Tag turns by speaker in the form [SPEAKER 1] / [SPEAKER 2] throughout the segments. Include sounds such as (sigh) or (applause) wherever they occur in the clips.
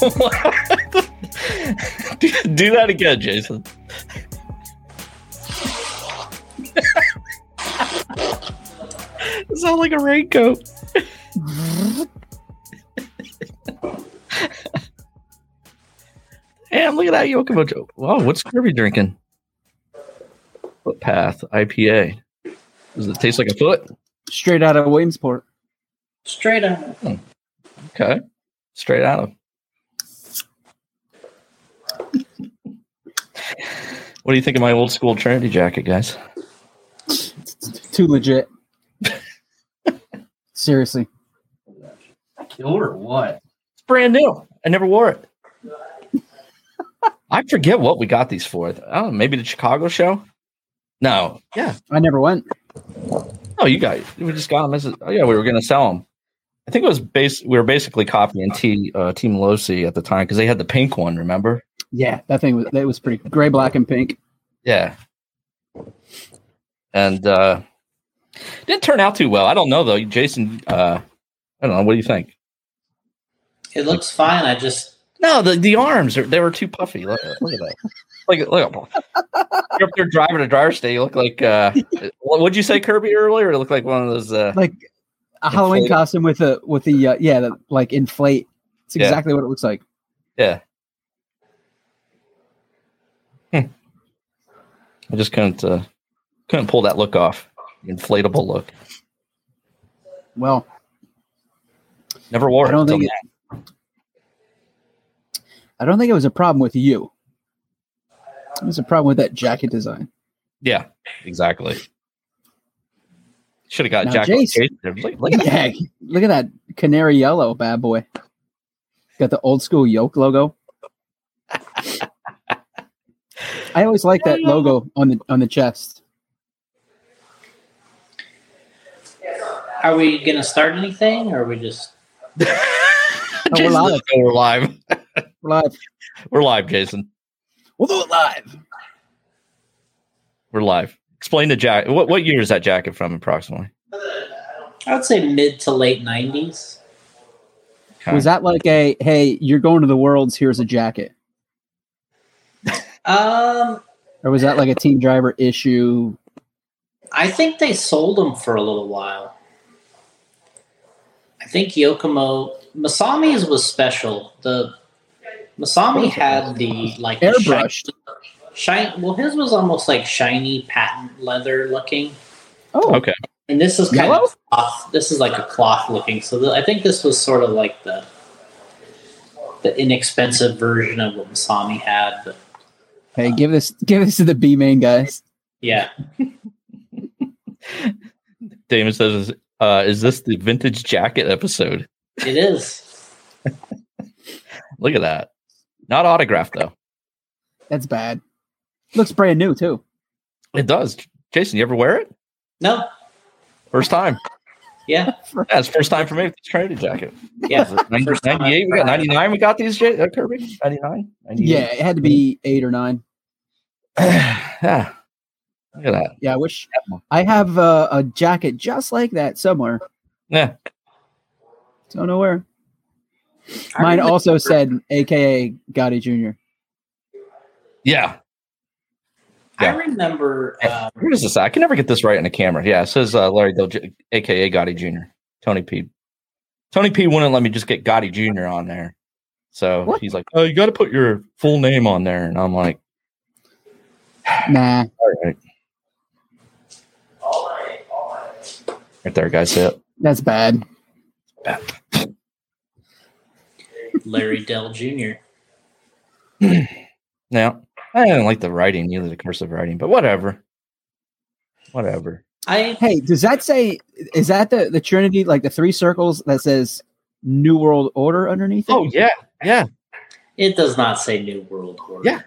[SPEAKER 1] What? do, (laughs) do that again, Jason. (laughs) It's not like a raincoat. (laughs) and look at that Yokomo Joe. Wow, what's Kirby drinking? Foot Path IPA. Does it taste like a foot?
[SPEAKER 2] Straight out of Williamsport.
[SPEAKER 3] Straight up.
[SPEAKER 1] Okay. Straight out of. What do you think of my old school Trinity jacket, guys?
[SPEAKER 2] Too legit. Seriously.
[SPEAKER 3] Or what?
[SPEAKER 1] It's brand new. I never wore it. I forget what we got these for. I don't know, maybe the Chicago show? No. Yeah.
[SPEAKER 2] I never went.
[SPEAKER 1] Oh, you got we just got them as a, oh yeah, we were gonna sell them. I think it was base we were basically copying T uh, Team Losi at the time because they had the pink one, remember?
[SPEAKER 2] Yeah, that thing was that was pretty gray, black, and pink.
[SPEAKER 1] Yeah. And uh didn't turn out too well. I don't know though. Jason uh I don't know, what do you think?
[SPEAKER 3] It looks fine. I just
[SPEAKER 1] No, the, the arms are they were too puffy. Look, look at that. Like look you're up there driving a driver's day, you look like uh what would you say Kirby earlier? It looked like one of those uh
[SPEAKER 2] Like a Halloween
[SPEAKER 1] Inflate.
[SPEAKER 2] costume with a with the uh, yeah, the, like inflate. It's
[SPEAKER 1] Yeah.
[SPEAKER 2] exactly what it looks like.
[SPEAKER 1] Yeah. Hmm. I just couldn't uh, couldn't pull that look off. The inflatable look.
[SPEAKER 2] Well,
[SPEAKER 1] Never wore
[SPEAKER 2] I
[SPEAKER 1] it.
[SPEAKER 2] don't
[SPEAKER 1] till
[SPEAKER 2] think it, I don't think it was a problem with you. It was a problem with that jacket design.
[SPEAKER 1] now. yeah, exactly. Should have got
[SPEAKER 2] Now,
[SPEAKER 1] Jack. like
[SPEAKER 2] Jason-
[SPEAKER 1] Jason. Look, look at (laughs) that.
[SPEAKER 2] (laughs) Yeah, look at that canary yellow bad boy. Got the old school yoke (laughs) logo. I always like that logo on the on the chest.
[SPEAKER 3] are we gonna start anything or are we just
[SPEAKER 2] we're
[SPEAKER 1] Jason,
[SPEAKER 2] live.
[SPEAKER 1] let's go, (laughs) we're live.
[SPEAKER 2] We're live.
[SPEAKER 1] We're live, Jason.
[SPEAKER 2] We'll do it live.
[SPEAKER 1] We're live. Explain the jacket. What what year is that jacket from approximately?
[SPEAKER 3] I would say mid to late nineties.
[SPEAKER 1] Okay.
[SPEAKER 2] Was that like a hey, you're going to the worlds, here's a jacket?
[SPEAKER 3] Um
[SPEAKER 2] Or was that like a team driver issue?
[SPEAKER 3] I think they sold them for a little while. I think Yokomo Masami's was special. The Masami had the like the
[SPEAKER 2] Airbrushed.
[SPEAKER 3] Shiny, shiny, well, his was almost like shiny patent leather looking,
[SPEAKER 2] Oh
[SPEAKER 1] okay.
[SPEAKER 3] and this is kind
[SPEAKER 2] Yellow?
[SPEAKER 3] of cloth. This is like a cloth looking. So the, I think this was sort of like the the inexpensive version of what Masami had. But
[SPEAKER 2] hey, give this give this to the B main guys.
[SPEAKER 3] yeah,
[SPEAKER 1] Damon says, uh, "Is this the vintage jacket episode?"
[SPEAKER 3] it is.
[SPEAKER 1] Look at that. Not autographed though.
[SPEAKER 2] That's bad. Looks brand new too.
[SPEAKER 1] It does. Jason, you ever wear it?
[SPEAKER 3] No,
[SPEAKER 1] First time.
[SPEAKER 3] yeah,
[SPEAKER 1] Yeah, it's first time for me with this Trinity jacket. (laughs)
[SPEAKER 3] yeah. First time
[SPEAKER 1] 98, we
[SPEAKER 3] I've
[SPEAKER 1] got
[SPEAKER 3] tried it.
[SPEAKER 1] 99, we got these, J- uh, Kirby? 99?
[SPEAKER 2] Yeah, it had to be eight or nine.
[SPEAKER 1] (sighs) yeah. Look at that.
[SPEAKER 2] Yeah, I wish I have a, a jacket just like that somewhere.
[SPEAKER 1] Yeah.
[SPEAKER 2] Don't know where.
[SPEAKER 3] I
[SPEAKER 2] Mine
[SPEAKER 3] remember-
[SPEAKER 2] also said AKA Gotti Jr.
[SPEAKER 1] Yeah.
[SPEAKER 3] I
[SPEAKER 1] Yeah.
[SPEAKER 3] remember. Um,
[SPEAKER 1] Where is this at? I can never get this right on the camera. Yeah, it says uh, Larry Dill, J- a.k.a. Gotti Jr., Tony P. Tony P wouldn't let me just get Gotti Jr. on there. So
[SPEAKER 2] What?
[SPEAKER 1] he's like, oh, you got to put your full name on there. And I'm like,
[SPEAKER 2] Nah.
[SPEAKER 1] all right. Right there, guys. See it?
[SPEAKER 2] That's bad.
[SPEAKER 3] Larry Dell Jr.
[SPEAKER 1] No, I didn't like the writing either, the cursive writing, but whatever. Whatever.
[SPEAKER 3] I
[SPEAKER 2] Hey, does that say is that the, the Trinity, like the three circles that says New World Order underneath it?
[SPEAKER 1] Oh yeah, yeah.
[SPEAKER 3] it does not say New World Order.
[SPEAKER 1] Yeah.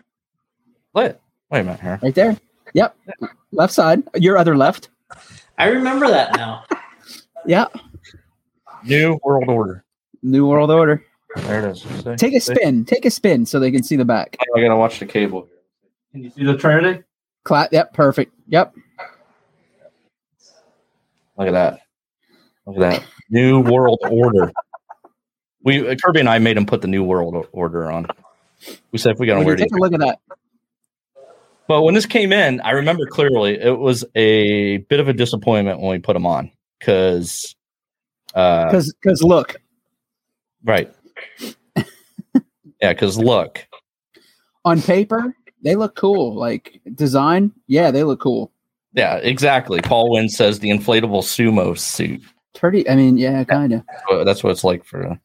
[SPEAKER 1] Wait, wait a minute here.
[SPEAKER 2] Right there? Yep. Left side. Your other left.
[SPEAKER 3] I remember that now.
[SPEAKER 2] Yeah.
[SPEAKER 1] New World Order.
[SPEAKER 2] New World Order.
[SPEAKER 1] There it is. See?
[SPEAKER 2] Take a
[SPEAKER 1] See?
[SPEAKER 2] spin. Take a spin so they can see the back.
[SPEAKER 1] I gotta watch the cable. Can you see the Trinity?
[SPEAKER 2] Clap. Yep. Perfect. Yep.
[SPEAKER 1] Look at that. Look at that. New World Order. We Kirby and I made him put the New World Order on. We said if we got to
[SPEAKER 2] Would you
[SPEAKER 1] wear these.
[SPEAKER 2] take a look at that.
[SPEAKER 1] But when this came in, I remember clearly it was a bit of a disappointment when we put them on because, uh,
[SPEAKER 2] Because because look,
[SPEAKER 1] right, yeah, because look,
[SPEAKER 2] on paper they look cool. Like design, yeah, they look cool.
[SPEAKER 1] yeah, exactly. Paul Wynn says the inflatable sumo suit.
[SPEAKER 2] Pretty. I mean, yeah, kind of.
[SPEAKER 1] Uh, That's what it's like for.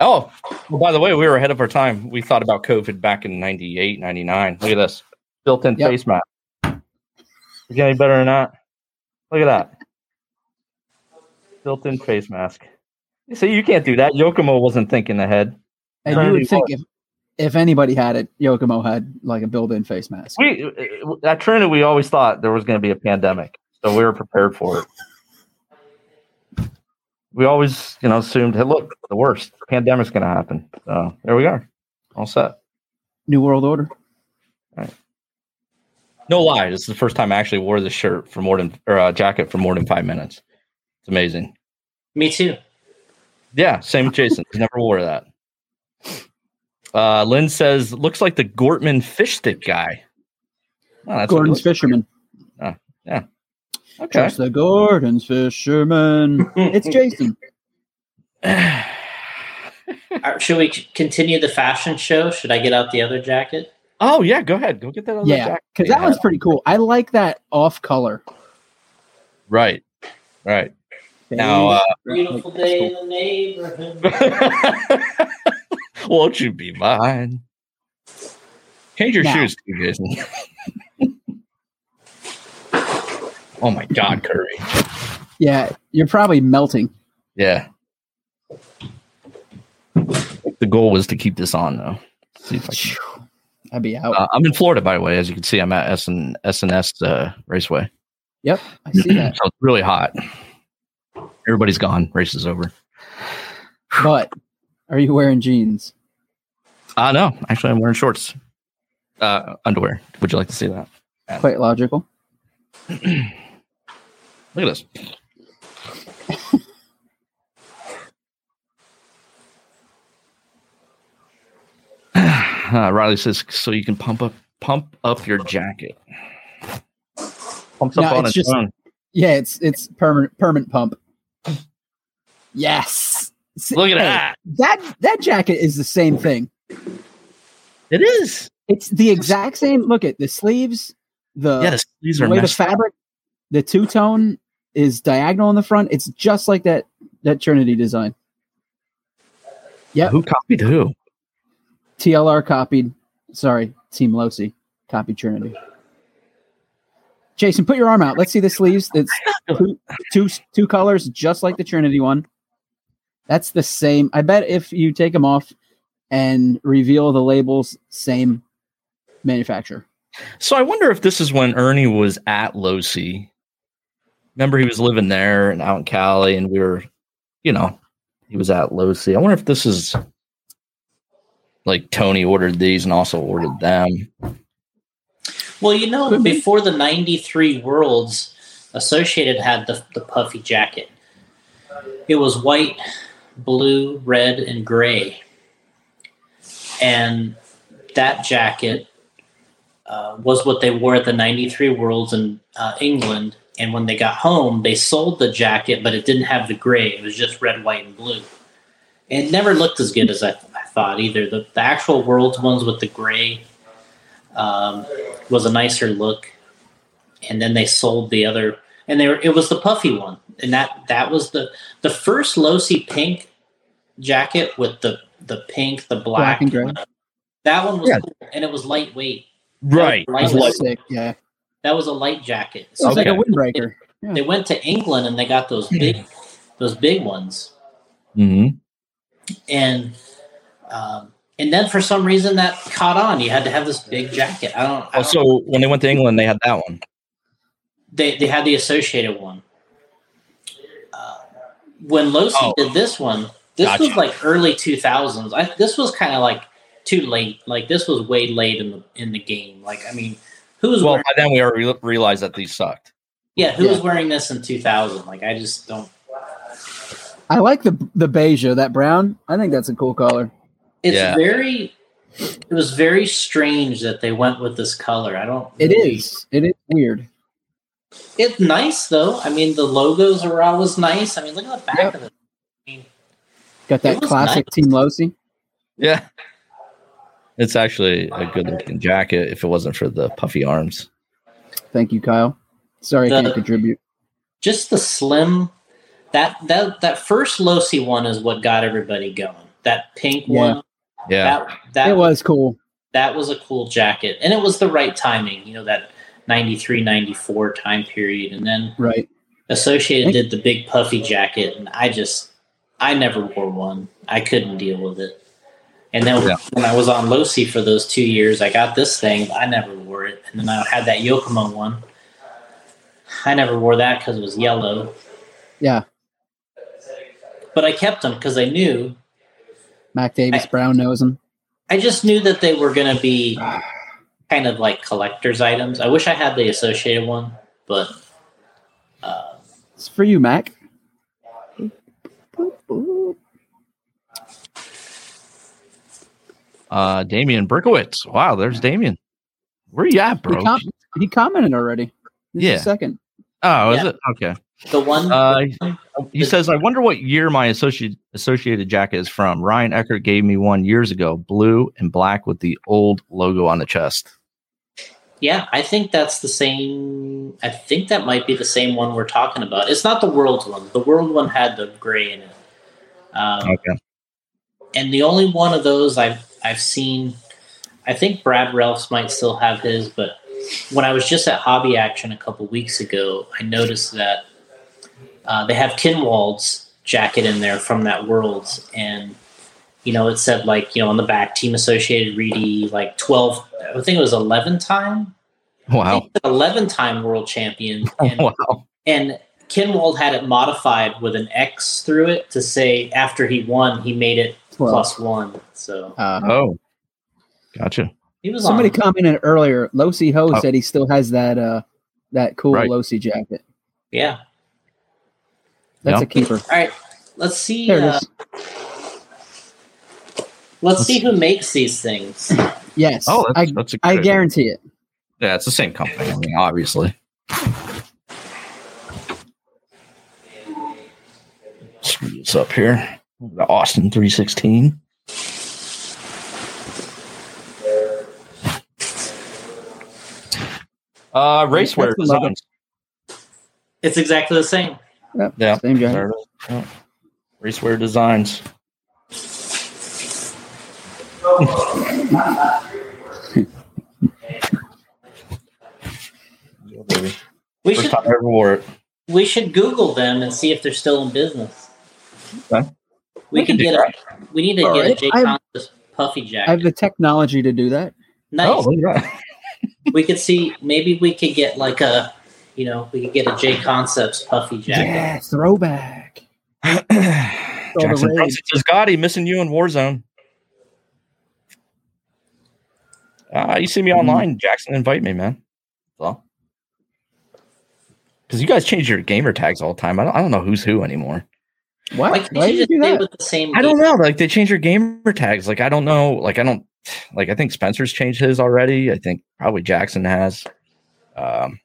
[SPEAKER 1] Oh, well, by the way, we were ahead of our time. We thought about COVID back in 98, 99. Look at this built-in
[SPEAKER 2] Yep.
[SPEAKER 1] face mask. Is it any better or not? Look at that built-in face mask. See, you can't do that. Yokomo wasn't thinking ahead.
[SPEAKER 2] And
[SPEAKER 1] Apparently
[SPEAKER 2] you would think if if anybody had it, Yokomo had like a built-in face mask.
[SPEAKER 1] We uh, at Trinity, we always thought there was going to be a pandemic, so we were prepared for it. We always, you know, assumed, hey, look, the worst pandemic's going to happen. So there we are, all set.
[SPEAKER 2] New World Order.
[SPEAKER 1] No lie, this is the first time I actually wore this shirt for more than or uh, jacket for more than five minutes. It's amazing.
[SPEAKER 3] Me too.
[SPEAKER 1] Yeah, same with Jason. (laughs) He's never wore that. Uh, Lynn says, looks like the Gortman fish stick guy. Oh, that's what it
[SPEAKER 2] Gordon's
[SPEAKER 1] looks-
[SPEAKER 2] fisherman.
[SPEAKER 1] okay.
[SPEAKER 2] Just the Gordon's
[SPEAKER 1] (laughs)
[SPEAKER 2] fisherman. it's Jason.
[SPEAKER 3] Uh, Should we c- continue the fashion show? Should I get out the other jacket?
[SPEAKER 1] (sighs) Oh yeah, go ahead. Go get that other
[SPEAKER 2] Yeah,
[SPEAKER 1] jacket.
[SPEAKER 2] because that one's pretty cool. I like that off color.
[SPEAKER 1] Right. Right. (laughs) Now, uh,
[SPEAKER 3] Beautiful day in the neighborhood.
[SPEAKER 1] won't you be mine? Change your
[SPEAKER 2] Now.
[SPEAKER 1] shoes, too, Jason. (laughs) oh my God, Curry.
[SPEAKER 2] yeah, you're probably melting.
[SPEAKER 1] Yeah. The goal was to keep this on, though. See if I can-
[SPEAKER 2] I'd be out.
[SPEAKER 1] Uh, I'm in Florida, by the way. As you can see, I'm at SN- SNS uh, Raceway.
[SPEAKER 2] yep,
[SPEAKER 1] (laughs)
[SPEAKER 2] I see
[SPEAKER 1] So
[SPEAKER 2] that.
[SPEAKER 1] it's really hot. Everybody's gone. Race is over.
[SPEAKER 2] But are you wearing jeans?
[SPEAKER 1] Uh no, actually I'm wearing shorts. Uh underwear. Would you like to see that?
[SPEAKER 2] Quite logical.
[SPEAKER 1] Look at this. (sighs) Uh, Riley says so you can pump up pump up your jacket. Pumps up
[SPEAKER 2] No,
[SPEAKER 1] on
[SPEAKER 2] it's
[SPEAKER 1] its
[SPEAKER 2] just-
[SPEAKER 1] own.
[SPEAKER 2] Yeah, it's it's permanent permanent pump. Yes. See-
[SPEAKER 1] Look at
[SPEAKER 2] hey,
[SPEAKER 1] that.
[SPEAKER 2] That that jacket is the same thing.
[SPEAKER 1] It is.
[SPEAKER 2] It's the exact same. Look at the sleeves, the,
[SPEAKER 1] yeah, the sleeves
[SPEAKER 2] Uh, the
[SPEAKER 1] are
[SPEAKER 2] way the
[SPEAKER 1] messed up.
[SPEAKER 2] fabric, the two tone is diagonal in the front. It's just like that that Trinity design.
[SPEAKER 1] Who copied who?
[SPEAKER 2] TLR copied. Sorry, Team Losi copied Trinity. Jason, put your arm out. Let's see the sleeves. It's two, two, two colors, just like the Trinity one. That's the same. I bet if you take them off and reveal the labels, same manufacturer.
[SPEAKER 1] So I wonder if this is when Ernie was at Losi. Remember, he was living there and out in Cali, and we were, you know, he was at Losi. I wonder if this is like Tony ordered these and also ordered them.
[SPEAKER 3] Well, you know,
[SPEAKER 2] Could be.
[SPEAKER 3] before the 93 Worlds, Associated had the, the puffy jacket. It was white, blue, red, and gray. And that jacket uh, was what they wore at the 93 Worlds in uh, England. And when they got home, they sold the jacket, but it didn't have the gray. It was just red, white, and blue. It never looked as good as I, I thought either. The, the actual Worlds ones with the gray um, was a nicer look. And then they sold the other, and they were, it was the puffy one, and that that was the the first Losi pink jacket with the the pink, the black,
[SPEAKER 2] Black and gray.
[SPEAKER 3] the- that one was
[SPEAKER 1] Yeah.
[SPEAKER 3] cool, and it was lightweight.
[SPEAKER 1] Right.
[SPEAKER 3] Right.
[SPEAKER 2] That's
[SPEAKER 3] like-
[SPEAKER 2] sick. Yeah.
[SPEAKER 3] That was a light jacket.
[SPEAKER 2] It's like a
[SPEAKER 1] Okay.
[SPEAKER 2] windbreaker.
[SPEAKER 3] They went to England and they got those big those big ones,
[SPEAKER 1] hmm
[SPEAKER 3] and um, and then for some reason that caught on. You had to have this big jacket. I don't. I don't
[SPEAKER 1] Also, when they went to England, they had that one.
[SPEAKER 3] they they had the associated one. Uh, when Losi
[SPEAKER 1] Oh.
[SPEAKER 3] did this one, this was
[SPEAKER 1] Gotcha.
[SPEAKER 3] like early two thousands. I this was kind of like too late. Like this was way late in the in the game. Like I mean, who was
[SPEAKER 1] Well,
[SPEAKER 3] wearing,
[SPEAKER 1] by then we already re- realized that these sucked.
[SPEAKER 3] yeah who was
[SPEAKER 2] yeah.
[SPEAKER 3] wearing this in two thousand? Like I just don't.
[SPEAKER 2] I like the the beige, that brown. I think that's a cool color.
[SPEAKER 3] It's
[SPEAKER 1] Yeah.
[SPEAKER 3] very. It was very strange that they went with this color. I don't.
[SPEAKER 2] It
[SPEAKER 3] really-
[SPEAKER 2] is. It is weird.
[SPEAKER 3] It's nice though. I mean, the logos are always nice. I mean, look at the back
[SPEAKER 2] Yep.
[SPEAKER 3] of it.
[SPEAKER 2] Got that
[SPEAKER 3] It was
[SPEAKER 2] classic
[SPEAKER 3] nice.
[SPEAKER 2] Team Losi.
[SPEAKER 1] Yeah. It's actually a good looking jacket if it wasn't for the puffy arms.
[SPEAKER 2] Thank you, Kyle. Sorry, I
[SPEAKER 3] The-
[SPEAKER 2] can't contribute.
[SPEAKER 3] Just the slim. That that that first Losi one is what got everybody going. That pink
[SPEAKER 2] Yeah.
[SPEAKER 3] one.
[SPEAKER 1] Yeah.
[SPEAKER 3] That that
[SPEAKER 2] It was cool.
[SPEAKER 3] that was a cool jacket and it was the right timing you know that 93 94 time period and then
[SPEAKER 2] Right.
[SPEAKER 3] associated did the big puffy jacket and i just i never wore one i couldn't deal with it and then
[SPEAKER 1] Yeah.
[SPEAKER 3] when i was on losi for those two years i got this thing but i never wore it and then i had that yokomo one i never wore that because it was yellow
[SPEAKER 2] Yeah.
[SPEAKER 3] but i kept them because i knew
[SPEAKER 2] Mac Davis,
[SPEAKER 3] I-
[SPEAKER 2] brown nose him.
[SPEAKER 3] I just knew that they were going to be kind of like collector's items. I wish I had the associated one, but uh,
[SPEAKER 2] It's for you, Mac.
[SPEAKER 1] Uh Damian Berkowitz. Wow, there's Damien. Where you at, bro?
[SPEAKER 2] He, com- he commented already. This is
[SPEAKER 1] Yeah.
[SPEAKER 2] Second.
[SPEAKER 1] Oh, is
[SPEAKER 3] Yeah.
[SPEAKER 1] it?
[SPEAKER 2] (laughs)
[SPEAKER 1] Okay.
[SPEAKER 3] the one
[SPEAKER 1] Uh, he says, I wonder what year my associate associated jacket is from. Ryan Eckert gave me one years ago, blue and black with the old logo on the chest.
[SPEAKER 3] yeah, I think that's the same. I think that might be the same one we're talking about. It's not the world one. The world one had the gray in it, um,
[SPEAKER 1] Okay. (laughs)
[SPEAKER 3] and the only one of those I've I've seen. I think Brad Ralphs might still have his, but when I was just at Hobby Action a couple weeks ago, I noticed that uh, they have Kinwald's jacket in there from that Worlds, and you know it said like you know on the back Team Associated Reedy like twelve. I think it was eleven time, I
[SPEAKER 1] Wow.
[SPEAKER 3] think the eleven time world champion,
[SPEAKER 1] (laughs)
[SPEAKER 3] and,
[SPEAKER 1] Wow.
[SPEAKER 3] and Kinwald had it modified with an X through it to say after he won, he made it
[SPEAKER 2] Well,
[SPEAKER 3] plus one. So
[SPEAKER 2] uh,
[SPEAKER 1] Oh. Gotcha.
[SPEAKER 3] he was
[SPEAKER 2] somebody
[SPEAKER 3] on.
[SPEAKER 2] commented earlier. Losi Ho
[SPEAKER 1] Oh.
[SPEAKER 2] said he still has that uh that cool
[SPEAKER 1] Right.
[SPEAKER 2] Losi jacket.
[SPEAKER 3] yeah.
[SPEAKER 2] That's
[SPEAKER 1] Yeah.
[SPEAKER 2] a keeper.
[SPEAKER 3] All right. Let's see.
[SPEAKER 2] There
[SPEAKER 3] Uh,
[SPEAKER 2] it is.
[SPEAKER 3] let's see who makes these things.
[SPEAKER 2] Yes.
[SPEAKER 1] Oh, that's,
[SPEAKER 2] I
[SPEAKER 1] that's a
[SPEAKER 2] I
[SPEAKER 1] good-
[SPEAKER 2] guarantee it.
[SPEAKER 1] Yeah, it's the same company, I mean, obviously. Screw this up here. The Austin 316. Uh, racewear
[SPEAKER 2] That's the logo.
[SPEAKER 1] designs.
[SPEAKER 3] It's exactly the same.
[SPEAKER 2] Yep,
[SPEAKER 1] Yeah.
[SPEAKER 2] Same jacket.
[SPEAKER 1] There it is. Yeah. Racewear (laughs) designs. Yeah, baby.
[SPEAKER 3] We
[SPEAKER 1] First
[SPEAKER 3] should
[SPEAKER 1] time I ever wore it.
[SPEAKER 3] we should Google them and see if they're still in business.
[SPEAKER 1] Okay. We
[SPEAKER 3] We, could
[SPEAKER 1] can do
[SPEAKER 3] get a. We need to
[SPEAKER 1] All
[SPEAKER 3] get a
[SPEAKER 1] right.
[SPEAKER 3] Jay
[SPEAKER 2] I've-
[SPEAKER 3] Thomas puffy jacket.
[SPEAKER 2] I have the technology to do that.
[SPEAKER 3] nice.
[SPEAKER 1] Oh, look at that.
[SPEAKER 3] we could see maybe we could get like a you know we could get a j concepts puffy jacket
[SPEAKER 2] Yeah, throwback.
[SPEAKER 1] (laughs)
[SPEAKER 2] the
[SPEAKER 1] Jackson
[SPEAKER 2] rage.
[SPEAKER 1] Brunson says, Gotti, missing you in Warzone. Uh, you see me online, Jackson. Invite me, man. Well, because you guys change your gamer tags all the time. I don't, I don't know who's who anymore.
[SPEAKER 2] What? Why,
[SPEAKER 3] why can't
[SPEAKER 2] did
[SPEAKER 3] you
[SPEAKER 2] you
[SPEAKER 3] just
[SPEAKER 2] do
[SPEAKER 3] stay
[SPEAKER 2] that?
[SPEAKER 3] with the same
[SPEAKER 1] I don't know. Like they change your gamer tags. Like I don't know. Like I don't. Like I think Spencer's changed his already. I think probably Jackson has. Um,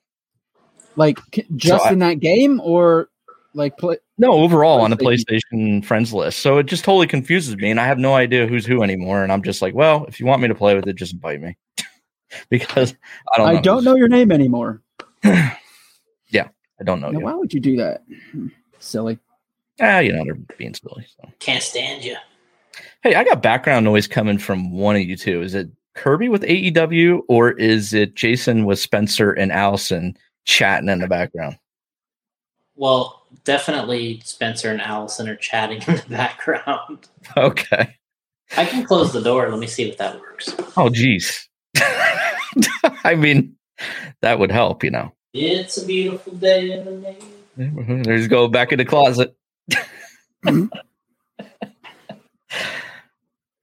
[SPEAKER 2] like c- just
[SPEAKER 1] So I-
[SPEAKER 2] in that game, or like play?
[SPEAKER 1] no, overall on the PlayStation friends list. So it just totally confuses me, and I have no idea who's who anymore. And I'm just like, well, if you want me to play with it, just invite me (laughs) because I don't.
[SPEAKER 2] I
[SPEAKER 1] know
[SPEAKER 2] don't
[SPEAKER 1] who's-
[SPEAKER 2] know your name anymore.
[SPEAKER 1] I don't know.
[SPEAKER 2] Now,
[SPEAKER 1] you.
[SPEAKER 2] why would you do that? Silly.
[SPEAKER 1] Ah, you know they're being silly. So.
[SPEAKER 3] can't stand you
[SPEAKER 1] Hey, I got background noise coming from one of you two. Is it Kirby with AEW or is it Jason with Spencer and Allison chatting in the background? (laughs)
[SPEAKER 3] well definitely spencer and allison are chatting (laughs) in the background
[SPEAKER 1] Okay.
[SPEAKER 3] i can close the door let me see if that works
[SPEAKER 1] Oh, geez. (laughs) I mean, that would help, you know.
[SPEAKER 3] it's a beautiful day in the neighborhood
[SPEAKER 1] There's Mm-hmm. go back in the (laughs) closet. Who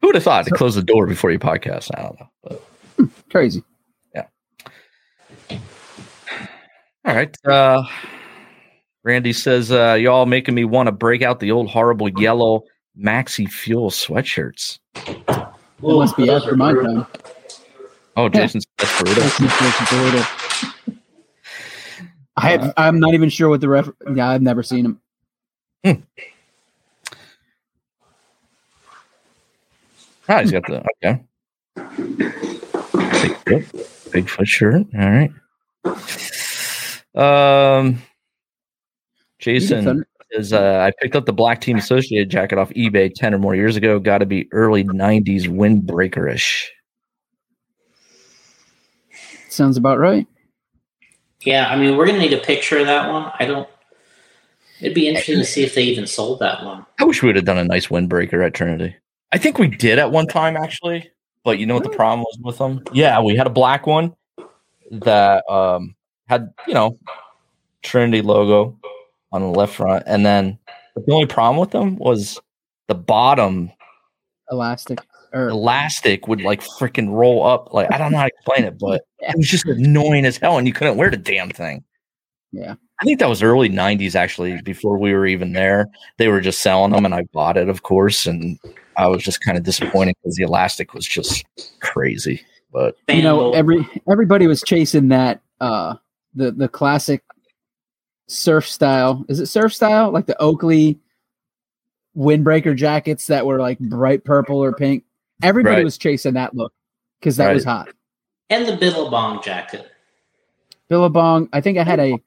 [SPEAKER 1] would have thought to close the door before you podcast? I don't know. But,
[SPEAKER 2] Crazy.
[SPEAKER 1] all right. Uh, Randy says, uh, y'all making me want to break out the old horrible yellow maxi fuel sweatshirts.
[SPEAKER 2] It must be after my time.
[SPEAKER 1] Oh, Jason's desperate.
[SPEAKER 2] I have, I'm not even sure what the ref. Yeah, I've never seen him.
[SPEAKER 1] Ah, he's got the okay. Bigfoot, Bigfoot shirt. All right. Um, Jason is. Uh, I picked up the black team associated jacket off eBay ten or more years ago. Got to be early '90s windbreakerish.
[SPEAKER 2] Sounds about right.
[SPEAKER 3] Yeah, I mean, we're gonna need a picture of that one. I don't. It'd be interesting to see if they even sold that one.
[SPEAKER 1] I wish we would have done a nice windbreaker at Trinity. I think we did at one time actually, but you know what the problem was with them? Yeah, we had a black one that um had, you know, Trinity logo on the left front. And then but the only problem with them was the bottom
[SPEAKER 2] Elastic or
[SPEAKER 1] elastic would like freaking roll up. Like, I don't know how to explain it,
[SPEAKER 2] (laughs)
[SPEAKER 1] but it was just annoying as hell and you couldn't wear the damn thing.
[SPEAKER 2] Yeah.
[SPEAKER 1] I think that was early 90s actually, before we were even there. They were just selling them and I bought it, of course. And I was just kind of disappointed because the elastic was just crazy. But
[SPEAKER 2] you know
[SPEAKER 3] Fanboy.
[SPEAKER 2] every everybody was chasing that uh the the classic surf style. Is it surf style like the Oakley windbreaker jackets that were like bright purple or pink? Everybody
[SPEAKER 1] Right.
[SPEAKER 2] was chasing that look because that was hot.
[SPEAKER 3] and the Billabong jacket.
[SPEAKER 2] Billabong. I think I had a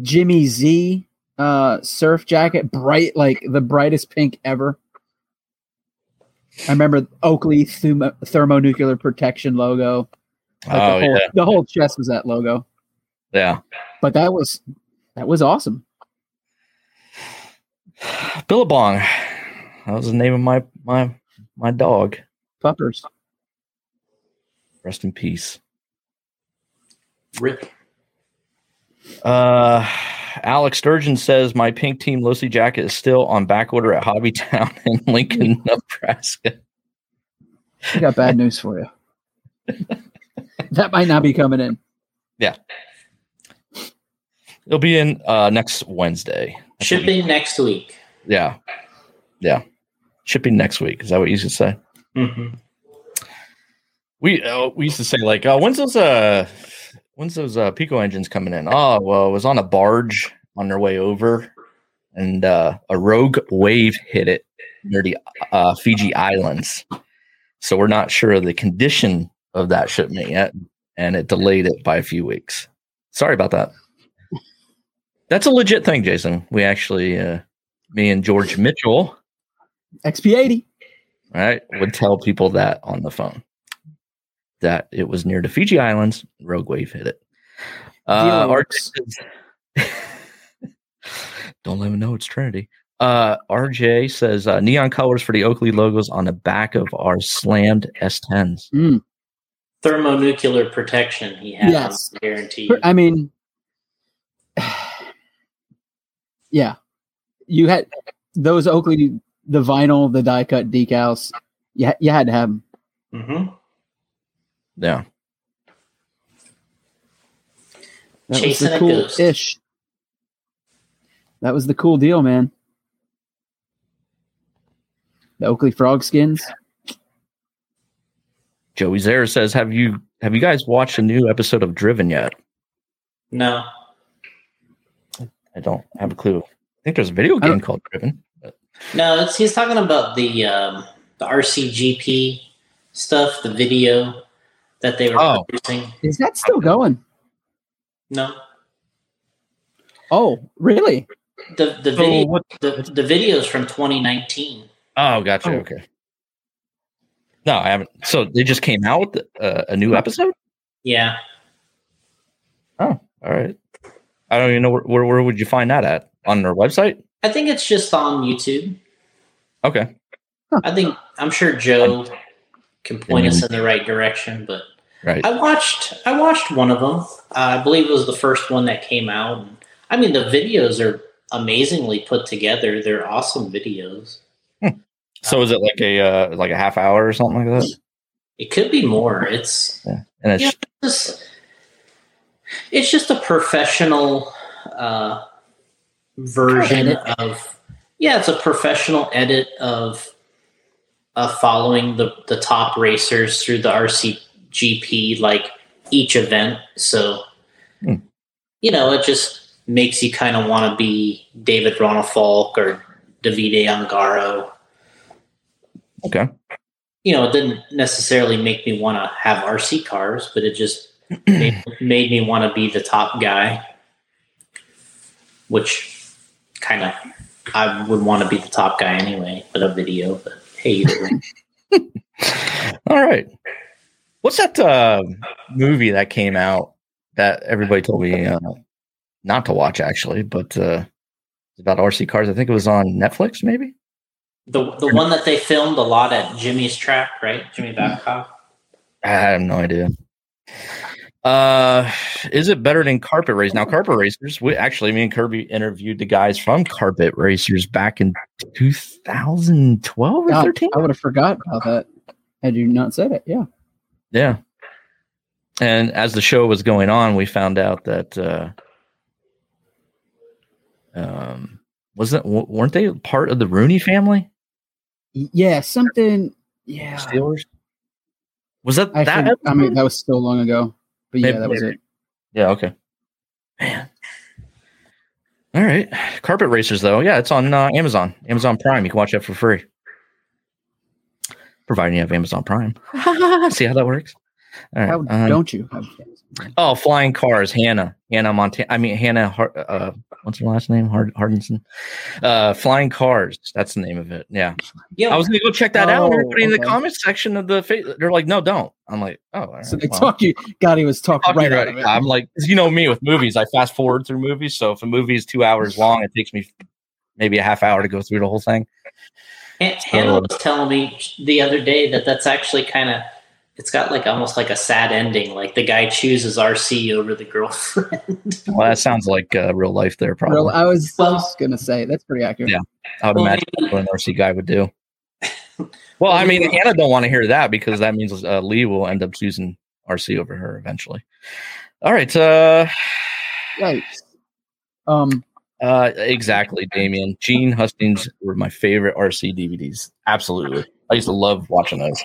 [SPEAKER 2] Jimmy Z uh, surf jacket, bright like the brightest pink ever. I remember Oakley thum- thermonuclear protection logo. Like
[SPEAKER 1] oh,
[SPEAKER 2] the, whole,
[SPEAKER 1] yeah.
[SPEAKER 2] the whole chest was that logo,
[SPEAKER 1] Yeah.
[SPEAKER 2] but that was that was awesome.
[SPEAKER 1] Billabong. That was the name of my my my dog.
[SPEAKER 2] Puppers.
[SPEAKER 1] Rest in peace.
[SPEAKER 3] Rip.
[SPEAKER 1] Uh Alex Sturgeon says my pink team Losi jacket is still on back order at Hobbytown (laughs) in Lincoln, Nebraska.
[SPEAKER 2] I got bad news for you.
[SPEAKER 3] (laughs)
[SPEAKER 2] that might not be coming in.
[SPEAKER 1] It'll be in uh next Wednesday.
[SPEAKER 3] Shipping next week.
[SPEAKER 1] Yeah. Yeah. Shipping next week. Is that what you should say?
[SPEAKER 3] Mm-hmm.
[SPEAKER 1] We uh, we used to say like, uh, when's those uh, when's those uh, Pico engines coming in? Oh, well, it was on a barge on their way over, and uh, a rogue wave hit it near the uh, Fiji Islands. So we're not sure of the condition of that shipment yet, and it delayed it by a few weeks. Sorry about that. That's a legit thing, Jason. We actually, uh, me and George Mitchell,
[SPEAKER 2] XP80.
[SPEAKER 1] all right, would tell people that on the phone that it was near the Fiji Islands. Rogue Wave hit it. Uh,
[SPEAKER 2] Dealer
[SPEAKER 1] RJ
[SPEAKER 2] works.
[SPEAKER 1] says- (laughs) don't let them know it's Trinity. Uh, RJ says uh, neon colors for the Oakley logos on the back of our slammed S10s.
[SPEAKER 2] Mm.
[SPEAKER 3] Thermonuclear protection he has.
[SPEAKER 2] Yes.
[SPEAKER 3] I guarantee. you.
[SPEAKER 2] But, I mean, (sighs) yeah, you had those Oakley, the vinyl, the die cut decals. You, ha- you had to have them.
[SPEAKER 3] Mhm.
[SPEAKER 1] Yeah,
[SPEAKER 2] That
[SPEAKER 3] Chasing a
[SPEAKER 2] was
[SPEAKER 3] ghost.
[SPEAKER 2] the cool ish. That was the cool deal, man. The Oakley frog skins.
[SPEAKER 1] Joey Zare says, "Have you have you guys watched a new episode of Driven yet?"
[SPEAKER 3] No.
[SPEAKER 1] I don't have a clue. I think there's a video
[SPEAKER 2] don't-
[SPEAKER 1] game called Driven.
[SPEAKER 3] No, it's, he's talking about the um, the RCGP stuff, the video that they were
[SPEAKER 1] Oh.
[SPEAKER 3] producing.
[SPEAKER 2] Is that still going?
[SPEAKER 3] No,
[SPEAKER 2] Oh, really?
[SPEAKER 3] the the
[SPEAKER 1] So
[SPEAKER 3] video
[SPEAKER 1] what-
[SPEAKER 3] the, the videos from 2019.
[SPEAKER 1] Oh, gotcha.
[SPEAKER 2] Oh.
[SPEAKER 1] Okay. No, I haven't. So they just came out with uh, a
[SPEAKER 3] Hmm.
[SPEAKER 1] new episode.
[SPEAKER 3] Yeah,
[SPEAKER 1] All right. I don't even know where, where, where would you find that at on their website.
[SPEAKER 3] I think it's just on YouTube.
[SPEAKER 1] Okay.
[SPEAKER 3] I think I'm sure Joe can point us in the right direction, but
[SPEAKER 1] Right.
[SPEAKER 3] I watched I watched one of them. Uh, I believe it was the first one that came out. I mean, the videos are amazingly put together. They're awesome videos.
[SPEAKER 1] So is it like a uh, like a half hour or something like that?
[SPEAKER 3] It could be more. It's
[SPEAKER 1] And it's
[SPEAKER 3] Yeah. just it's just a professional uh version of yeah, it's a professional edit of uh, following the the top racers through the RCGP like each event. So
[SPEAKER 1] Hmm.
[SPEAKER 3] you know, it just makes you kind of want to be David Ronafalk or Davide Ungaro.
[SPEAKER 1] Okay.
[SPEAKER 3] You know, it didn't necessarily make me want to have RC cars, but
[SPEAKER 1] (clears throat)
[SPEAKER 3] it just made, made me want to be the top guy, which kind of I would want to be the top guy anyway with a video. But hey, either way.
[SPEAKER 1] (laughs) All right. What's that uh, movie that came out that everybody told me uh, not to watch actually, but uh, it's about RC cars. I think it was on Netflix, maybe.
[SPEAKER 3] The the one that they filmed a lot at Jimmy's track, right?
[SPEAKER 1] Mm-hmm.
[SPEAKER 3] Jimmy Babcock.
[SPEAKER 1] I have no idea. Uh, is it better than Carpet Race? Now, Carpet Racers. We actually, me and Kirby interviewed the guys from Carpet Racers back in 2012 or
[SPEAKER 2] God,
[SPEAKER 1] 13.
[SPEAKER 2] I would have forgot about that had you not said it. Yeah.
[SPEAKER 1] Yeah. And as the show was going on, we found out that uh um wasn't w- weren't they part of the Rooney family?
[SPEAKER 2] Yeah, something. Yeah.
[SPEAKER 1] Steelers? Was that
[SPEAKER 2] I,
[SPEAKER 1] that
[SPEAKER 2] think, I mean,
[SPEAKER 1] episode?
[SPEAKER 2] that was so long ago. But yeah,
[SPEAKER 1] Maybe-
[SPEAKER 2] that was it.
[SPEAKER 1] Yeah, okay. Man. All right. Carpet Racers though. Yeah, it's on uh, Amazon. Amazon Prime. You can watch that for free. Providing you have Amazon
[SPEAKER 2] (laughs)
[SPEAKER 1] Prime. See how that works? All right.
[SPEAKER 2] How
[SPEAKER 1] um,
[SPEAKER 2] don't you? Have,
[SPEAKER 1] Oh, flying cars, Hannah, Hannah Montana. I mean, Hannah. Har- uh, what's her last name? Hard- Hardinson. Uh, flying cars. That's the name of it. Yeah,
[SPEAKER 3] Yeah,
[SPEAKER 1] I was gonna go check that out.
[SPEAKER 2] Oh,
[SPEAKER 1] Everybody in the
[SPEAKER 2] okay.
[SPEAKER 1] comment section of the fa- they're like, no, don't. I'm like, oh, all right,
[SPEAKER 2] so they
[SPEAKER 1] well,
[SPEAKER 2] talk you. God, he was talking
[SPEAKER 1] fuck
[SPEAKER 2] right
[SPEAKER 1] you,
[SPEAKER 2] out
[SPEAKER 1] right.
[SPEAKER 2] of it.
[SPEAKER 1] I'm like, 'cause you know me with movies. I fast forward through movies. So if a movie is two hours long, it takes me maybe a half hour to go through the whole thing.
[SPEAKER 3] Han-
[SPEAKER 1] Oh.
[SPEAKER 3] Hannah was telling me the other day that that's actually kind of it's got like almost like a sad ending. Like the guy chooses RC over the girlfriend.
[SPEAKER 1] Well, that sounds like uh, real life. There, probably.
[SPEAKER 2] Real- I was
[SPEAKER 3] Well-
[SPEAKER 2] just gonna say that's pretty accurate.
[SPEAKER 1] Yeah. I would
[SPEAKER 3] Well,
[SPEAKER 1] imagine what an RC guy would (laughs) do. Well, I mean, Hannah don't want to hear that because that means uh, Lee will end up choosing RC over her eventually. All right, uh,
[SPEAKER 2] Yikes. Um,
[SPEAKER 1] uh, exactly, Damien. Gene Hustings were my favorite RC DVDs. Absolutely, I used to love watching those.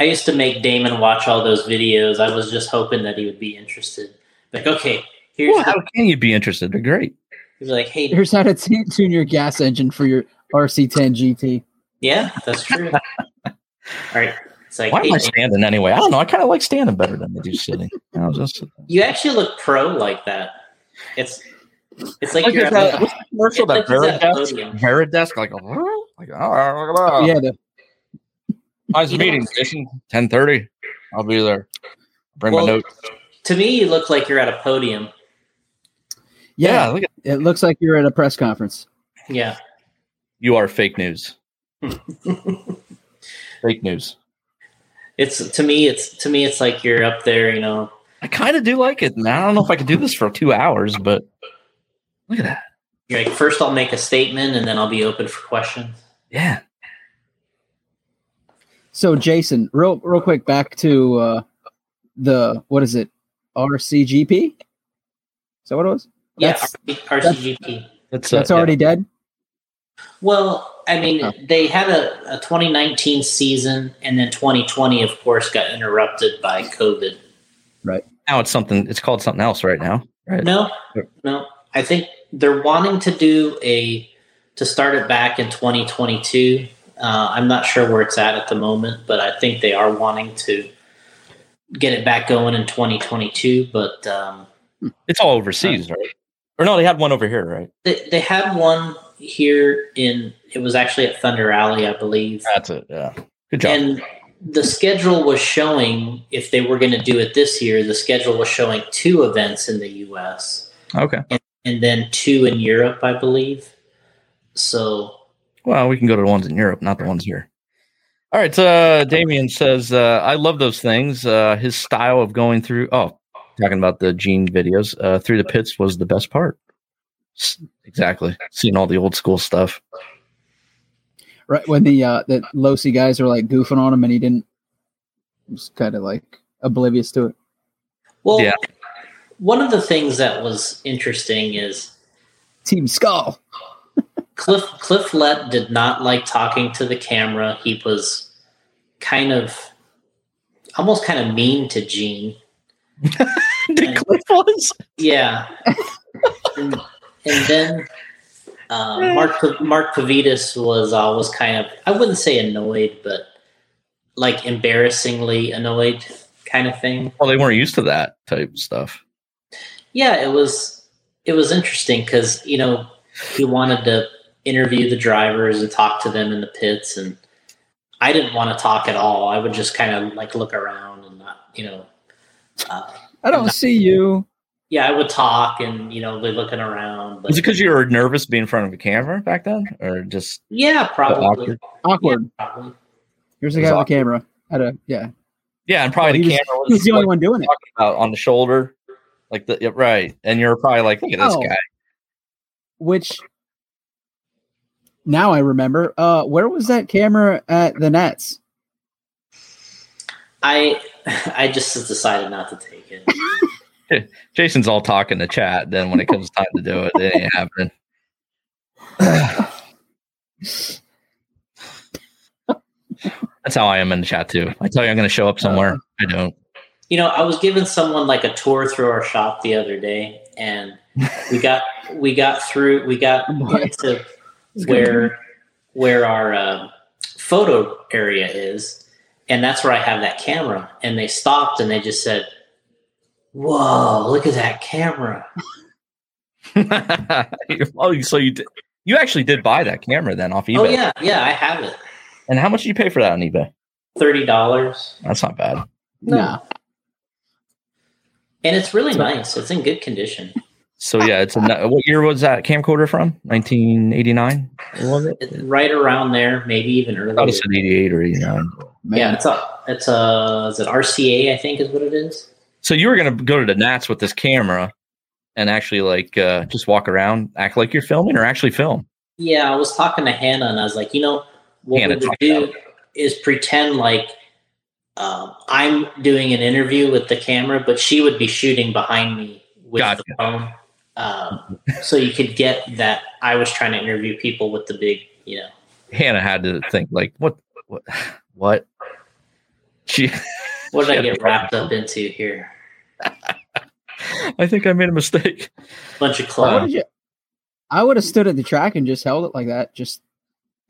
[SPEAKER 3] I used to make Damon watch all those videos. I was just hoping that he would be interested. Like, okay, here's
[SPEAKER 1] Well,
[SPEAKER 3] the,
[SPEAKER 1] how can you be interested? They're great.
[SPEAKER 3] he was like, hey,
[SPEAKER 2] here's how to (laughs) t- tune your gas engine for your RC10 GT.
[SPEAKER 3] yeah, that's
[SPEAKER 1] (laughs)
[SPEAKER 3] true. all right, it's like
[SPEAKER 1] Why
[SPEAKER 3] hey,
[SPEAKER 1] am I
[SPEAKER 3] Damon,
[SPEAKER 1] standing anyway? I don't know. I kind of like standing better than I do sitting. (laughs) I was just
[SPEAKER 3] you actually look pro like that. It's it's like
[SPEAKER 1] like
[SPEAKER 3] you're
[SPEAKER 1] there's
[SPEAKER 3] at
[SPEAKER 1] that,
[SPEAKER 3] like,
[SPEAKER 1] what's the commercial that
[SPEAKER 3] It's like he's at a podium.
[SPEAKER 1] Veridesk, Veridesk, like, (laughs) like oh,
[SPEAKER 2] yeah, the,
[SPEAKER 1] Mine's
[SPEAKER 3] You know-
[SPEAKER 1] meeting station, ten thirty. I'll be there. Bring
[SPEAKER 3] Well,
[SPEAKER 1] my notes.
[SPEAKER 3] To me, you look like you're at a podium.
[SPEAKER 1] Yeah,
[SPEAKER 2] yeah,
[SPEAKER 1] look at
[SPEAKER 2] It looks like you're at a press conference.
[SPEAKER 3] Yeah.
[SPEAKER 1] you are fake news. (laughs) fake news.
[SPEAKER 3] It's to me it's to me it's like you're up there, you know.
[SPEAKER 1] I kind of do like it. And I don't know if I could do this for two hours, but look at that.
[SPEAKER 3] You're like first I'll make a statement and then I'll be open for questions.
[SPEAKER 1] Yeah.
[SPEAKER 2] So, Jason, real real quick, back to uh, the what is it? RCGP. Is that what it was?
[SPEAKER 3] Yeah,
[SPEAKER 2] That's-
[SPEAKER 3] RC, RCGP.
[SPEAKER 1] That's,
[SPEAKER 2] That's already dead.
[SPEAKER 3] Well, I mean,
[SPEAKER 2] Oh.
[SPEAKER 3] they had a, a 2019 season and then 2020 of course got interrupted by COVID.
[SPEAKER 1] now it's something. It's called something else right now. Right.
[SPEAKER 3] No. No. I think they're wanting to do a to start it back in 2022. Uh, I'm not sure where it's at at the moment, but I think they are wanting to get it back going in 2022. But um,
[SPEAKER 1] It's all overseas, right? Or no, they had one over here, right?
[SPEAKER 3] they, they had one here in it was actually at Thunder Alley, I believe.
[SPEAKER 1] That's it. Yeah. Good job.
[SPEAKER 3] And the schedule was showing if they were going to do it this year, the schedule was showing two events in the U.S.
[SPEAKER 1] okay.
[SPEAKER 3] and then two in Europe, I believe. So
[SPEAKER 1] Well, we can go to the ones in Europe, not the ones here. All right. Uh, Damien says, uh, I love those things. Uh, his style of going through, oh, talking about the Gene videos, uh, through the pits was the best part. S- Exactly. Seeing all the old school
[SPEAKER 2] (laughs)
[SPEAKER 1] stuff.
[SPEAKER 2] Right when the uh, the Losi guys were like goofing on him, and he didn't. Was kind of like oblivious to it.
[SPEAKER 3] Well,
[SPEAKER 1] Yeah.
[SPEAKER 3] one of the things that was interesting is
[SPEAKER 2] Team Skull.
[SPEAKER 3] Cliff Cliff Let did not like talking to the camera. He was kind of almost kind of mean to Gene.
[SPEAKER 1] Did Cliff was?
[SPEAKER 3] Yeah. and, and then uh, Mark Mark Pavitas was uh, was kind of I wouldn't say annoyed, but like embarrassingly annoyed kind of thing.
[SPEAKER 1] Well, they weren't used to that type of stuff.
[SPEAKER 3] Yeah, it was it was interesting because you know he wanted to interview the drivers and talk to them in the pits, and I didn't want to talk at all. I would just kind of like look around and not you know. Uh,
[SPEAKER 2] I don't see you.
[SPEAKER 3] yeah, I would talk and you know be looking around. But
[SPEAKER 1] Was it because you were nervous being in front of a camera back then, or just
[SPEAKER 3] yeah, probably.
[SPEAKER 1] awkward?
[SPEAKER 2] Awkward.
[SPEAKER 3] Yeah, probably.
[SPEAKER 2] Here's a guy with a camera. At a yeah,
[SPEAKER 1] yeah, and probably the
[SPEAKER 2] Well, he was-
[SPEAKER 1] camera was
[SPEAKER 2] he's the only
[SPEAKER 1] like,
[SPEAKER 2] one doing it.
[SPEAKER 1] talking about on the shoulder, like the yeah, right, and you're probably like, look at this
[SPEAKER 2] Oh.
[SPEAKER 1] guy.
[SPEAKER 2] Which now I remember. Uh, where was that camera at the Nets?
[SPEAKER 3] I I just decided not to take it.
[SPEAKER 1] Jason's all talk in the chat. Then when it comes time to do it, it ain't (sighs) happening. That's how I am in the chat too. I tell you I'm going to show up somewhere. I (laughs) don't.
[SPEAKER 3] You know, I was giving someone like a tour through our shop the other day, and we got we got through we got
[SPEAKER 2] What?
[SPEAKER 3] into where where our uh, photo area is, and that's where I have that camera. And they stopped and they just said, "Whoa, look at that camera!"
[SPEAKER 1] oh, so you did, you actually did buy that camera then off eBay?
[SPEAKER 3] Oh yeah, yeah, I have it.
[SPEAKER 1] And how much did you pay for that on eBay?
[SPEAKER 3] Thirty dollars,
[SPEAKER 1] That's not bad.
[SPEAKER 2] No.
[SPEAKER 3] and it's really nice. It's in good condition.
[SPEAKER 1] So yeah, it's a, what year was that camcorder from? 1989? Was it?
[SPEAKER 3] It's right around there, maybe even
[SPEAKER 1] I thought
[SPEAKER 3] earlier.
[SPEAKER 1] it said 88 or 89.
[SPEAKER 3] Yeah,
[SPEAKER 2] man.
[SPEAKER 3] it's a it's a is it RCA? I think is what it is.
[SPEAKER 1] So you were gonna go to the Nats with this camera and actually like uh, just walk around, act like you're filming, or actually film.
[SPEAKER 3] Yeah, I was talking to Hannah and I was like, you know, what
[SPEAKER 1] Hannah,
[SPEAKER 3] we would
[SPEAKER 1] talk
[SPEAKER 3] do is pretend like um, I'm doing an interview with the camera, but she would be shooting behind me with
[SPEAKER 1] Gotcha.
[SPEAKER 3] the phone, um, so you could get that I was trying to interview people with the big, you know.
[SPEAKER 1] Hannah had to think like, what, what, (sighs) what? She, (laughs)
[SPEAKER 3] What did I
[SPEAKER 1] Yeah.
[SPEAKER 3] get wrapped up into here?
[SPEAKER 1] I think I made a mistake.
[SPEAKER 3] Bunch of
[SPEAKER 2] Why
[SPEAKER 1] Wow.
[SPEAKER 3] clothes.
[SPEAKER 2] would you- I would have stood at the track and just held it like that, just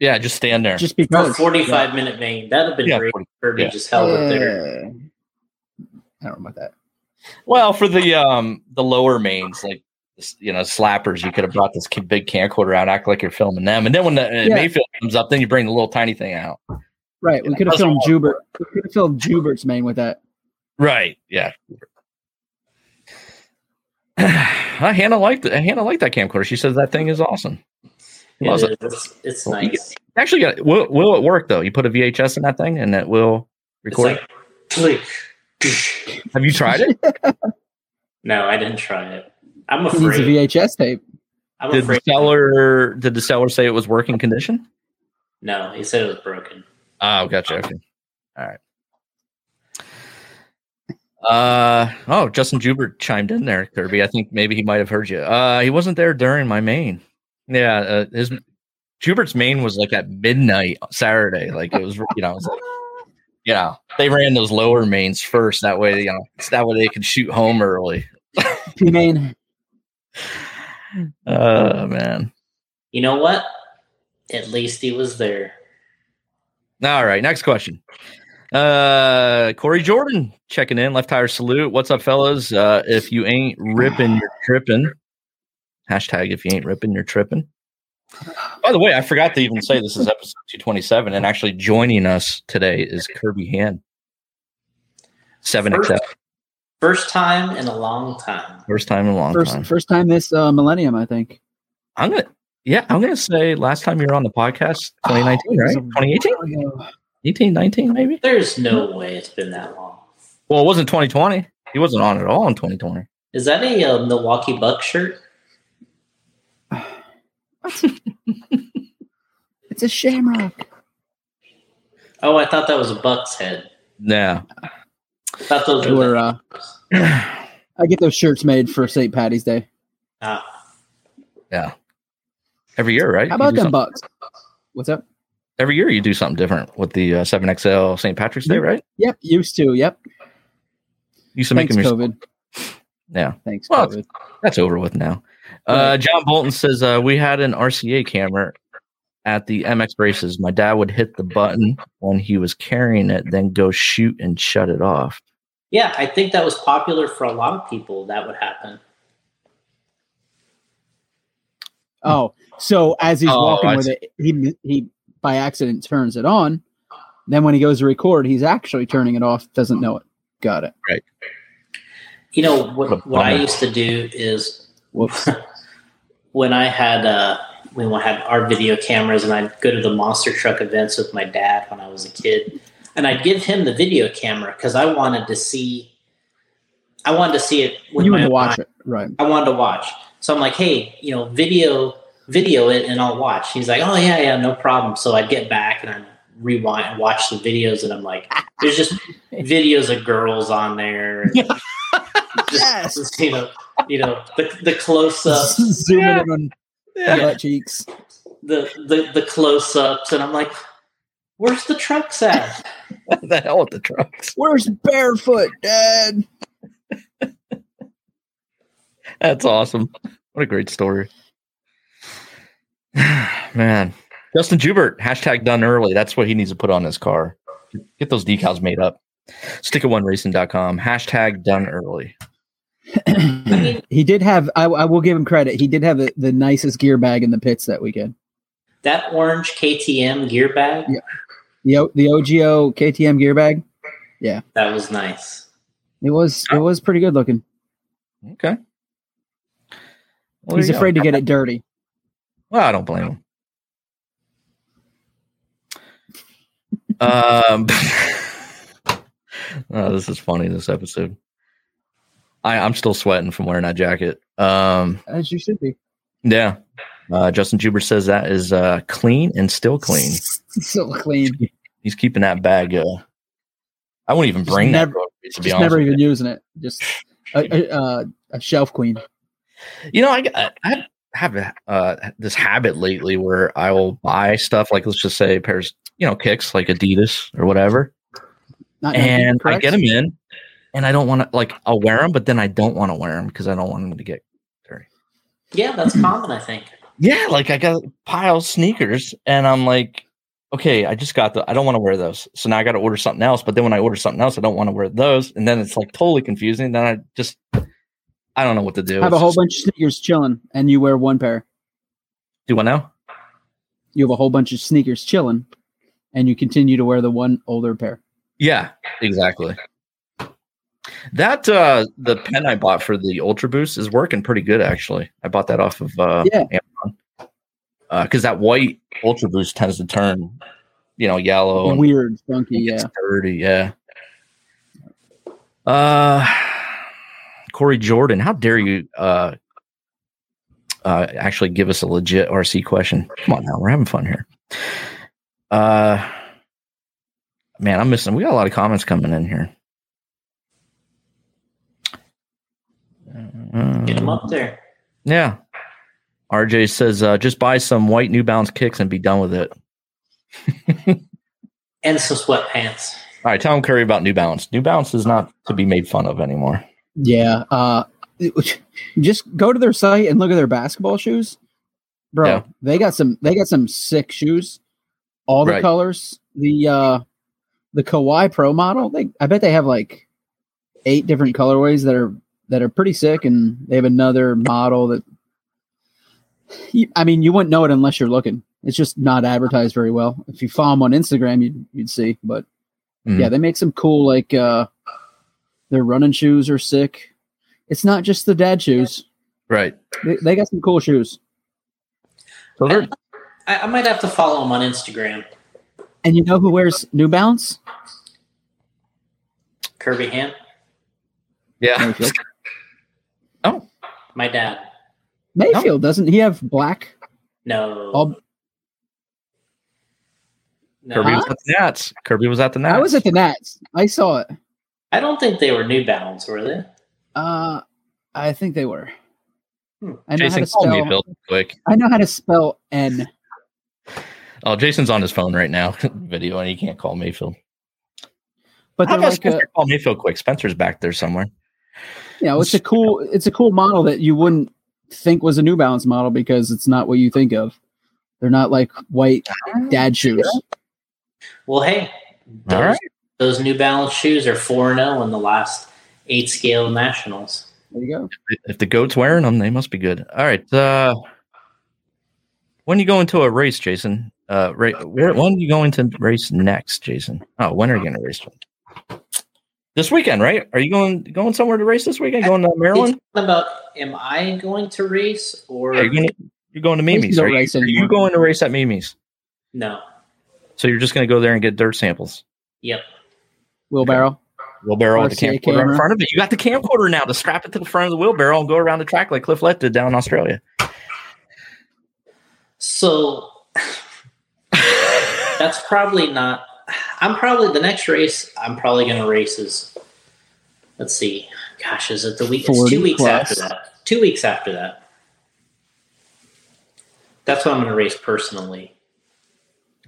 [SPEAKER 1] Yeah, just stand there.
[SPEAKER 2] just
[SPEAKER 3] For
[SPEAKER 2] because.
[SPEAKER 3] a 45 minute main, that'd have been
[SPEAKER 1] Yeah,
[SPEAKER 3] great.
[SPEAKER 1] 40
[SPEAKER 3] Kirby
[SPEAKER 1] yeah.
[SPEAKER 3] just held it there.
[SPEAKER 2] Uh, I don't know about that.
[SPEAKER 1] well, for the um the lower mains, like you know slappers, you could have brought this ki- big camcorder out, act like you're filming them, and then when the uh,
[SPEAKER 2] Yeah.
[SPEAKER 1] Mayfield comes up, then you bring the little tiny thing out.
[SPEAKER 2] Right, we
[SPEAKER 1] Yeah,
[SPEAKER 2] could have
[SPEAKER 1] that's
[SPEAKER 2] filmed
[SPEAKER 1] all.
[SPEAKER 2] Jubert. We could have filmed Jubert's main with that.
[SPEAKER 1] Right. Yeah. (sighs) Uh, Hannah liked it. Hannah liked that camcorder. She says that thing is awesome.
[SPEAKER 3] It
[SPEAKER 1] Loves
[SPEAKER 3] is.
[SPEAKER 1] it.
[SPEAKER 3] It's, it's
[SPEAKER 1] Well, you
[SPEAKER 3] nice.
[SPEAKER 1] Actually, got will will it work though? You put a VHS in that thing, and it will
[SPEAKER 3] It's
[SPEAKER 1] record.
[SPEAKER 3] like, click.
[SPEAKER 1] Have you tried it?
[SPEAKER 3] No, I didn't try it. I'm
[SPEAKER 2] He needs a
[SPEAKER 3] afraid.
[SPEAKER 2] VHS tape.
[SPEAKER 3] (laughs) I'm
[SPEAKER 1] Did the
[SPEAKER 3] afraid.
[SPEAKER 1] seller did the seller say it was working condition?
[SPEAKER 3] No, he said it was broken.
[SPEAKER 1] Oh, gotcha. Okay. All right. Uh oh, Justin Jubert chimed in there, Kirby. I think maybe he might have heard you. Uh he wasn't there during my main. Yeah, uh, his Jubert's main was like at midnight Saturday. Like it was, you know, it was like, you know, they ran those lower mains first. That way, you know, that way they could shoot home early.
[SPEAKER 2] P main.
[SPEAKER 1] Oh man.
[SPEAKER 3] You know what? At least he was there.
[SPEAKER 1] All right, next question. Uh Corey Jordan checking in. Left tire salute. What's up, fellas? Uh if you ain't ripping, you're tripping. Hashtag if you ain't ripping, you're tripping. By the way, I forgot to even say this is episode 227, and actually joining us today is Kirby Hand. Seven
[SPEAKER 3] First-
[SPEAKER 1] accept.
[SPEAKER 3] First time in a long time.
[SPEAKER 1] First time in a long
[SPEAKER 2] First
[SPEAKER 1] time.
[SPEAKER 2] first time this uh, millennium, I think.
[SPEAKER 1] I'm gonna yeah, I'm gonna say last time you were on the podcast, 2019,
[SPEAKER 2] Oh, it
[SPEAKER 1] right?
[SPEAKER 2] was a
[SPEAKER 1] 2018?
[SPEAKER 2] while ago.
[SPEAKER 1] 18, 19, maybe?
[SPEAKER 3] There's no way it's been that long.
[SPEAKER 1] Well, it wasn't 2020. He wasn't on at all in 2020.
[SPEAKER 3] Is that a uh, Milwaukee Buck shirt?
[SPEAKER 2] It's a shamrock.
[SPEAKER 3] Oh, I thought that was a Buck's head.
[SPEAKER 1] No.
[SPEAKER 3] I thought those
[SPEAKER 2] They
[SPEAKER 3] were.
[SPEAKER 2] were,
[SPEAKER 3] the-
[SPEAKER 2] uh, I get those shirts made for St. Patty's Day.
[SPEAKER 3] ah.
[SPEAKER 1] Yeah. every year, right?
[SPEAKER 2] How
[SPEAKER 1] You
[SPEAKER 2] about
[SPEAKER 1] do
[SPEAKER 2] them
[SPEAKER 1] something-
[SPEAKER 2] bucks? What's up?
[SPEAKER 1] Every year you do something different with the uh, 7XL St. Patrick's
[SPEAKER 2] Mm-hmm.
[SPEAKER 1] Day, right?
[SPEAKER 2] Yep, used to. Yep.
[SPEAKER 1] You used to make
[SPEAKER 2] Thanks,
[SPEAKER 1] them yourself.
[SPEAKER 2] COVID.
[SPEAKER 1] Yeah.
[SPEAKER 2] Thanks,
[SPEAKER 1] Well,
[SPEAKER 2] COVID.
[SPEAKER 1] That's over with now. Uh, John Bolton says uh, we had an RCA camera at the MX races. My dad would hit the button when he was carrying it, then go shoot and shut it off.
[SPEAKER 3] Yeah, I think that was popular for a lot of people. That would happen.
[SPEAKER 2] Oh, so as he's
[SPEAKER 1] Oh,
[SPEAKER 2] walking
[SPEAKER 1] I
[SPEAKER 2] with
[SPEAKER 1] see.
[SPEAKER 2] it, he he by accident turns it on. Then when he goes to record, he's actually turning it off. Doesn't know it. Got it.
[SPEAKER 3] You know
[SPEAKER 1] What a
[SPEAKER 3] what? What I
[SPEAKER 1] bummer.
[SPEAKER 3] used to do is
[SPEAKER 2] Whoops.
[SPEAKER 3] (laughs) when I had uh, when we had our video cameras, and I'd go to the monster truck events with my dad when I was a kid, and I'd give him the video camera because I wanted to see. I wanted to see it. With
[SPEAKER 2] you
[SPEAKER 3] my
[SPEAKER 2] would
[SPEAKER 3] own
[SPEAKER 2] watch it, right?
[SPEAKER 3] I wanted to watch. So I'm like, hey, you know, video video it and I'll watch. He's like, oh yeah, yeah, no problem. So I'd get back and I'd rewind and watch the videos and I'm like,
[SPEAKER 2] (laughs)
[SPEAKER 3] there's just videos of girls on there. and
[SPEAKER 2] Yes.
[SPEAKER 3] just, (laughs) you know, you know, the the close
[SPEAKER 2] (laughs)
[SPEAKER 3] ups,
[SPEAKER 2] Zooming
[SPEAKER 1] yeah.
[SPEAKER 2] in on butt cheeks.
[SPEAKER 3] the the, the close ups, and I'm like, where's the trucks at?
[SPEAKER 1] What (laughs) the hell with the trucks?
[SPEAKER 2] Where's barefoot, Dad?
[SPEAKER 1] That's awesome. What a great story. (sighs) Man. Justin Jubert, hashtag done early. That's what he needs to put on his car. Get those decals made up. Stick at one racing.com. Hashtag done early.
[SPEAKER 2] (laughs) he did have. I, I will give him credit. He did have the, the nicest gear bag in the pits that weekend.
[SPEAKER 3] That orange KTM gear bag,
[SPEAKER 2] Yeah. The O- the OGO KTM gear bag.
[SPEAKER 3] that was nice.
[SPEAKER 2] It was it was pretty good looking.
[SPEAKER 1] Okay. Well, there
[SPEAKER 2] He's
[SPEAKER 1] you go.
[SPEAKER 2] afraid to get it dirty.
[SPEAKER 1] Well, I don't blame him. um, (laughs) oh, this is funny. This episode, I I'm still sweating from wearing that jacket. Um,
[SPEAKER 2] As you should be.
[SPEAKER 1] yeah. Uh, Justin Juber says that is uh, clean and still clean.
[SPEAKER 2] (laughs) So clean.
[SPEAKER 1] He's keeping that bag. Uh, I won't even
[SPEAKER 2] Just
[SPEAKER 1] bring
[SPEAKER 2] never-
[SPEAKER 1] that. bag, To be
[SPEAKER 2] Just
[SPEAKER 1] honest,
[SPEAKER 2] never
[SPEAKER 1] with
[SPEAKER 2] even using it. Just a, a, uh, a shelf queen.
[SPEAKER 1] you. you know, I I have a, uh, this habit lately where I will buy stuff like let's just say pairs, you know, kicks like Adidas or whatever,
[SPEAKER 2] Not
[SPEAKER 1] and
[SPEAKER 2] Nike,
[SPEAKER 1] I get them in, and I don't want to like I'll wear them, but then I don't want to wear them because I don't want them to get.
[SPEAKER 3] Yeah, that's common, I think.
[SPEAKER 1] Yeah, like I got a pile of sneakers, and I'm like, okay, I just got the. I don't want to wear those, so now I got to order something else. But then when I order something else, I don't want to wear those, and then it's like totally confusing. Then I just, I don't know what to do.
[SPEAKER 2] Have a
[SPEAKER 1] It's
[SPEAKER 2] whole
[SPEAKER 1] just-
[SPEAKER 2] bunch of sneakers chilling, and you wear one pair.
[SPEAKER 1] Do I know?
[SPEAKER 2] You have a whole bunch of sneakers chilling, and you continue to wear the one older pair.
[SPEAKER 1] Yeah, exactly. That uh the pen I bought for the Ultra Boost is working pretty good actually. I bought that off of uh
[SPEAKER 2] Yeah.
[SPEAKER 1] Amazon. Uh cuz that white Ultra Boost tends to turn you know yellow Oh, and
[SPEAKER 2] Weird, funky.
[SPEAKER 1] it's
[SPEAKER 2] Yeah.
[SPEAKER 1] dirty, yeah. Uh Corey Jordan, how dare you uh uh actually give us a legit RC question. Come on now, we're having fun here. Uh man, I'm missing we got a lot of comments coming in here.
[SPEAKER 3] Get them
[SPEAKER 1] Uh,
[SPEAKER 3] up there.
[SPEAKER 1] yeah. RJ says uh just buy some white new bounce kicks and be done with it.
[SPEAKER 3] And some sweatpants.
[SPEAKER 1] All right, tell him Curry about New Balance. New Balance is not to be made fun of anymore.
[SPEAKER 2] Yeah. Uh, it- just go to their site and look at their basketball shoes, bro.
[SPEAKER 1] Yeah.
[SPEAKER 2] They got some. They got some sick shoes. All the
[SPEAKER 1] Right.
[SPEAKER 2] colors. The uh, the Kawhi Pro model. They, I bet they have like eight different colorways that are that are pretty sick, and they have another model that. You- I mean, you wouldn't know it unless you're looking. It's just not advertised very well. If you follow them on Instagram, you'd you'd see. But
[SPEAKER 1] Mhm.
[SPEAKER 2] yeah, they make some cool like uh, their running shoes are sick it's not just the dad shoes.
[SPEAKER 1] Right.
[SPEAKER 2] They, they got some cool shoes,
[SPEAKER 1] So they're
[SPEAKER 3] I, I might have to follow him on Instagram.
[SPEAKER 2] and you know who wears New Balance?
[SPEAKER 3] Kirby Ham,
[SPEAKER 1] yeah. (laughs)
[SPEAKER 2] Mayfield.
[SPEAKER 3] my dad.
[SPEAKER 2] Mayfield doesn't he have black?
[SPEAKER 3] No.
[SPEAKER 2] All,
[SPEAKER 3] no.
[SPEAKER 1] Oh. Kirby was at the Nats. Kirby was at the Nats.
[SPEAKER 2] I was at the Nats. I saw it.
[SPEAKER 3] I don't think they were New Balance, were they?
[SPEAKER 2] Uh, I think they were.
[SPEAKER 1] Hmm.
[SPEAKER 2] I know how
[SPEAKER 1] Jason,
[SPEAKER 2] to
[SPEAKER 1] call me Bill,
[SPEAKER 2] spell.
[SPEAKER 1] quick.
[SPEAKER 2] I know how to spell N.
[SPEAKER 1] Oh, Jason's on his phone right now, (laughs) video, and he can't call Mayfield.
[SPEAKER 2] But
[SPEAKER 1] How
[SPEAKER 2] they're
[SPEAKER 1] about
[SPEAKER 2] like a,
[SPEAKER 1] Spencer call Mayfield quick? Spencer's back there somewhere.
[SPEAKER 2] you know, it's a cool it's a cool model that you wouldn't think was a New Balance model because it's not what you think of. They're not like white dad shoes.
[SPEAKER 3] Well, hey, those,
[SPEAKER 1] All right.
[SPEAKER 3] those New Balance shoes are 4 0 in the last eight scale nationals.
[SPEAKER 2] There you go.
[SPEAKER 1] If the goat's wearing them, they must be good. All right. Uh, when you go into a race, Jason? Uh, ra- where, when you go into race next, Jason? Oh, when are you going to race? This weekend, right? Are you going going somewhere to race this weekend? Going to
[SPEAKER 3] It's
[SPEAKER 1] Maryland?
[SPEAKER 3] not about am I going to race or
[SPEAKER 1] Yeah, you're, gonna, you're going to
[SPEAKER 2] least
[SPEAKER 1] Mimi's.
[SPEAKER 2] you
[SPEAKER 1] Are
[SPEAKER 2] don't
[SPEAKER 1] you,
[SPEAKER 2] race
[SPEAKER 1] are you
[SPEAKER 2] anymore.
[SPEAKER 1] going to race at Mimi's?
[SPEAKER 3] no?
[SPEAKER 1] So you're just going to go there and get dirt samples.
[SPEAKER 3] Yep.
[SPEAKER 2] Wheelbarrow.
[SPEAKER 1] Wheelbarrow with the
[SPEAKER 2] RCA
[SPEAKER 1] camcorder in
[SPEAKER 2] camera.
[SPEAKER 1] front of it. You got the camcorder now to strap it to the front of the wheelbarrow and go around the track like Cliff Lett did down in Australia.
[SPEAKER 3] So that's probably not. I'm probably the next race. I'm probably going to race is. Let's see. Gosh, is it the week? It's
[SPEAKER 2] 40
[SPEAKER 3] two weeks
[SPEAKER 2] plus.
[SPEAKER 3] after that. Two weeks after that. That's what I'm going to race personally.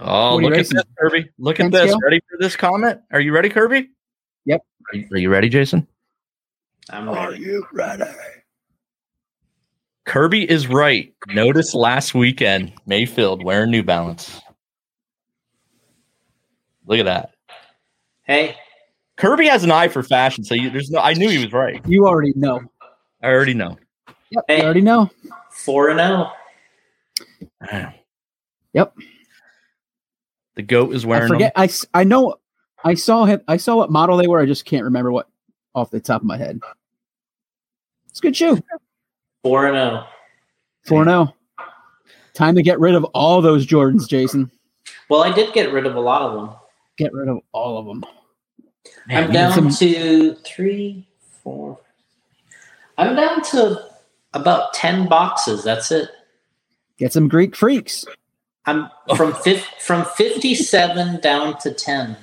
[SPEAKER 1] Oh,
[SPEAKER 2] What are you
[SPEAKER 1] look at
[SPEAKER 2] racing?
[SPEAKER 1] this, Kirby. Look at
[SPEAKER 2] Ten
[SPEAKER 1] this.
[SPEAKER 2] scale?
[SPEAKER 1] Ready for this comment? Are you ready, Kirby?
[SPEAKER 2] Yep.
[SPEAKER 1] Are you, are you ready, Jason?
[SPEAKER 3] I'm ready.
[SPEAKER 1] you ready? Kirby is right. Notice last weekend, Mayfield wearing New Balance. Look at that.
[SPEAKER 3] Hey,
[SPEAKER 1] Kirby has an eye for fashion, so you, there's no. I knew he was right.
[SPEAKER 2] You already know.
[SPEAKER 1] I already know.
[SPEAKER 2] Yep,
[SPEAKER 3] Hey.
[SPEAKER 2] you already know.
[SPEAKER 3] four and oh, zero.
[SPEAKER 2] Yep.
[SPEAKER 1] The goat is
[SPEAKER 2] I
[SPEAKER 1] wearing them.
[SPEAKER 2] forget. I, s- I know. I saw him. I saw what model they were. I just can't remember what off the top of my head. It's a good shoe.
[SPEAKER 3] Four and oh. zero.
[SPEAKER 2] Four zero. Time to get rid of all those Jordans, Jason.
[SPEAKER 3] Well, I did get rid of a lot of them.
[SPEAKER 2] Get rid of all of them.
[SPEAKER 1] Man,
[SPEAKER 3] I'm
[SPEAKER 1] you-
[SPEAKER 3] down
[SPEAKER 2] need
[SPEAKER 3] to three, four. I'm down to about ten boxes. That's it.
[SPEAKER 2] Get some Greek freaks.
[SPEAKER 3] I'm
[SPEAKER 1] (laughs)
[SPEAKER 3] from fif- from fifty-seven down to ten.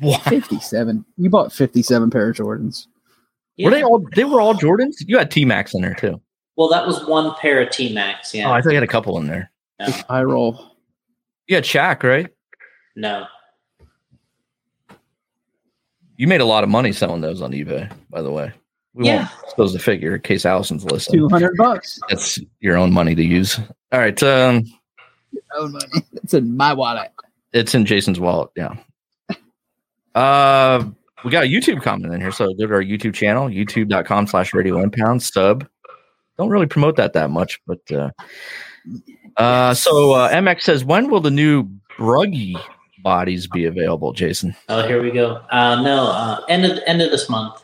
[SPEAKER 1] Wow.
[SPEAKER 2] Fifty-seven. You bought fifty-seven pair of Jordans.
[SPEAKER 1] Were they
[SPEAKER 3] Yeah.
[SPEAKER 1] all? They were all Jordans. You had T Max in there too.
[SPEAKER 3] Well, that was one pair of T Max.
[SPEAKER 1] Oh, I
[SPEAKER 3] Yeah.
[SPEAKER 1] thought you had a couple in there.
[SPEAKER 3] no,
[SPEAKER 2] I roll.
[SPEAKER 1] You had Shaq, right?
[SPEAKER 3] no.
[SPEAKER 1] You made a lot of money selling those on eBay, by the way. We
[SPEAKER 3] Yeah.
[SPEAKER 1] won't disclose the figure in case Allison's listening.
[SPEAKER 2] Two hundred bucks.
[SPEAKER 1] That's your own money to use. All right. Um,
[SPEAKER 2] Oh, money. It's in my wallet.
[SPEAKER 1] it's in Jason's wallet. Yeah. Uh, we got a YouTube comment in here. So go to our YouTube channel, youtube.com slash radio impound sub. Don't really promote that that much, but uh, uh, so uh, MX says, when will the new Bruggy bodies be available, Jason?
[SPEAKER 3] Oh, here we go. Uh, no. Uh, end of end of this month.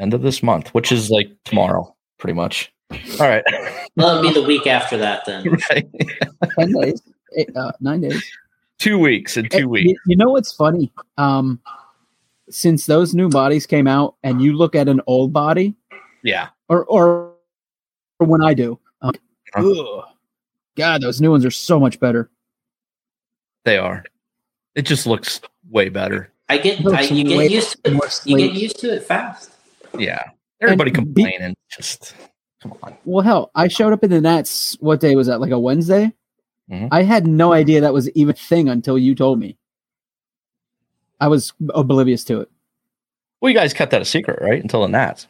[SPEAKER 1] End of this month, which is like tomorrow, pretty much. All right. (laughs)
[SPEAKER 3] Well, it'll be the week after that then.
[SPEAKER 1] right.
[SPEAKER 2] Ten days. Eight, uh, nine days.
[SPEAKER 1] Two weeks in
[SPEAKER 2] Hey,
[SPEAKER 1] two
[SPEAKER 2] you-
[SPEAKER 1] weeks.
[SPEAKER 2] You, know what's funny? Um, since those new bodies came out, and you look at an old body,
[SPEAKER 1] Yeah.
[SPEAKER 2] or or, or when I do, um,
[SPEAKER 1] Huh?
[SPEAKER 2] ugh, God, those new ones are so much better.
[SPEAKER 1] They are. It just looks way better.
[SPEAKER 3] I get I,
[SPEAKER 2] Looks
[SPEAKER 3] you
[SPEAKER 2] way
[SPEAKER 3] get used to
[SPEAKER 2] more
[SPEAKER 3] it. You get
[SPEAKER 2] sleek.
[SPEAKER 3] used to it fast.
[SPEAKER 1] Yeah. Everybody
[SPEAKER 2] And be-
[SPEAKER 1] complaining. Just come on.
[SPEAKER 2] Well, hell, I showed up in the Nats. What day was that? Like a Wednesday.
[SPEAKER 1] Mhm.
[SPEAKER 2] I had no idea that was even a thing until you told me. I was oblivious to it.
[SPEAKER 1] Well, you guys kept that a secret, right? Until the Nats.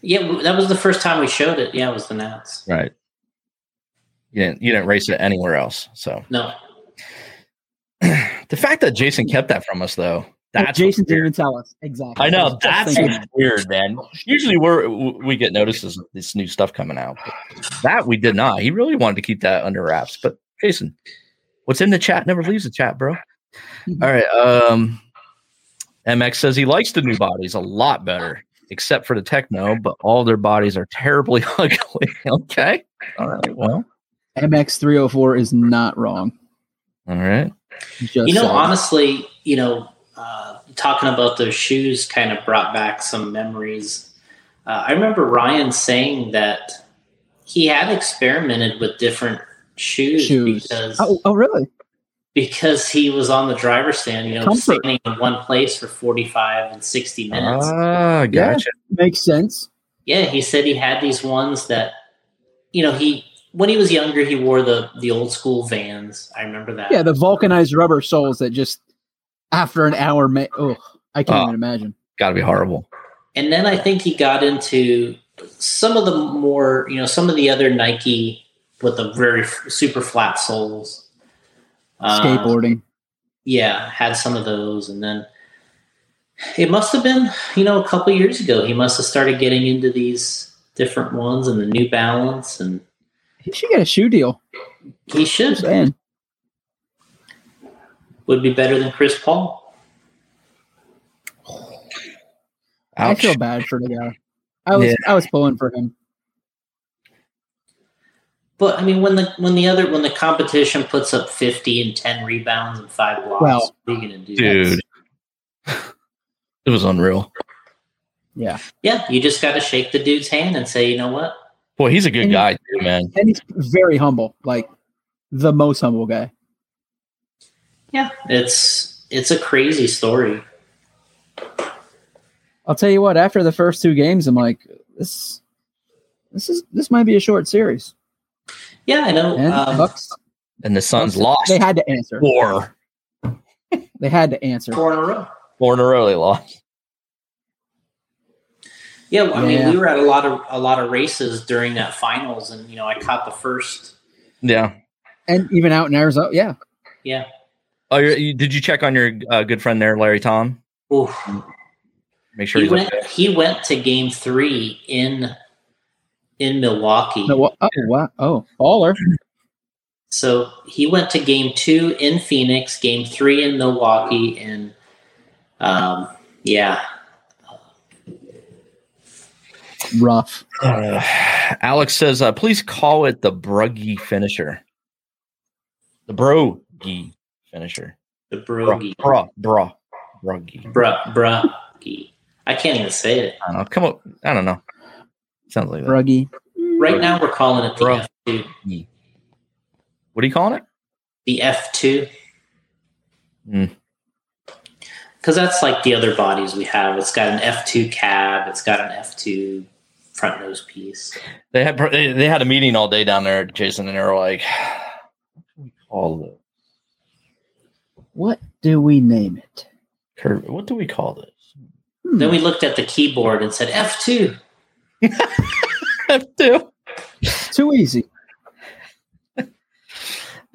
[SPEAKER 3] Yeah, w- that was the first time we showed it. Yeah, it was the Nats.
[SPEAKER 1] Right. You didn't you didn't race it anywhere else. So (clears throat)
[SPEAKER 3] No,
[SPEAKER 1] the fact that Jason kept that from us though,
[SPEAKER 2] But
[SPEAKER 1] that's
[SPEAKER 2] Jason
[SPEAKER 1] what's weird.
[SPEAKER 2] didn't even tell us exactly.
[SPEAKER 1] I
[SPEAKER 2] was
[SPEAKER 1] know
[SPEAKER 2] just
[SPEAKER 1] that's
[SPEAKER 2] thinking
[SPEAKER 1] what's
[SPEAKER 2] that.
[SPEAKER 1] weird, man. Usually we're we get notices of this new stuff coming out. but that we did not. He really wanted to keep that under wraps. But Jason, what's in the chat never leaves the chat, bro.
[SPEAKER 2] Mm-hmm.
[SPEAKER 1] All right. Um MX says he likes the new bodies a lot better, except for the techno, but all their bodies are terribly (laughs) ugly. okay. All right. Well,
[SPEAKER 2] MX three hundred four is not wrong.
[SPEAKER 1] all right.
[SPEAKER 2] Just
[SPEAKER 3] you know,
[SPEAKER 2] saying.
[SPEAKER 3] honestly, you know, uh, talking about those shoes kind of brought back some memories. Uh, I remember Ryan saying that he had experimented with different shoes,
[SPEAKER 2] shoes.
[SPEAKER 3] because
[SPEAKER 2] Oh, oh, really?
[SPEAKER 3] because he was on the driver's stand, you know,
[SPEAKER 2] Comfort.
[SPEAKER 3] standing in one place for 45 and 60 minutes.
[SPEAKER 1] Ah, gotcha.
[SPEAKER 2] Makes sense.
[SPEAKER 3] yeah, he said he had these ones that, you know, he when he was younger, he wore the the old school Vans. I remember that.
[SPEAKER 2] Yeah, the vulcanized rubber soles that just after an hour, ma- oh, I can't
[SPEAKER 1] Oh.
[SPEAKER 2] even imagine.
[SPEAKER 1] Got to be horrible.
[SPEAKER 3] And then I think he got into some of the more, you know, some of the other Nike with the very f- super flat soles. Uh,
[SPEAKER 2] Skateboarding.
[SPEAKER 3] Yeah, had some of those, and then it must have been, you know, a couple years ago. He must have started getting into these different ones and the New Balance, and
[SPEAKER 2] He should get a shoe deal.
[SPEAKER 3] he
[SPEAKER 2] Just
[SPEAKER 3] should
[SPEAKER 2] saying.
[SPEAKER 3] would be better than Chris Paul.
[SPEAKER 2] I
[SPEAKER 1] Ouch.
[SPEAKER 2] feel bad for the guy. I was
[SPEAKER 1] Yeah.
[SPEAKER 2] I was pulling for him.
[SPEAKER 3] But I mean, when the when the other when the competition puts up fifty and ten rebounds and five blocks,
[SPEAKER 2] Well,
[SPEAKER 3] what are you gonna do?
[SPEAKER 1] Dude. (laughs) It was unreal.
[SPEAKER 2] Yeah,
[SPEAKER 3] Yeah, you just got to shake the dude's hand and say, you know what?
[SPEAKER 1] Boy, he's a good
[SPEAKER 2] And-
[SPEAKER 1] guy, too, man.
[SPEAKER 2] and he's very humble, like the most humble guy.
[SPEAKER 3] Yeah, it's it's a crazy story.
[SPEAKER 2] I'll tell you what. After the first two games, I'm like this. This is this might be a short series.
[SPEAKER 3] Yeah, I know.
[SPEAKER 2] And the
[SPEAKER 3] Um,
[SPEAKER 2] Bucks,
[SPEAKER 1] And the Suns lost
[SPEAKER 2] they had to answer.
[SPEAKER 1] four,
[SPEAKER 2] They had to answer.
[SPEAKER 3] four in a row.
[SPEAKER 1] four in a row. They lost.
[SPEAKER 3] Yeah, well, I
[SPEAKER 2] Yeah.
[SPEAKER 3] mean, we were at a lot of a lot of races during that finals, and you know, I caught the first.
[SPEAKER 1] Yeah.
[SPEAKER 2] And even out in Arizona, yeah,
[SPEAKER 3] Yeah.
[SPEAKER 1] Oh, you're, you, did you check on your uh, good friend there, Larry Tom?
[SPEAKER 3] Oof.
[SPEAKER 2] Mm,
[SPEAKER 1] Make sure
[SPEAKER 3] He
[SPEAKER 1] he's
[SPEAKER 3] went.
[SPEAKER 1] okay.
[SPEAKER 3] He went to game three in in Milwaukee.
[SPEAKER 2] No, wa- oh wow, oh baller.
[SPEAKER 3] So he went to game two in Phoenix, game three in Milwaukee, and um, yeah,
[SPEAKER 2] Rough.
[SPEAKER 1] Uh, (sighs) Alex says, uh, please call it the Bruggy finisher. The Brogy finisher.
[SPEAKER 3] the
[SPEAKER 1] Bruh,
[SPEAKER 3] Brogy,
[SPEAKER 1] bruh, bruh, Bruggy.
[SPEAKER 3] bruh, bruh. I can't even say it.
[SPEAKER 1] I don't know. Come up. I don't know. Sounds like that.
[SPEAKER 2] Ruggy.
[SPEAKER 3] Right now, we're calling it the
[SPEAKER 1] Bruh.
[SPEAKER 3] F2.
[SPEAKER 1] What are you calling it?
[SPEAKER 3] The F2.
[SPEAKER 1] Mm.
[SPEAKER 3] Because that's like the other bodies we have. It's got an F2 cab, it's got an F2 front nose piece.
[SPEAKER 1] They had they they had a meeting all day down there, Jason, and they were like, (sighs) "All the
[SPEAKER 2] What do we name it?
[SPEAKER 1] curve. (laughs) What do we call this?" (laughs)
[SPEAKER 2] Hmm.
[SPEAKER 3] Then we looked at the keyboard and said F2.
[SPEAKER 1] Two.
[SPEAKER 2] Too easy.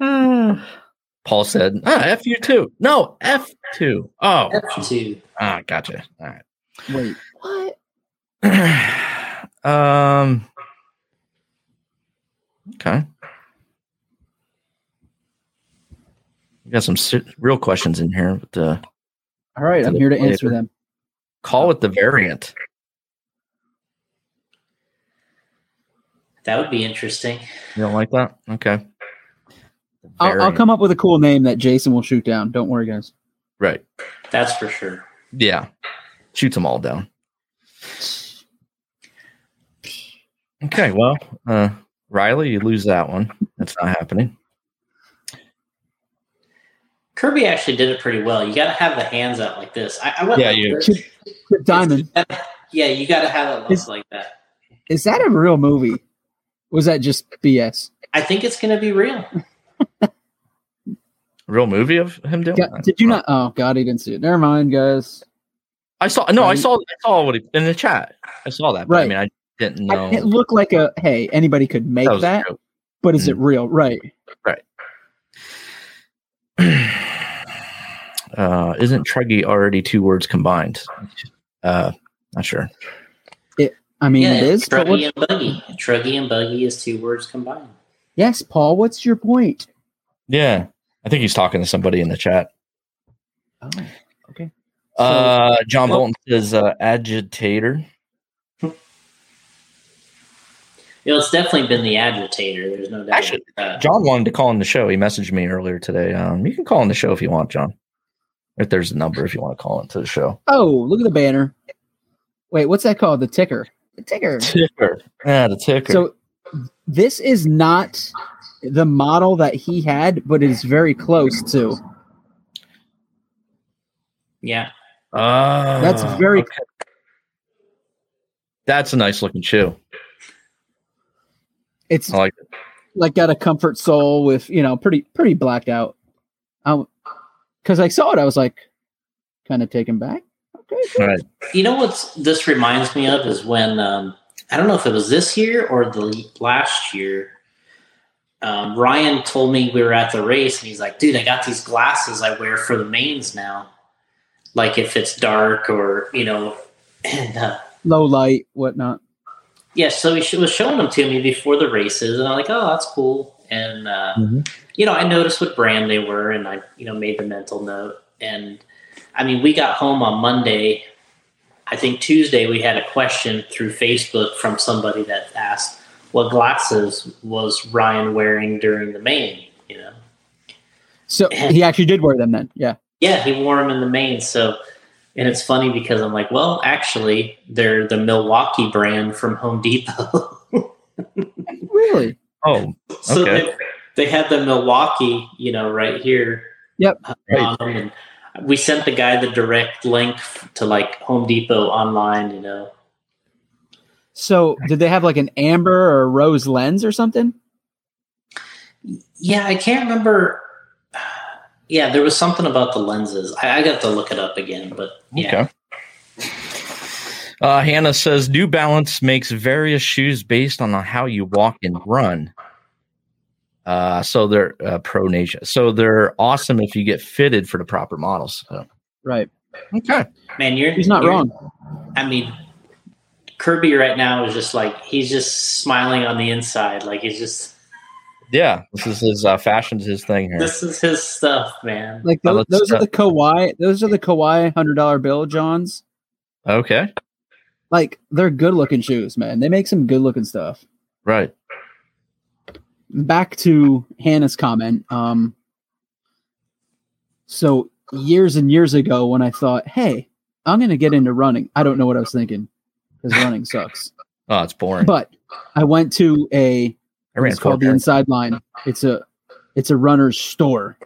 [SPEAKER 2] Mm.
[SPEAKER 1] Paul said, ah, "F you too." No, F two. Oh,
[SPEAKER 3] F2.
[SPEAKER 1] ah, gotcha. All right.
[SPEAKER 2] Wait, what?
[SPEAKER 1] (clears throat) um. Okay. We got some ser- real questions in here. But, uh,
[SPEAKER 2] All right, I'm here to answer them.
[SPEAKER 1] call it the variant.
[SPEAKER 3] That would be interesting.
[SPEAKER 1] You don't like that? Okay.
[SPEAKER 2] I'll, I'll
[SPEAKER 1] Variant.
[SPEAKER 2] come up with a cool name that Jason will shoot down. Don't worry, guys.
[SPEAKER 1] Right.
[SPEAKER 3] That's for sure.
[SPEAKER 1] Yeah. Shoots them all down. Okay. Well, uh, Riley, you lose that one. That's not happening.
[SPEAKER 3] Kirby actually did it pretty well. You got to have the hands out like this. I, I went
[SPEAKER 1] Yeah,
[SPEAKER 3] like
[SPEAKER 1] you-
[SPEAKER 3] this.
[SPEAKER 2] Shoot. Diamond.
[SPEAKER 3] Yeah, you got to have it look
[SPEAKER 2] It's-
[SPEAKER 3] like that.
[SPEAKER 2] Is that a real movie? Was that just BS?
[SPEAKER 3] I think it's going to be real.
[SPEAKER 1] Real movie of him doing
[SPEAKER 2] Ga-
[SPEAKER 1] that?
[SPEAKER 2] Did you not? Oh God, he didn't see it. Never mind, guys.
[SPEAKER 1] I saw. No, I
[SPEAKER 2] Um,
[SPEAKER 1] saw. I saw what he, in the chat. I saw that. But I
[SPEAKER 2] Right.
[SPEAKER 1] mean, I didn't
[SPEAKER 2] I-
[SPEAKER 1] know.
[SPEAKER 2] it looked like a hey, anybody could make
[SPEAKER 1] was
[SPEAKER 2] that,
[SPEAKER 1] a joke.
[SPEAKER 2] but is it real? Right.
[SPEAKER 1] uh, isn't Truggy already two words combined? Uh, not sure.
[SPEAKER 2] I mean,
[SPEAKER 3] yeah,
[SPEAKER 2] it is. But
[SPEAKER 3] Truggy
[SPEAKER 2] what,
[SPEAKER 3] and buggy. Truggy and buggy is two words combined.
[SPEAKER 2] yes, Paul. What's your point?
[SPEAKER 1] Yeah, I think he's talking to somebody in the chat.
[SPEAKER 2] Oh, So-
[SPEAKER 1] Uh, John
[SPEAKER 2] Well-
[SPEAKER 1] Bolton says uh, agitator.
[SPEAKER 3] You know, it's definitely been the agitator. There's no doubt.
[SPEAKER 1] Actually,
[SPEAKER 3] about that.
[SPEAKER 1] John wanted to call in the show. He messaged me earlier today. Um, you can call in the show if you want, John. If there's a number, if you want to call into the show.
[SPEAKER 2] oh, look at the banner. Wait, what's that called? The ticker. The ticker.
[SPEAKER 1] Ticker. Yeah, the ticker.
[SPEAKER 2] So this is not the model that he had, but it's very close to.
[SPEAKER 3] Yeah.
[SPEAKER 1] Oh,
[SPEAKER 2] That's very
[SPEAKER 1] that's a nice looking shoe.
[SPEAKER 2] it's
[SPEAKER 1] I like
[SPEAKER 2] like got a comfort sole with you know pretty pretty blacked out. Because I saw it, I was like, kind of taken back.
[SPEAKER 1] (laughs)
[SPEAKER 2] Okay,
[SPEAKER 1] it. All right.
[SPEAKER 3] You know what this reminds me of is when um, I don't know if it was this year or the last year. Um, Ryan told me we were at the race, and he's like, "Dude, I got these glasses I wear for the mains now. Like if it's dark or you know." (clears throat) And uh,
[SPEAKER 2] low light, whatnot.
[SPEAKER 3] yeah, so he sh- was showing them to me before the races, and I'm like, "Oh, that's cool." And uh,
[SPEAKER 1] Mhm.
[SPEAKER 3] you know, I noticed what brand they were, and I you know made the mental note. And I mean, we got home on Monday. I think Tuesday we had a question through Facebook from somebody that asked what glasses was Ryan wearing during the main. You know,
[SPEAKER 2] So he actually did wear them then. Yeah,
[SPEAKER 3] yeah, he wore them in the main. So, and it's funny because I'm like, well, actually, they're the Milwaukee brand from Home Depot. (laughs)
[SPEAKER 2] really.
[SPEAKER 1] Oh,
[SPEAKER 3] So
[SPEAKER 1] Okay.
[SPEAKER 3] they, they had the Milwaukee, you know, right here.
[SPEAKER 2] Yep.
[SPEAKER 3] Um, and we sent the guy the direct link f- to like Home Depot online, you know.
[SPEAKER 2] So did they have like an amber or a rose lens or something?
[SPEAKER 3] Yeah, I can't remember. (sighs) Yeah, there was something about the lenses. I, I got to look it up again, but yeah.
[SPEAKER 1] okay. Uh, Hannah says New Balance makes various shoes based on how you walk and run. Uh, so they're uh, pro nation. So they're awesome if you get fitted for the proper models. So,
[SPEAKER 2] Right.
[SPEAKER 1] okay.
[SPEAKER 3] Man, you're
[SPEAKER 2] He's not
[SPEAKER 3] you're-
[SPEAKER 2] wrong.
[SPEAKER 3] I mean, Kirby right now is just like he's just smiling on the inside, like he's just
[SPEAKER 1] Yeah. This is his uh, fashion's his thing here.
[SPEAKER 3] this is his stuff, man.
[SPEAKER 2] Like
[SPEAKER 1] Uh,
[SPEAKER 2] tho-
[SPEAKER 1] let's,
[SPEAKER 2] those
[SPEAKER 1] uh,
[SPEAKER 2] are the Kawhi. Those are the Kawhi hundred dollar bill Johns.
[SPEAKER 1] Okay.
[SPEAKER 2] Like they're good looking shoes, man. They make some good looking stuff.
[SPEAKER 1] Right.
[SPEAKER 2] Back to Hannah's comment. Um. So years and years ago, when I thought, "Hey, I'm gonna get into running," I don't know what I was thinking because running sucks.
[SPEAKER 1] Oh, it's boring.
[SPEAKER 2] But I went to a
[SPEAKER 1] I ran
[SPEAKER 2] it's called the
[SPEAKER 1] four
[SPEAKER 2] inside line it's a it's a runner's store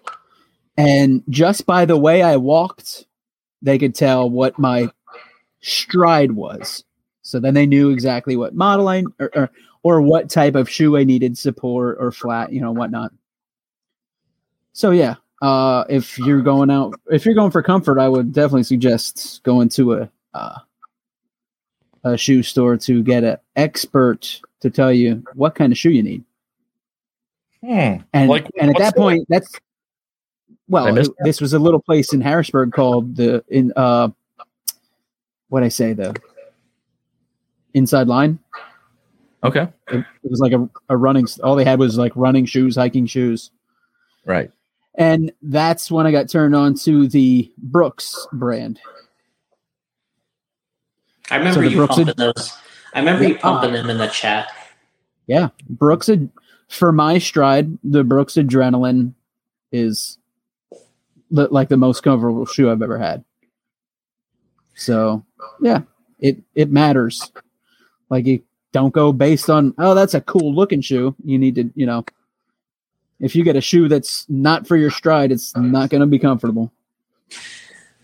[SPEAKER 2] and just by the way i walked they could tell what my stride was so then they knew exactly what model I or, or, or what type of shoe i needed support or flat you know whatnot so yeah uh if you're going out if you're going for comfort i would definitely suggest going to a uh, a shoe store to get an expert to tell you what kind of shoe you need
[SPEAKER 1] Hmm.
[SPEAKER 2] and
[SPEAKER 1] Like,
[SPEAKER 2] and at
[SPEAKER 1] what's
[SPEAKER 2] that
[SPEAKER 1] the-
[SPEAKER 2] point, that's
[SPEAKER 1] I
[SPEAKER 2] well,
[SPEAKER 1] missed
[SPEAKER 2] it- this was a little place in Harrisburg called the in uh, what I say the inside line.
[SPEAKER 1] Hmm, Okay.
[SPEAKER 2] It, it was like a, a running. All they had was like running shoes, hiking shoes,
[SPEAKER 1] Right.
[SPEAKER 2] and that's when I got turned on to the Brooks brand.
[SPEAKER 3] I remember
[SPEAKER 2] So the
[SPEAKER 3] you
[SPEAKER 2] Brooks-
[SPEAKER 3] pumping those. I remember you
[SPEAKER 2] Yeah.
[SPEAKER 3] pumping them in the chat.
[SPEAKER 2] Yeah, Brooks ad- for my stride, the Brooks Adrenaline is li- like the most comfortable shoe I've ever had. So, yeah, it it matters. Like you don't go based on oh that's a cool looking shoe. You need to you know if you get a shoe that's not for your stride, it's not going to be comfortable.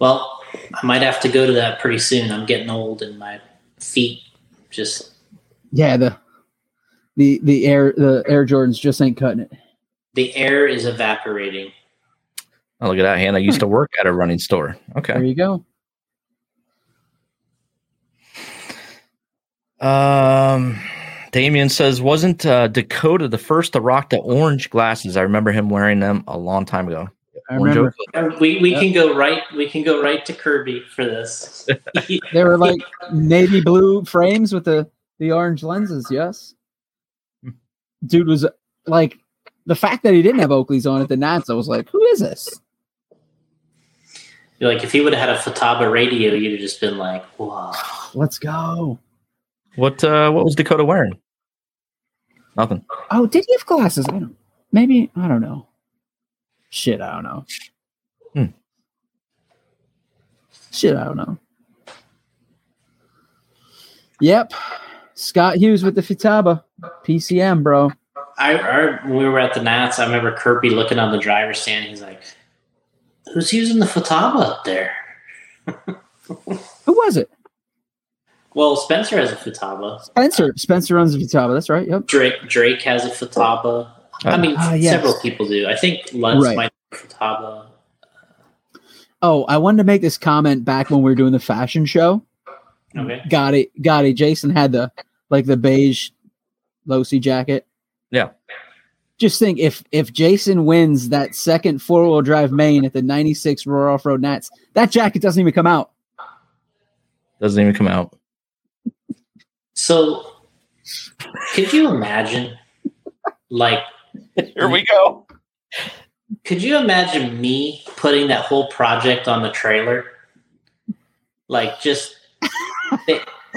[SPEAKER 3] Well, I might have to go to that pretty soon. I'm getting old and my feet just
[SPEAKER 2] Yeah, the the the air the Air Jordans just ain't cutting it.
[SPEAKER 3] the air is evaporating.
[SPEAKER 1] Oh, look at that, Hannah. Used to work at a running store. Okay.
[SPEAKER 2] There you go.
[SPEAKER 1] Um, Damien says, wasn't uh, Dakota the first to rock the orange glasses? I remember him wearing them a long time ago.
[SPEAKER 2] I
[SPEAKER 1] Orange
[SPEAKER 2] remember
[SPEAKER 1] Oak-
[SPEAKER 3] Uh, We we
[SPEAKER 2] Yep.
[SPEAKER 3] can go right we can go right to Kirby
[SPEAKER 2] (laughs)
[SPEAKER 3] for this.
[SPEAKER 2] They were like navy blue frames with the the orange lenses. Yes, dude was like the fact that he didn't have Oakley's on at the Nats. I was like, who is this?
[SPEAKER 3] like if he would have had a Futaba radio, you'd have just been like, "Wow,
[SPEAKER 2] Let's go.
[SPEAKER 1] What uh, what was Dakota wearing? Nothing.
[SPEAKER 2] Oh, did he have glasses? I don't. Maybe I don't know. Shit, I don't know.
[SPEAKER 1] Hmm.
[SPEAKER 2] Shit, I don't know. Yep, Scott Hughes with the Futaba PCM, bro.
[SPEAKER 3] I, I when we were at the Nats, I remember Kirby looking on the driver's stand. He's like, "Who's using the Futaba up there?"
[SPEAKER 2] Who was it?
[SPEAKER 3] Well, Spencer has a Futaba.
[SPEAKER 2] Spencer. Spencer runs a Futaba. That's right. Yep.
[SPEAKER 3] Drake Drake has a Futaba. I mean,
[SPEAKER 2] Ah, yes.
[SPEAKER 3] several people do. I think Lutz
[SPEAKER 2] Right.
[SPEAKER 3] might have a Futaba.
[SPEAKER 2] Oh, I wanted to make this comment back when we were doing the fashion show.
[SPEAKER 3] Okay.
[SPEAKER 2] Got it. Got it. Jason had the like the beige Losi jacket.
[SPEAKER 1] Yeah.
[SPEAKER 2] Just think if if Jason wins that second four wheel drive main at the '96 Roar Off Road Nats, that jacket doesn't even come out.
[SPEAKER 1] Doesn't even come out.
[SPEAKER 3] So, could you imagine, like,
[SPEAKER 1] Here we go.
[SPEAKER 3] Could you imagine me putting that whole project on the trailer? Like just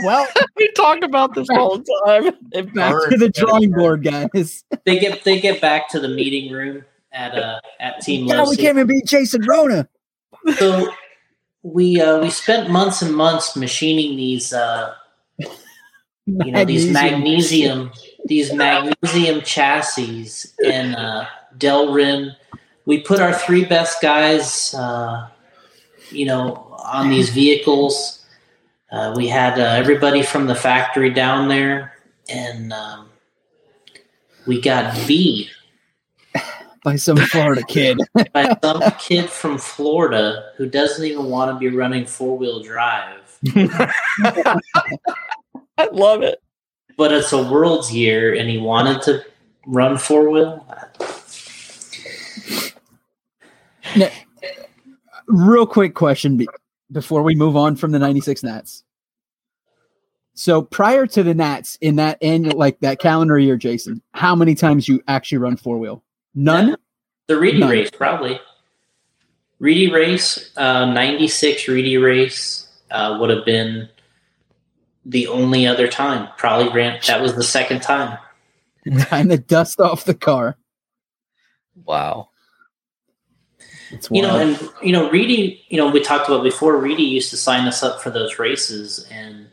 [SPEAKER 2] Well,
[SPEAKER 1] (laughs) We talked about this all the time. It
[SPEAKER 2] back to
[SPEAKER 1] burns.
[SPEAKER 2] the drawing board, guys.
[SPEAKER 3] they get they get back to the meeting room at uh at Team
[SPEAKER 2] Now we
[SPEAKER 3] Losi.
[SPEAKER 2] can't even beat Jason Rona.
[SPEAKER 3] So we uh we spent months and months machining these uh
[SPEAKER 2] (laughs)
[SPEAKER 3] you know these magnesium these magnesium chassis in uh Delrin. We put our three best guys uh you know on these vehicles. Uh, we had uh, everybody from the factory down there and um, we got beat
[SPEAKER 2] by some Florida kid.
[SPEAKER 3] by some kid from Florida who doesn't even want to be running four wheel drive,
[SPEAKER 1] (laughs) I love it.
[SPEAKER 3] but it's a world's year and he wanted to run four wheel.
[SPEAKER 2] Real quick question be- before we move on from the 96 Nats. So prior to the Nats in that annual, like that calendar year, Jason, how many times you actually run four wheel? None.
[SPEAKER 3] The Reedy
[SPEAKER 2] No.
[SPEAKER 3] race, probably. Reedy race, uh, 96 Reedy race uh, would have been the only other time. Probably ran, that was the second time.
[SPEAKER 2] (laughs) Time to dust off the car.
[SPEAKER 1] Wow.
[SPEAKER 2] It's
[SPEAKER 3] You know,
[SPEAKER 2] wild.
[SPEAKER 3] and you know, Reedy. You know, we talked about before. Reedy used to sign us up for those races, and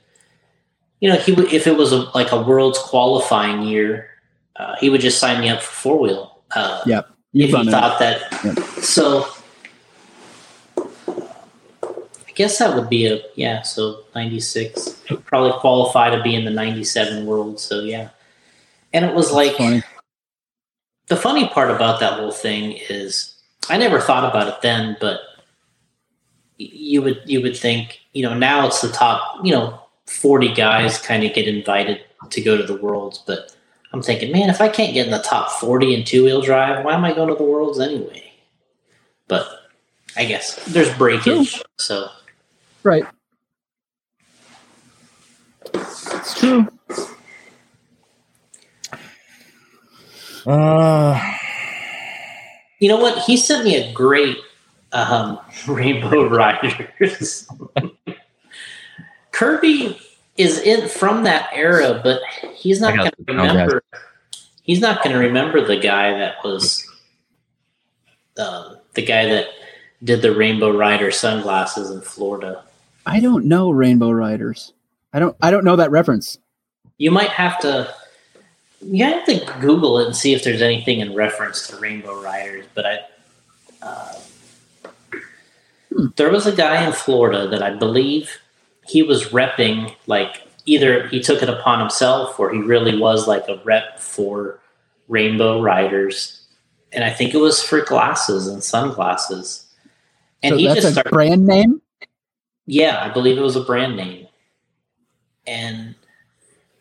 [SPEAKER 3] you know, he would if it was a, like a world's qualifying year, uh, he would just sign me up for four wheel. Uh,
[SPEAKER 2] Yeah,
[SPEAKER 3] if
[SPEAKER 2] You've
[SPEAKER 3] he
[SPEAKER 2] run it.
[SPEAKER 3] thought that.
[SPEAKER 2] Yep.
[SPEAKER 3] So, I guess that would be a yeah. So ninety six probably qualify to be in the ninety seven world. So yeah, and it was like
[SPEAKER 2] Funny.
[SPEAKER 3] the funny part about that whole thing is I never thought about it then, but y- you would you would think you know now it's the top you know forty guys kind of get invited to go to the worlds, but I'm thinking, man, if I can't get in the top forty in two wheel drive, why am I going to the worlds anyway? But I guess there's breakage, so
[SPEAKER 2] Right. It's true.
[SPEAKER 1] Uh,
[SPEAKER 3] you know what? He sent me a great um, (laughs) Rainbow Riders. (laughs) Kirby is in from that era, but he's
[SPEAKER 1] I
[SPEAKER 3] not going
[SPEAKER 1] got
[SPEAKER 3] to
[SPEAKER 1] the sound
[SPEAKER 3] remember. He's not going to remember the guy that was um the guy that did the Rainbow Rider sunglasses in Florida.
[SPEAKER 2] I don't know Rainbow Riders. I don't. I don't know that reference.
[SPEAKER 3] You might have to. You have to Google it and see if there's anything in reference to Rainbow Riders, but I uh,
[SPEAKER 2] Hmm.
[SPEAKER 3] there was a guy in Florida that I believe he was repping like either he took it upon himself or he really was like a rep for Rainbow Riders. And I think it was for glasses and sunglasses. And
[SPEAKER 2] so
[SPEAKER 3] he
[SPEAKER 2] that's
[SPEAKER 3] just
[SPEAKER 2] a
[SPEAKER 3] started
[SPEAKER 2] brand name.
[SPEAKER 3] yeah, I believe it was a brand name. And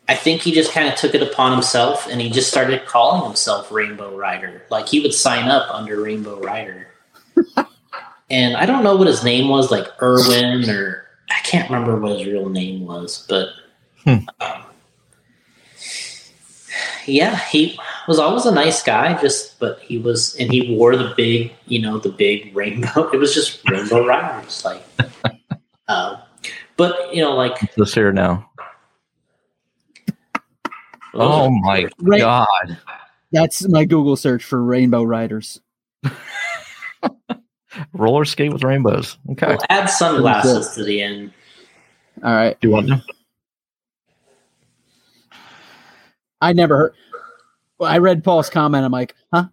[SPEAKER 3] I think he just kind of took it upon himself and he just started calling himself Rainbow Rider. Like he would sign up under Rainbow Rider. and I don't know what his name was, like Irwin or I can't remember what his real name was, but
[SPEAKER 1] Hmm.
[SPEAKER 3] um, yeah, he was always a nice guy, just but he was and he wore the big, you know, the big rainbow. (laughs) It was just Rainbow Riders, like um, but you know, like
[SPEAKER 1] it's this here now. Oh my
[SPEAKER 2] Right.
[SPEAKER 1] god!
[SPEAKER 2] That's my Google search for Rainbow Riders.
[SPEAKER 1] Roller skate with rainbows. Okay.
[SPEAKER 3] we'll add sunglasses to the end.
[SPEAKER 2] All right.
[SPEAKER 1] Do you want to?
[SPEAKER 2] I never heard. Well, I read Paul's comment. I'm like, huh?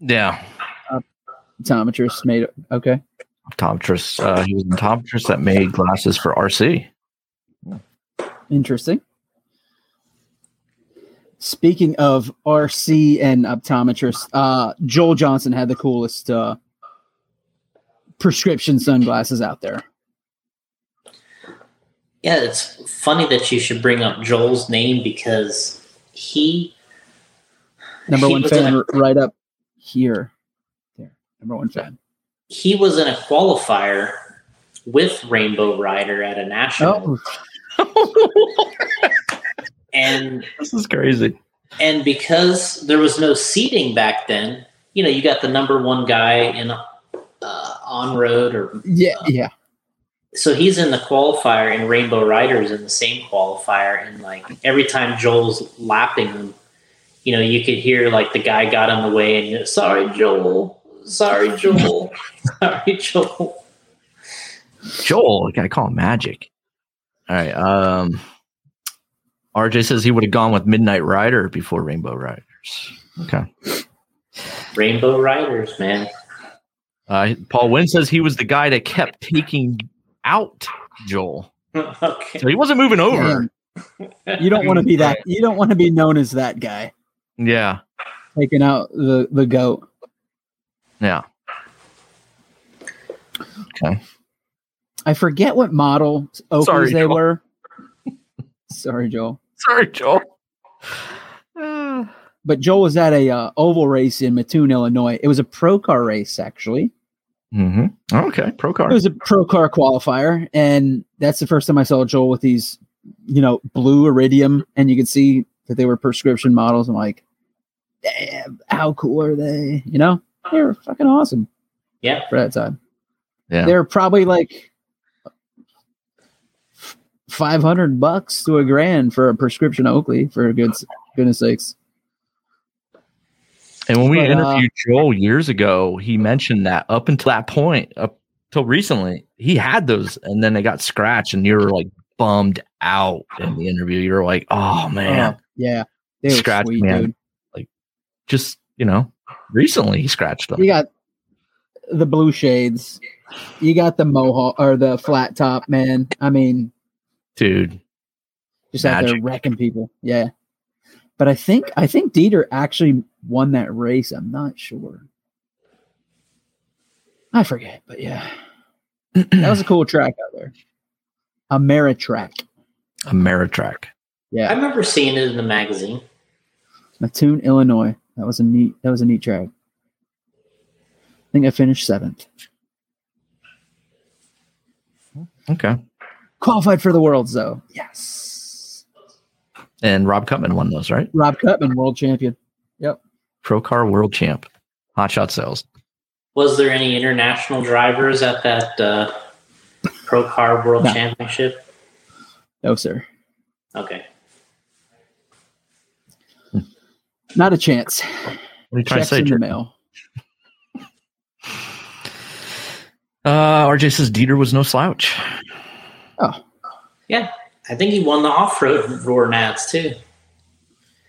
[SPEAKER 1] Yeah.
[SPEAKER 2] Optometrist made it. Okay.
[SPEAKER 1] Optometrist. Uh, he was an optometrist that made glasses for RC.
[SPEAKER 2] Interesting. Speaking of RC and optometrists, uh, Joel Johnson had the coolest uh, prescription sunglasses out there.
[SPEAKER 3] Yeah, it's funny that you should bring up Joel's name because he
[SPEAKER 2] Number
[SPEAKER 3] He
[SPEAKER 2] one
[SPEAKER 3] was in
[SPEAKER 2] fan,
[SPEAKER 3] a-
[SPEAKER 2] r- right up here. There, number one fan.
[SPEAKER 3] he was in a qualifier with Rainbow Rider at a national,
[SPEAKER 2] Oh,
[SPEAKER 3] and
[SPEAKER 1] This is crazy.
[SPEAKER 3] and because there was no seating back then, you know, you got the number one guy in uh, on road or
[SPEAKER 2] yeah, yeah.
[SPEAKER 3] so he's in the qualifier and Rainbow Rider is in the same qualifier and like every time Joel's lapping him, you know, you could hear like the guy got in the way and you know, sorry Joel,
[SPEAKER 2] (laughs)
[SPEAKER 3] sorry Joel, sorry Joel.
[SPEAKER 1] Joel, I call him Magic. All right. Um, RJ says he would have gone with Midnight Rider before Rainbow Riders. Okay.
[SPEAKER 3] Rainbow Riders, man. (laughs)
[SPEAKER 1] Uh, Paul Wynn says he was the guy that kept taking out Joel.
[SPEAKER 3] okay.
[SPEAKER 1] So he wasn't moving over.
[SPEAKER 2] Damn. You don't want to be that. You don't want to be known as that guy
[SPEAKER 1] Yeah.
[SPEAKER 2] taking out the the goat.
[SPEAKER 1] Yeah.
[SPEAKER 2] I forget what model Oakleys
[SPEAKER 1] Sorry,
[SPEAKER 2] they
[SPEAKER 1] Joel.
[SPEAKER 2] were. (laughs) Sorry, Joel.
[SPEAKER 1] Sorry, (sighs) Joel. Uh,
[SPEAKER 2] But Joel was at a uh, oval race in Mattoon, Illinois. It was a pro car race, actually.
[SPEAKER 1] hmm Okay. Pro
[SPEAKER 2] It
[SPEAKER 1] car.
[SPEAKER 2] was a pro car qualifier, and that's the first time I saw Joel with these, you know, blue iridium, and you could see that they were prescription models. I'm like, damn, how cool are they? You know, they were fucking awesome
[SPEAKER 3] Yeah.
[SPEAKER 2] for that time.
[SPEAKER 1] Yeah.
[SPEAKER 2] They're probably like five hundred bucks to a grand for a prescription Oakley for good goodness sakes.
[SPEAKER 1] And when we
[SPEAKER 2] But, uh,
[SPEAKER 1] interviewed Joel years ago, he mentioned that up until that point, up till recently, he had those and then they got scratched and you were like bummed out in the interview. You were like, oh man,
[SPEAKER 2] Oh, yeah. They were
[SPEAKER 1] Scratch
[SPEAKER 2] sweet,
[SPEAKER 1] man.
[SPEAKER 2] dude.
[SPEAKER 1] just, you know, recently he scratched them.
[SPEAKER 2] You got the blue shades. You got the mohawk or the flat top, man. I mean,
[SPEAKER 1] Dude.
[SPEAKER 2] just out there
[SPEAKER 1] Magic.
[SPEAKER 2] wrecking people. Yeah. But I think I think Dieter actually won that race. I'm not sure. I forget, but yeah. That was a cool track out there. Ameritrack.
[SPEAKER 1] Ameritrack.
[SPEAKER 3] I
[SPEAKER 2] Yeah.
[SPEAKER 3] remember seeing it in the magazine.
[SPEAKER 2] Mattoon, Illinois. That was a neat that was a neat track. I think I finished seventh.
[SPEAKER 1] Okay.
[SPEAKER 2] Qualified for the worlds though. Yes.
[SPEAKER 1] And Rob Cutman won those, right?
[SPEAKER 2] Rob Cutman, world champion.
[SPEAKER 1] Pro car world champ. Hot shot sales.
[SPEAKER 3] Was there any international drivers at that uh, Pro Car World
[SPEAKER 2] No.
[SPEAKER 3] Championship?
[SPEAKER 2] No, sir.
[SPEAKER 3] Okay.
[SPEAKER 2] Not a chance.
[SPEAKER 1] What are you trying
[SPEAKER 2] Checks
[SPEAKER 1] to say,
[SPEAKER 2] in
[SPEAKER 1] Jer-
[SPEAKER 2] the mail.
[SPEAKER 1] Uh, RJ says Dieter was no
[SPEAKER 2] (laughs)
[SPEAKER 1] slouch.
[SPEAKER 3] I think he won the off road (laughs) Roar Nats too.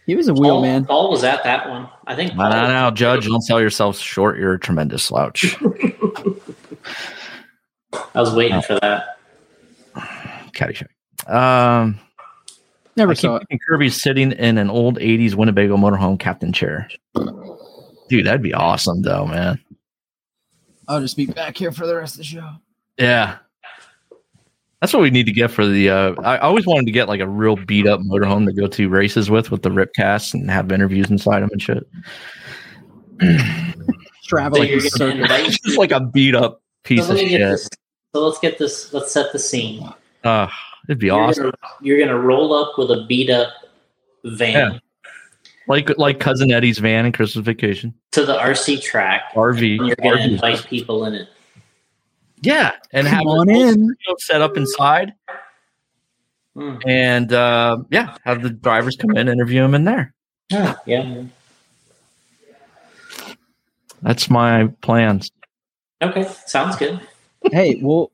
[SPEAKER 2] He was a wheel
[SPEAKER 3] Paul,
[SPEAKER 2] man.
[SPEAKER 3] Paul was at that one. I think.
[SPEAKER 1] No, no,
[SPEAKER 3] Paul-
[SPEAKER 1] no, Judge, don't sell yourself short. You're a tremendous
[SPEAKER 2] (laughs)
[SPEAKER 1] slouch.
[SPEAKER 3] I was waiting for that.
[SPEAKER 1] Caddyshack. Um,
[SPEAKER 2] Never
[SPEAKER 1] I keep
[SPEAKER 2] saw it.
[SPEAKER 1] thinking Kirby's sitting in an old 80s Winnebago motorhome captain chair. Dude, that'd be awesome, though, man.
[SPEAKER 2] I'll just be back here for the rest of the show.
[SPEAKER 1] Yeah. That's what we need to get for the. Uh, I I always wanted to get like a real beat up motorhome to go to races with, with the rip casts and have interviews inside them and shit.
[SPEAKER 3] So
[SPEAKER 2] Traveling
[SPEAKER 3] you're
[SPEAKER 2] the
[SPEAKER 3] gonna
[SPEAKER 2] circuit.
[SPEAKER 3] invite-
[SPEAKER 1] Just like (laughs) a beat up piece
[SPEAKER 3] so let
[SPEAKER 1] of
[SPEAKER 3] me get
[SPEAKER 1] shit.
[SPEAKER 3] this. So let's get this. Let's set the scene.
[SPEAKER 1] Uh, it'd be
[SPEAKER 3] You're,
[SPEAKER 1] awesome.
[SPEAKER 3] gonna, you're gonna roll up with a beat up van
[SPEAKER 1] Yeah. Like like cousin Eddie's van and Christmas vacation
[SPEAKER 3] to the RC track.
[SPEAKER 1] RV.
[SPEAKER 3] And you're gonna
[SPEAKER 1] RV.
[SPEAKER 3] invite people in it.
[SPEAKER 1] Yeah, and have
[SPEAKER 2] Come on
[SPEAKER 1] the whole
[SPEAKER 2] in.
[SPEAKER 1] studio set up inside,
[SPEAKER 3] Hmm.
[SPEAKER 1] and uh, yeah, have the drivers come in, interview them in there.
[SPEAKER 3] Yeah. yeah.
[SPEAKER 1] That's my plans.
[SPEAKER 3] Okay. Sounds good.
[SPEAKER 2] Hey, well,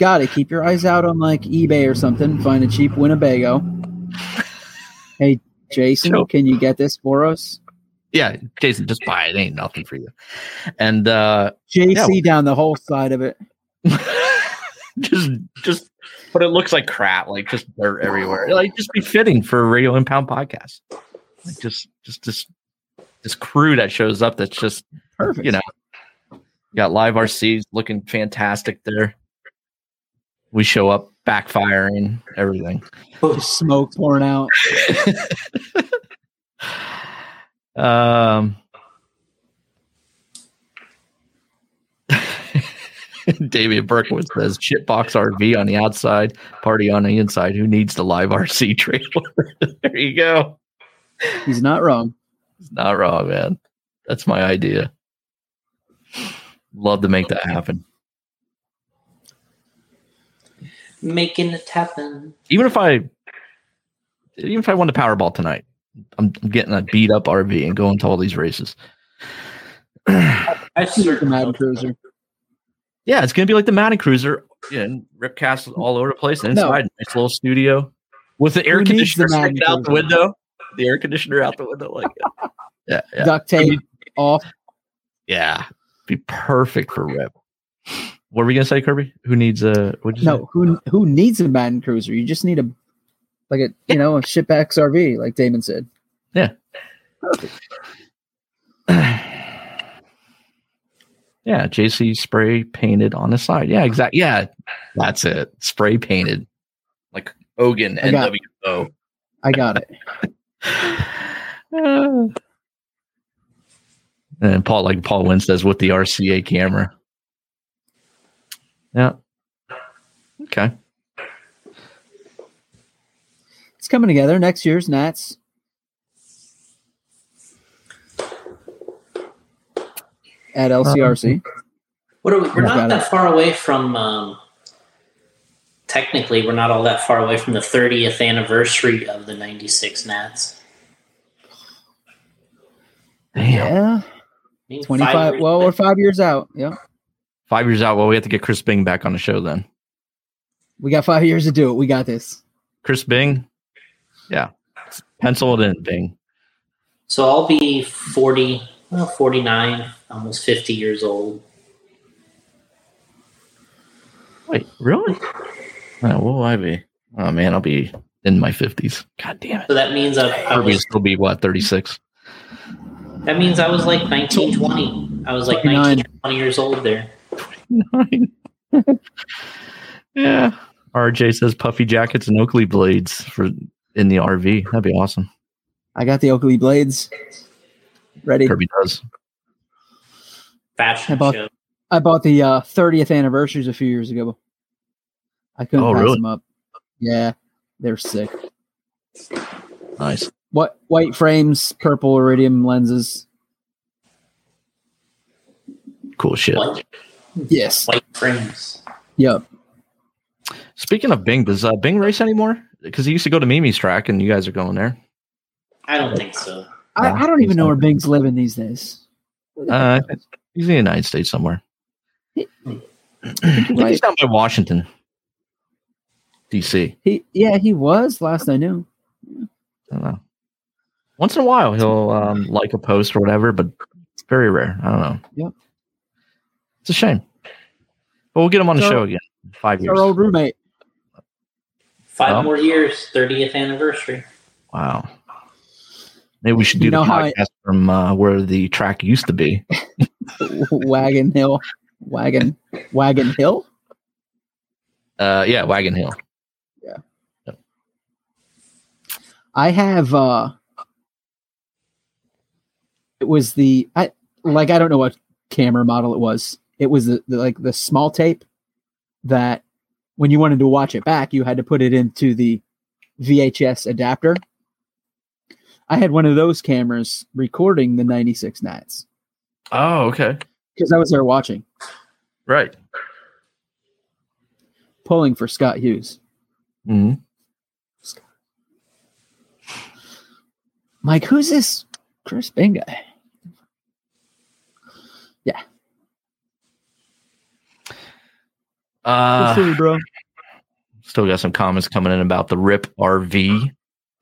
[SPEAKER 2] got it. (laughs) Keep your eyes out on like eBay or something. Find a cheap Winnebago. Hey, Jason,
[SPEAKER 1] Nope.
[SPEAKER 2] can you get this for us?
[SPEAKER 1] Yeah, Jason, just buy it. It ain't nothing for you. And uh (laughs)
[SPEAKER 2] JC down the whole side of it.
[SPEAKER 1] just just but it looks like crap, like just dirt everywhere. Like just be fitting for a radio impound podcast. Like just just this this crew that shows up that's just
[SPEAKER 2] Perfect.
[SPEAKER 1] You know. you got live RCs looking fantastic there. We show up backfiring everything.
[SPEAKER 2] Just smoke pouring out.
[SPEAKER 1] Um (laughs) David Berkowitz says shitbox RV on the outside, party on the inside. Who needs the live RC trailer? (laughs) there you go.
[SPEAKER 2] He's not wrong.
[SPEAKER 1] It's not wrong, man. That's my idea. Love to make that happen.
[SPEAKER 3] Making it happen.
[SPEAKER 1] Even if I, even if I won the Powerball tonight, I'm, I'm getting a beat up RV and going to all these races. yeah,
[SPEAKER 3] I certainly
[SPEAKER 2] Madden Cruiser.
[SPEAKER 1] it's gonna be like the Madden Cruiser, you know, rip castles all over the place. And inside, nice little studio with the air
[SPEAKER 2] Who needs the
[SPEAKER 1] conditioner sticking
[SPEAKER 2] Madden
[SPEAKER 1] out the
[SPEAKER 2] Cruiser?
[SPEAKER 1] window. The air conditioner out the window, like (laughs) yeah, yeah,
[SPEAKER 2] Duct tape off.
[SPEAKER 1] yeah. Be perfect for rip. What were we gonna say, Kirby? Who needs uh, a? What (clears throat)
[SPEAKER 2] No, who who needs a Madden Cruiser? You just need a like a you know a ship XRV, like Damon said.
[SPEAKER 1] yeah, JC spray painted on the side. Yeah, exactly. Yeah, that's it. Spray painted like Ogan
[SPEAKER 2] I got
[SPEAKER 1] NWO.
[SPEAKER 2] I got it.
[SPEAKER 1] (sighs) Uh, and Paul, like Paul Wynn says, with the RCA camera. Yeah. Okay.
[SPEAKER 2] It's coming together. Next year's Nats. At
[SPEAKER 1] Um,
[SPEAKER 2] LCRC,
[SPEAKER 3] What are we?
[SPEAKER 1] Oh
[SPEAKER 2] Yeah,
[SPEAKER 3] We're not
[SPEAKER 2] got
[SPEAKER 3] that far away from. Um, technically, we're not all that far away from the 30th anniversary of the '96 Nats.
[SPEAKER 1] Damn.
[SPEAKER 2] yeah,
[SPEAKER 3] I mean, five
[SPEAKER 2] twenty-five.
[SPEAKER 3] years
[SPEAKER 2] Well,
[SPEAKER 3] back.
[SPEAKER 2] we're five years out. Yep,
[SPEAKER 1] Five years out. Well, we have to get Chris Bing back on the show then.
[SPEAKER 2] we got five years to do it. We got this.
[SPEAKER 1] Chris Bing. Yeah. Pencil it in, Bing.
[SPEAKER 3] so I'll be 40, well, 49, almost 50 years old.
[SPEAKER 1] Wait, really? Uh, what will I be? Oh man, I'll be in my fifties. God damn it.
[SPEAKER 3] So that means I, I
[SPEAKER 1] Kirby will
[SPEAKER 3] was.
[SPEAKER 1] still be what thirty six.
[SPEAKER 3] That means I was like 19, 20. I was like 19, 20 years old there.
[SPEAKER 1] (laughs) yeah. RJ says puffy jackets and Oakley blades for in the RV. That'd be awesome.
[SPEAKER 2] I got the Oakley blades ready.
[SPEAKER 1] Kirby does.
[SPEAKER 3] Fashion
[SPEAKER 2] How about-
[SPEAKER 3] show.
[SPEAKER 2] I bought the uh, 30th anniversaries a few years ago. I couldn't
[SPEAKER 1] Oh,
[SPEAKER 2] pass
[SPEAKER 1] really?
[SPEAKER 2] them up. Yeah, they're sick.
[SPEAKER 1] Nice.
[SPEAKER 2] What white frames, purple iridium lenses.
[SPEAKER 1] Cool shit.
[SPEAKER 3] White,
[SPEAKER 2] Yes.
[SPEAKER 3] white frames.
[SPEAKER 2] Yep.
[SPEAKER 1] Speaking of Bing, does uh, Bing race anymore? Because he used to go to Mimi's track and you guys are going there.
[SPEAKER 3] I don't think so.
[SPEAKER 2] I,
[SPEAKER 1] Yeah,
[SPEAKER 2] I don't even know where
[SPEAKER 1] exactly.
[SPEAKER 2] Bing's living these days.
[SPEAKER 1] Uh, he's in the United States somewhere. I think he's
[SPEAKER 2] Right.
[SPEAKER 1] down by Washington, DC.
[SPEAKER 2] He yeah, he was last I knew.
[SPEAKER 1] I don't know. Once in a while, he'll um, like a post or whatever, but it's very rare. I don't know.
[SPEAKER 2] Yep.
[SPEAKER 1] It's a shame. But we'll get him on the
[SPEAKER 2] So-
[SPEAKER 1] show again in five
[SPEAKER 2] He's
[SPEAKER 1] years.
[SPEAKER 2] our old roommate.
[SPEAKER 3] Five
[SPEAKER 1] Well.
[SPEAKER 3] more years, 30th anniversary.
[SPEAKER 1] Wow. Maybe we should do
[SPEAKER 2] You know
[SPEAKER 1] the
[SPEAKER 2] how I-
[SPEAKER 1] podcast from uh, where the track used to be.
[SPEAKER 2] Wagon Hill. Wagon Wagon Hill?
[SPEAKER 1] Uh, yeah, Wagon Hill.
[SPEAKER 2] I have uh it was the I like I don't know what camera model it was. It was the, the like the small tape that when you wanted to watch it back, you had to put it into the VHS adapter. I had one of those cameras recording the 96 Nats
[SPEAKER 1] Oh, okay.
[SPEAKER 2] because I was there watching,
[SPEAKER 1] Right.
[SPEAKER 2] pulling for Scott Hughes.
[SPEAKER 1] hmm
[SPEAKER 2] Mike, who's this Chris Bing guy?
[SPEAKER 1] Uh,
[SPEAKER 2] bro.
[SPEAKER 1] Uh, still got some comments coming in about the RIP RV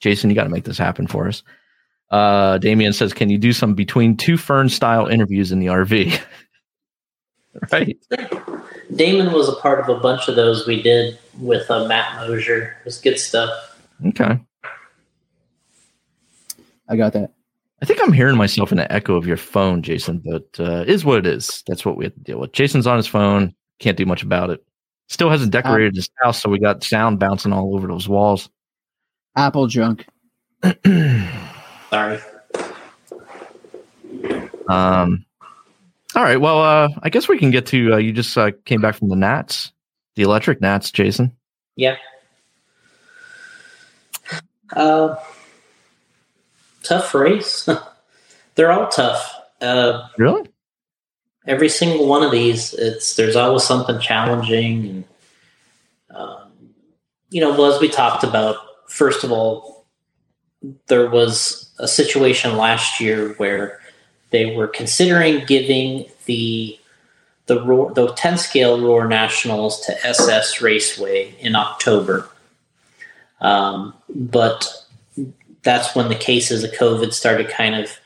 [SPEAKER 1] Jason, you got to make this happen for us. Uh, Damien says, "Can you do some between two fern style interviews in the RV?" (laughs) right.
[SPEAKER 3] Damon was a part of a bunch of those we did with uh, Matt Mosier. It was good stuff.
[SPEAKER 1] Okay.
[SPEAKER 2] I got that.
[SPEAKER 1] I think I'm hearing myself in the echo of your phone, Jason. But uh, is what it is. That's what we have to deal with. Jason's on his phone. Can't do much about it. Still hasn't decorated his house, so we got sound bouncing all over those walls. (clears throat)
[SPEAKER 2] Apple junk.
[SPEAKER 3] Sorry.
[SPEAKER 1] Um, all right. Well, uh, I guess we can get to. Uh, you just uh, came back from the Nats, the electric Nats, Jason.
[SPEAKER 3] Yeah. Uh, tough race. (laughs) They're all tough. Uh,
[SPEAKER 1] Really?
[SPEAKER 3] every single one of these, it's there's always something challenging, and um, you know, well, as we talked about, first of all, there was a situation last year where they were considering giving the the roar, the ten scale roar nationals to SS Raceway in October, um, but that's when the cases of COVID started kind of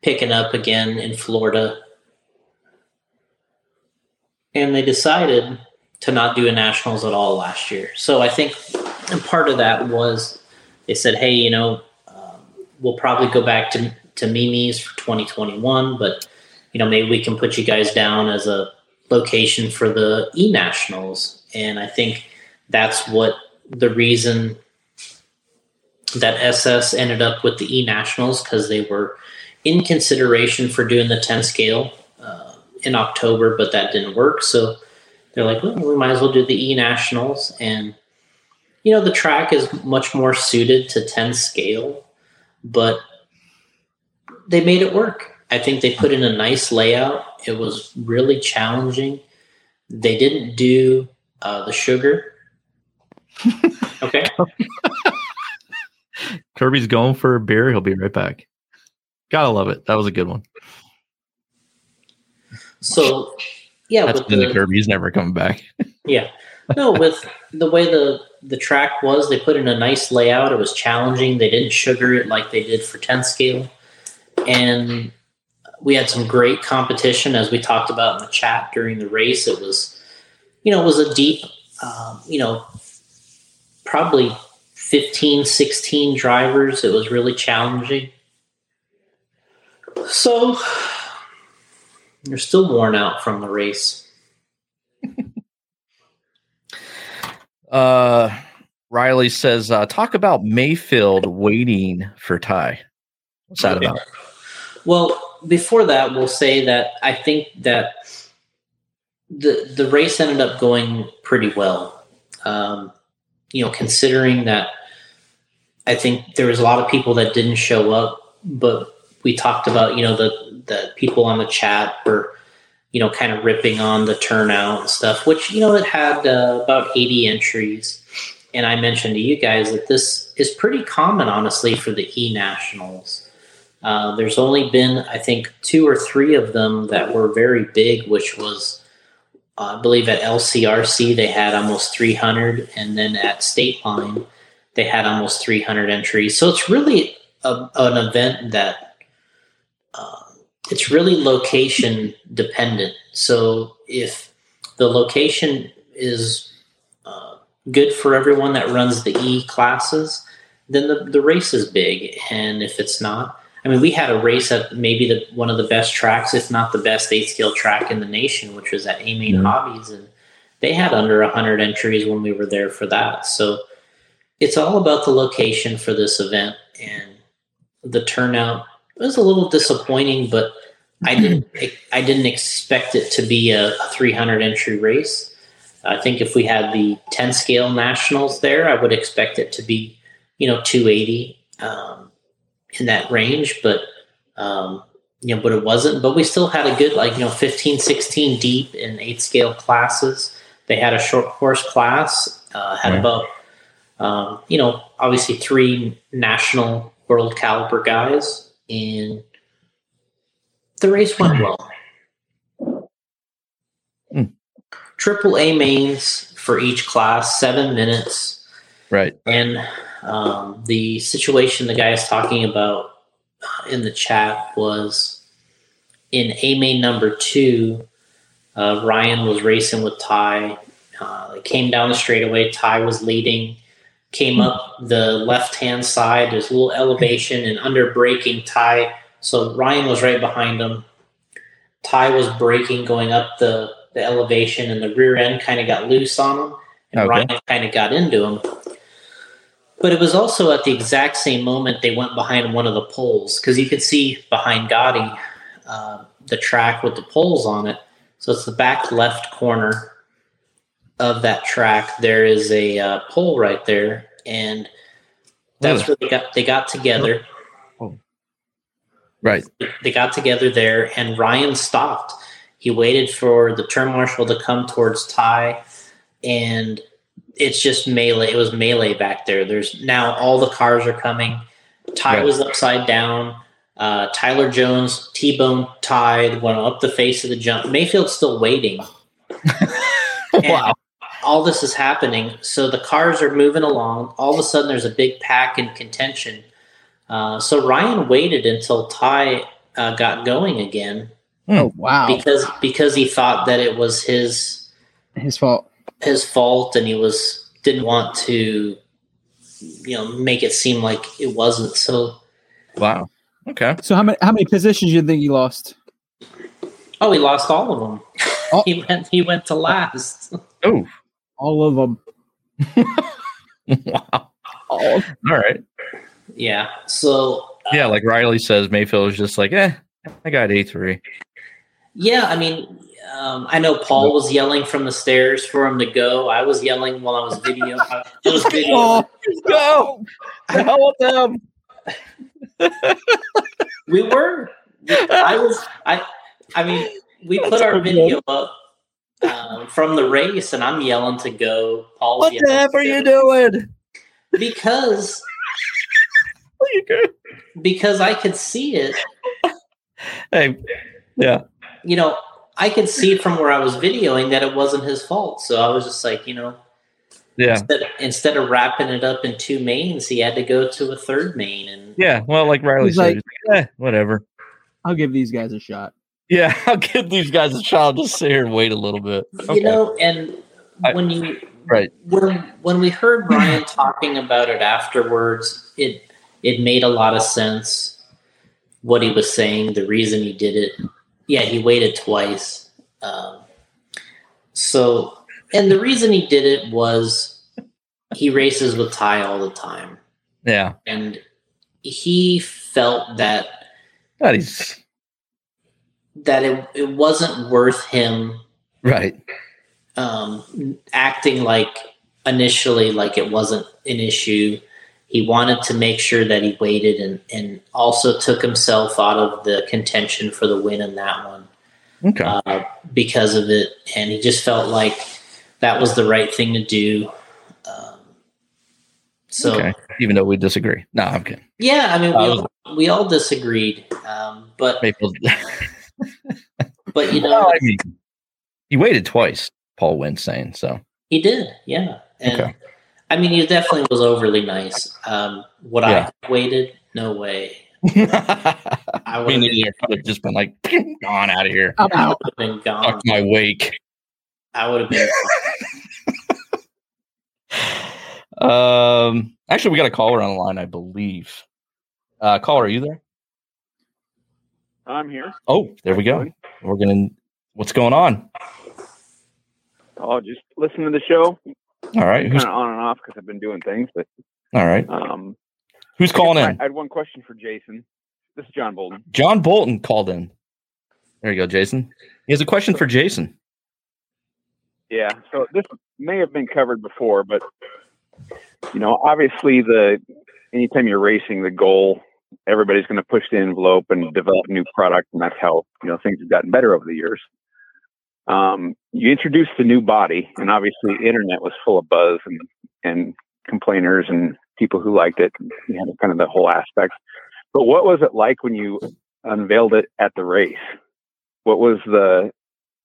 [SPEAKER 3] picking up again in Florida and they decided to not do a nationals at all last year. So I think and part of that was they said, hey, you know, um, we'll probably go back to to Mimi's for 2021, but you know, maybe we can put you guys down as a location for the e nationals. And I think that's what the reason that SS ended up with the e nationals because they were in consideration for doing the 10 scale. Uh, in October, but that didn't work. So they're like, well, we might as well do the E Nationals. And, you know, the track is much more suited to 10 scale, but they made it work. I think they put in a nice layout. It was really challenging. They didn't do uh, the sugar. okay.
[SPEAKER 1] Kirby's going for a beer. He'll be right back. Gotta love it. That was a good one.
[SPEAKER 3] So, yeah.
[SPEAKER 1] That's
[SPEAKER 3] with
[SPEAKER 1] been the Kirby. He's never coming back.
[SPEAKER 3] Yeah. No, with the way the the track was, they put in a nice layout. It was challenging. They didn't sugar it like they did for 10 scale. And we had some great competition as we talked about in the chat during the race. It was, you know, it was a deep, um, you know, probably 15, 16 drivers. It was really challenging. So you're still worn out from the race.
[SPEAKER 1] Uh, Riley says, uh, talk about Mayfield waiting for Ty. What's that
[SPEAKER 3] Okay.
[SPEAKER 1] about?
[SPEAKER 3] Well, before that, we'll say that I think that the the race ended up going pretty well. Um, you know, considering that I think there was a lot of people that didn't show up, but we talked about you know the the people on the chat were you know kind of ripping on the turnout and stuff, which you know it had uh, about eighty entries. And I mentioned to you guys that this is pretty common, honestly, for the e nationals. Uh, there's only been, I think, two or three of them that were very big, which was, uh, I believe, at LCRC they had almost 300, and then at State Line they had almost 300 entries. So it's really a, an event that uh, it's really location dependent. So if the location is uh, good for everyone that runs the E classes, then the, the race is big. And if it's not, I mean, we had a race at maybe the one of the best tracks, if not the best eight scale track in the nation, which was at Amy
[SPEAKER 1] Mhm.
[SPEAKER 3] Hobbies, and they had under hundred entries when we were there for that. So it's all about the location for this event and the turnout was a little disappointing, but I didn't I didn't expect it to be a 300 entry race. I think if we had the 10 scale nationals there, I would expect it to be you know 280 um, in that range, but um, you know, but it wasn't. But we still had a good like you know 15, 16 deep in eight scale classes. They had a short course class, uh, had
[SPEAKER 1] Right.
[SPEAKER 3] about um, you know obviously three national world caliber guys, and the race went well.
[SPEAKER 1] Hmm.
[SPEAKER 3] Triple A mains for each class, seven minutes
[SPEAKER 1] Right.
[SPEAKER 3] and Um, the situation the guy is talking about uh, in the chat was in A main number two. Uh, Ryan was racing with Ty. Uh, they came down the straightaway. Ty was leading. Came up the left hand side. There's a little elevation and under braking Ty. So Ryan was right behind him. Ty was braking going up the, the elevation, and the rear end kind of got loose on him. And
[SPEAKER 1] Okay.
[SPEAKER 3] Ryan kind of got into him. But it was also at the exact same moment they went behind one of the poles because you could see behind Gotti uh, the track with the poles on it. So it's the back left corner of that track. There is a uh, pole right there, and that's where they got they got together.
[SPEAKER 1] Right.
[SPEAKER 3] They got together there, and Ryan stopped. He waited for the turn marshal to come towards Ty, and it's just melee. It was melee back there. There's now all the cars are coming. Ty
[SPEAKER 1] Right.
[SPEAKER 3] was upside down. Uh, Tyler Jones, T Bone Ty went up the face of the jump. Mayfield's still waiting. And
[SPEAKER 1] Wow.
[SPEAKER 3] All this is happening. So the cars are moving along. All of a sudden, there's a big pack in contention. Uh, so Ryan waited until Ty uh, got going again
[SPEAKER 2] Oh wow,
[SPEAKER 3] because because he thought that it was his
[SPEAKER 2] his fault.
[SPEAKER 3] his fault and he was didn't want to you know make it seem like it wasn't so
[SPEAKER 1] Wow. Okay.
[SPEAKER 2] So how many how many positions do you think he lost?
[SPEAKER 3] oh he lost all of them
[SPEAKER 2] Oh.
[SPEAKER 3] (laughs) he went he went to last (laughs)
[SPEAKER 1] Oh.
[SPEAKER 2] All of them.
[SPEAKER 1] Wow. All right.
[SPEAKER 3] yeah so
[SPEAKER 1] Yeah, like Riley says, Mayfield is just like, eh, I got A three.
[SPEAKER 3] yeah i mean um, i know paul was yelling from the stairs for him to go i was yelling while i was video I was video
[SPEAKER 2] Oh,
[SPEAKER 1] (laughs) Go. Help them.
[SPEAKER 3] we were i was i i mean we put our video up um, from the race and i'm yelling to go paul
[SPEAKER 1] What the heck are you doing?
[SPEAKER 3] because
[SPEAKER 1] What are you doing?
[SPEAKER 3] because I could see it.
[SPEAKER 1] Hey,
[SPEAKER 3] You know, I could see from where I was videoing that it wasn't his fault. So I was just like, you know,
[SPEAKER 1] yeah,
[SPEAKER 3] instead, instead of wrapping it up in two mains, he had to go to a third main. And
[SPEAKER 1] yeah. Well, like Riley
[SPEAKER 2] He's
[SPEAKER 1] said,
[SPEAKER 2] like-
[SPEAKER 1] eh, whatever.
[SPEAKER 2] I'll give these guys a shot.
[SPEAKER 1] Yeah, (laughs) I'll give these guys a shot. Just sit here and wait a little bit. Okay.
[SPEAKER 3] you know, and
[SPEAKER 1] I-
[SPEAKER 3] when you
[SPEAKER 1] Right.
[SPEAKER 3] when when we heard Brian talking about it afterwards, it it made a lot of sense what he was saying, the reason he did it. Yeah, he waited twice. Um, so, and the reason he did it was he races with Ty all the time,
[SPEAKER 1] yeah.
[SPEAKER 3] and he felt that
[SPEAKER 1] God, he's
[SPEAKER 3] that it, it wasn't worth him
[SPEAKER 1] right.
[SPEAKER 3] um, acting like initially like it wasn't an issue. He wanted to make sure that he waited and, and also took himself out of the contention for the win in that one
[SPEAKER 1] Okay.
[SPEAKER 3] uh, because of it. And he just felt like that was the right thing to do. Um, so,
[SPEAKER 1] okay. Even though we disagree. No, I'm kidding.
[SPEAKER 3] yeah, I mean, we
[SPEAKER 1] I
[SPEAKER 3] all, we all disagreed. Um, but, (laughs)
[SPEAKER 1] Mayfield.
[SPEAKER 3] but you know,
[SPEAKER 1] Well, I mean, (laughs) he waited twice. Paul Winsane. So (laughs)
[SPEAKER 3] He did, yeah. And
[SPEAKER 1] Okay.
[SPEAKER 3] I mean, he definitely was overly nice. Um, would
[SPEAKER 1] Yeah.
[SPEAKER 3] I have waited? No way.
[SPEAKER 1] I
[SPEAKER 3] I would
[SPEAKER 1] mean,
[SPEAKER 3] have
[SPEAKER 1] he could have just been like, gone out of here.
[SPEAKER 2] I'm out.
[SPEAKER 3] been
[SPEAKER 1] Fuck
[SPEAKER 3] gone.
[SPEAKER 1] my wake.
[SPEAKER 3] I would have been.
[SPEAKER 1] Um, actually, we got a caller on the line, I believe. Uh, caller, are you there?
[SPEAKER 4] I'm here.
[SPEAKER 1] Oh, there we go. We're gonna. What's going on?
[SPEAKER 4] I'll just listen to the show,
[SPEAKER 1] All right,
[SPEAKER 4] kind
[SPEAKER 1] who's
[SPEAKER 4] of on and off because I've been doing things. But
[SPEAKER 1] all right?
[SPEAKER 4] um,
[SPEAKER 1] Who's calling in?
[SPEAKER 4] I, I had one question for Jason. This is John Bolden.
[SPEAKER 1] John Bolton called in. There you go, Jason. He has a question for Jason.
[SPEAKER 4] Yeah. So this may have been covered before, but you know, obviously, the anytime you're racing, the goal everybody's going to push the envelope and develop new product, and that's how you know things have gotten better over the years. Um, you introduced the new body, and obviously, the internet was full of buzz and and complainers and people who liked it. You had kind of the whole aspect. But what was it like when you unveiled it at the race? What was the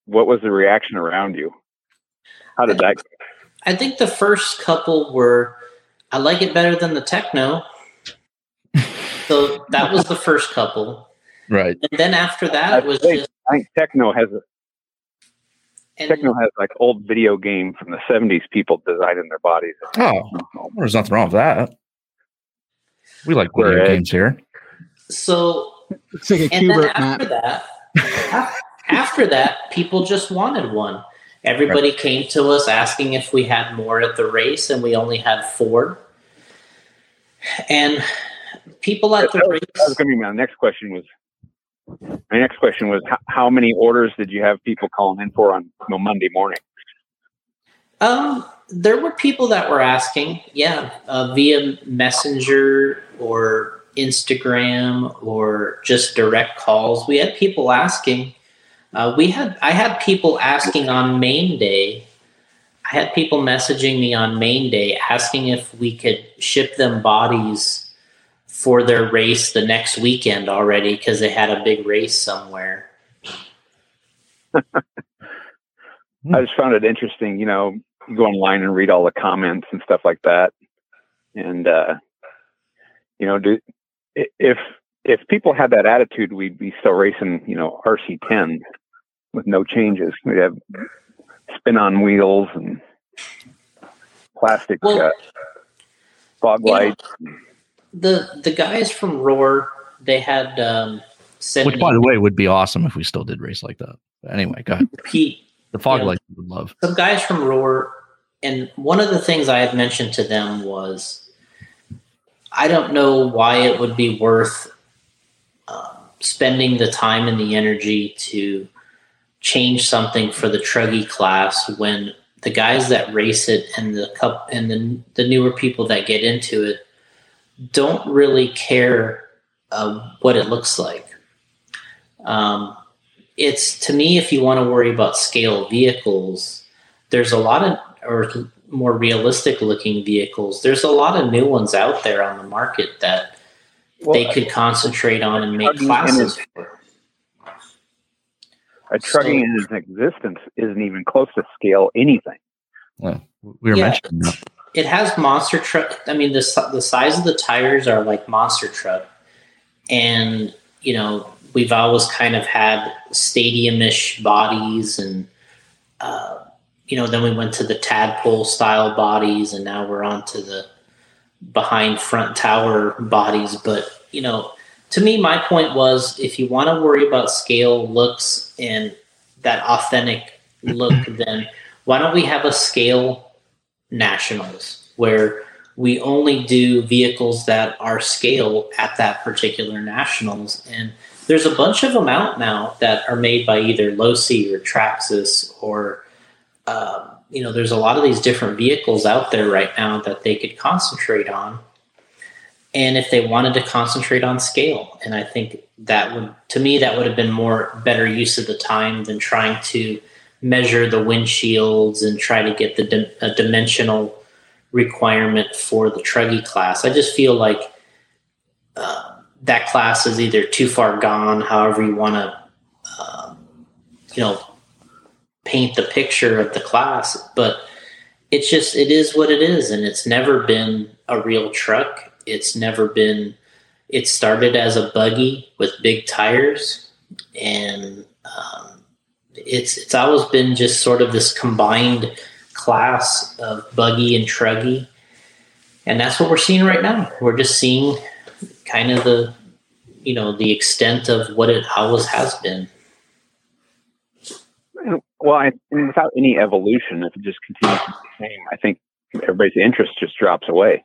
[SPEAKER 4] what was the reaction around you? How did that
[SPEAKER 3] I think the first couple were I like it better than the techno. so that was the first couple.
[SPEAKER 1] Right.
[SPEAKER 3] And then after that, it was
[SPEAKER 4] Wait.
[SPEAKER 3] just.
[SPEAKER 4] I think techno has a,
[SPEAKER 3] And,
[SPEAKER 4] techno has like old video game from the '70s people designing their bodies.
[SPEAKER 1] Oh, well, there's nothing wrong with that. We like video
[SPEAKER 4] Right.
[SPEAKER 1] games here.
[SPEAKER 3] So
[SPEAKER 2] It's like a
[SPEAKER 3] and then
[SPEAKER 2] Kubert
[SPEAKER 3] after
[SPEAKER 2] map.
[SPEAKER 3] that, af- after that, people just wanted one. Everybody came to us asking if we had more at the race, and we only had four. And people at the
[SPEAKER 4] That was
[SPEAKER 3] race,
[SPEAKER 4] going to be my next question. Was my next question was how, how many orders did you have people calling in for on you know, Monday morning?
[SPEAKER 3] um, there were people that were asking, yeah, uh, via Messenger or Instagram or just direct calls. We had people asking. Uh, we had I had people asking on main day. I had people messaging me on main day asking if we could ship them bodies for their race the next weekend already because they had a big race somewhere. Hmm.
[SPEAKER 4] I just found it interesting. You know, you go online and read all the comments and stuff like that, and uh, you know, do, i- if if people had that attitude, we'd be still racing. You know, RC10 with no changes. We'd have spin on wheels and plastic
[SPEAKER 3] Well,
[SPEAKER 4] uh, fog
[SPEAKER 3] you know,
[SPEAKER 4] lights.
[SPEAKER 3] The the guys from Roar they had um, sent
[SPEAKER 1] Which,
[SPEAKER 3] me
[SPEAKER 1] by the way, would be awesome if we still did race like that. But anyway, go ahead.
[SPEAKER 3] Pete
[SPEAKER 1] The fog
[SPEAKER 3] Yeah.
[SPEAKER 1] lights we would love.
[SPEAKER 3] some guys from Roar, and one of the things I had mentioned to them was, I don't know why it would be worth um spending the time and the energy to change something for the Truggy class when the guys that race it and the cup and the, the newer people that get into it don't really care uh, what it looks like. Um, it's to me, if you want to worry about scale vehicles, there's a lot of or more realistic looking vehicles. There's a lot of new ones out there on the market that they could concentrate on and make
[SPEAKER 4] Truggy and
[SPEAKER 3] classes for.
[SPEAKER 4] A trucking in its existence isn't even close to scale anything.
[SPEAKER 1] Well, we were
[SPEAKER 3] Yeah.
[SPEAKER 1] mentioning that.
[SPEAKER 3] it has monster truck. I mean, the si- the size of the tires are like monster truck, and you know we've always kind of had stadiumish bodies, and uh, you know then we went to the tadpole style bodies, and now we're on to the behind front tower bodies. But you know, to me, my point was if you want to worry about scale, looks, and that authentic look, then why don't we have a scale nationals where we only do vehicles that are scale at that particular nationals and there's a bunch of them out now that are made by either losi or traxxas or um, you know there's a lot of these different vehicles out there right now that they could concentrate on and if they wanted to concentrate on scale and i think that would to me that would have been more better use of the time than trying to measure the windshields and try to get the dim- a dimensional requirement for the truggy class i just feel like uh, that class is either too far gone however you want to uh, you know paint the picture of the class but it's just it is what it is and it's never been a real truck it's never been it started as a buggy with big tires and um, it's it's always been just sort of this combined class of buggy and truggy and that's what we're seeing right now we're just seeing kind of the you know the extent of what it always has been
[SPEAKER 4] And, well, I, and without any evolution, if it just continues to be the same, I think everybody's interest just drops away.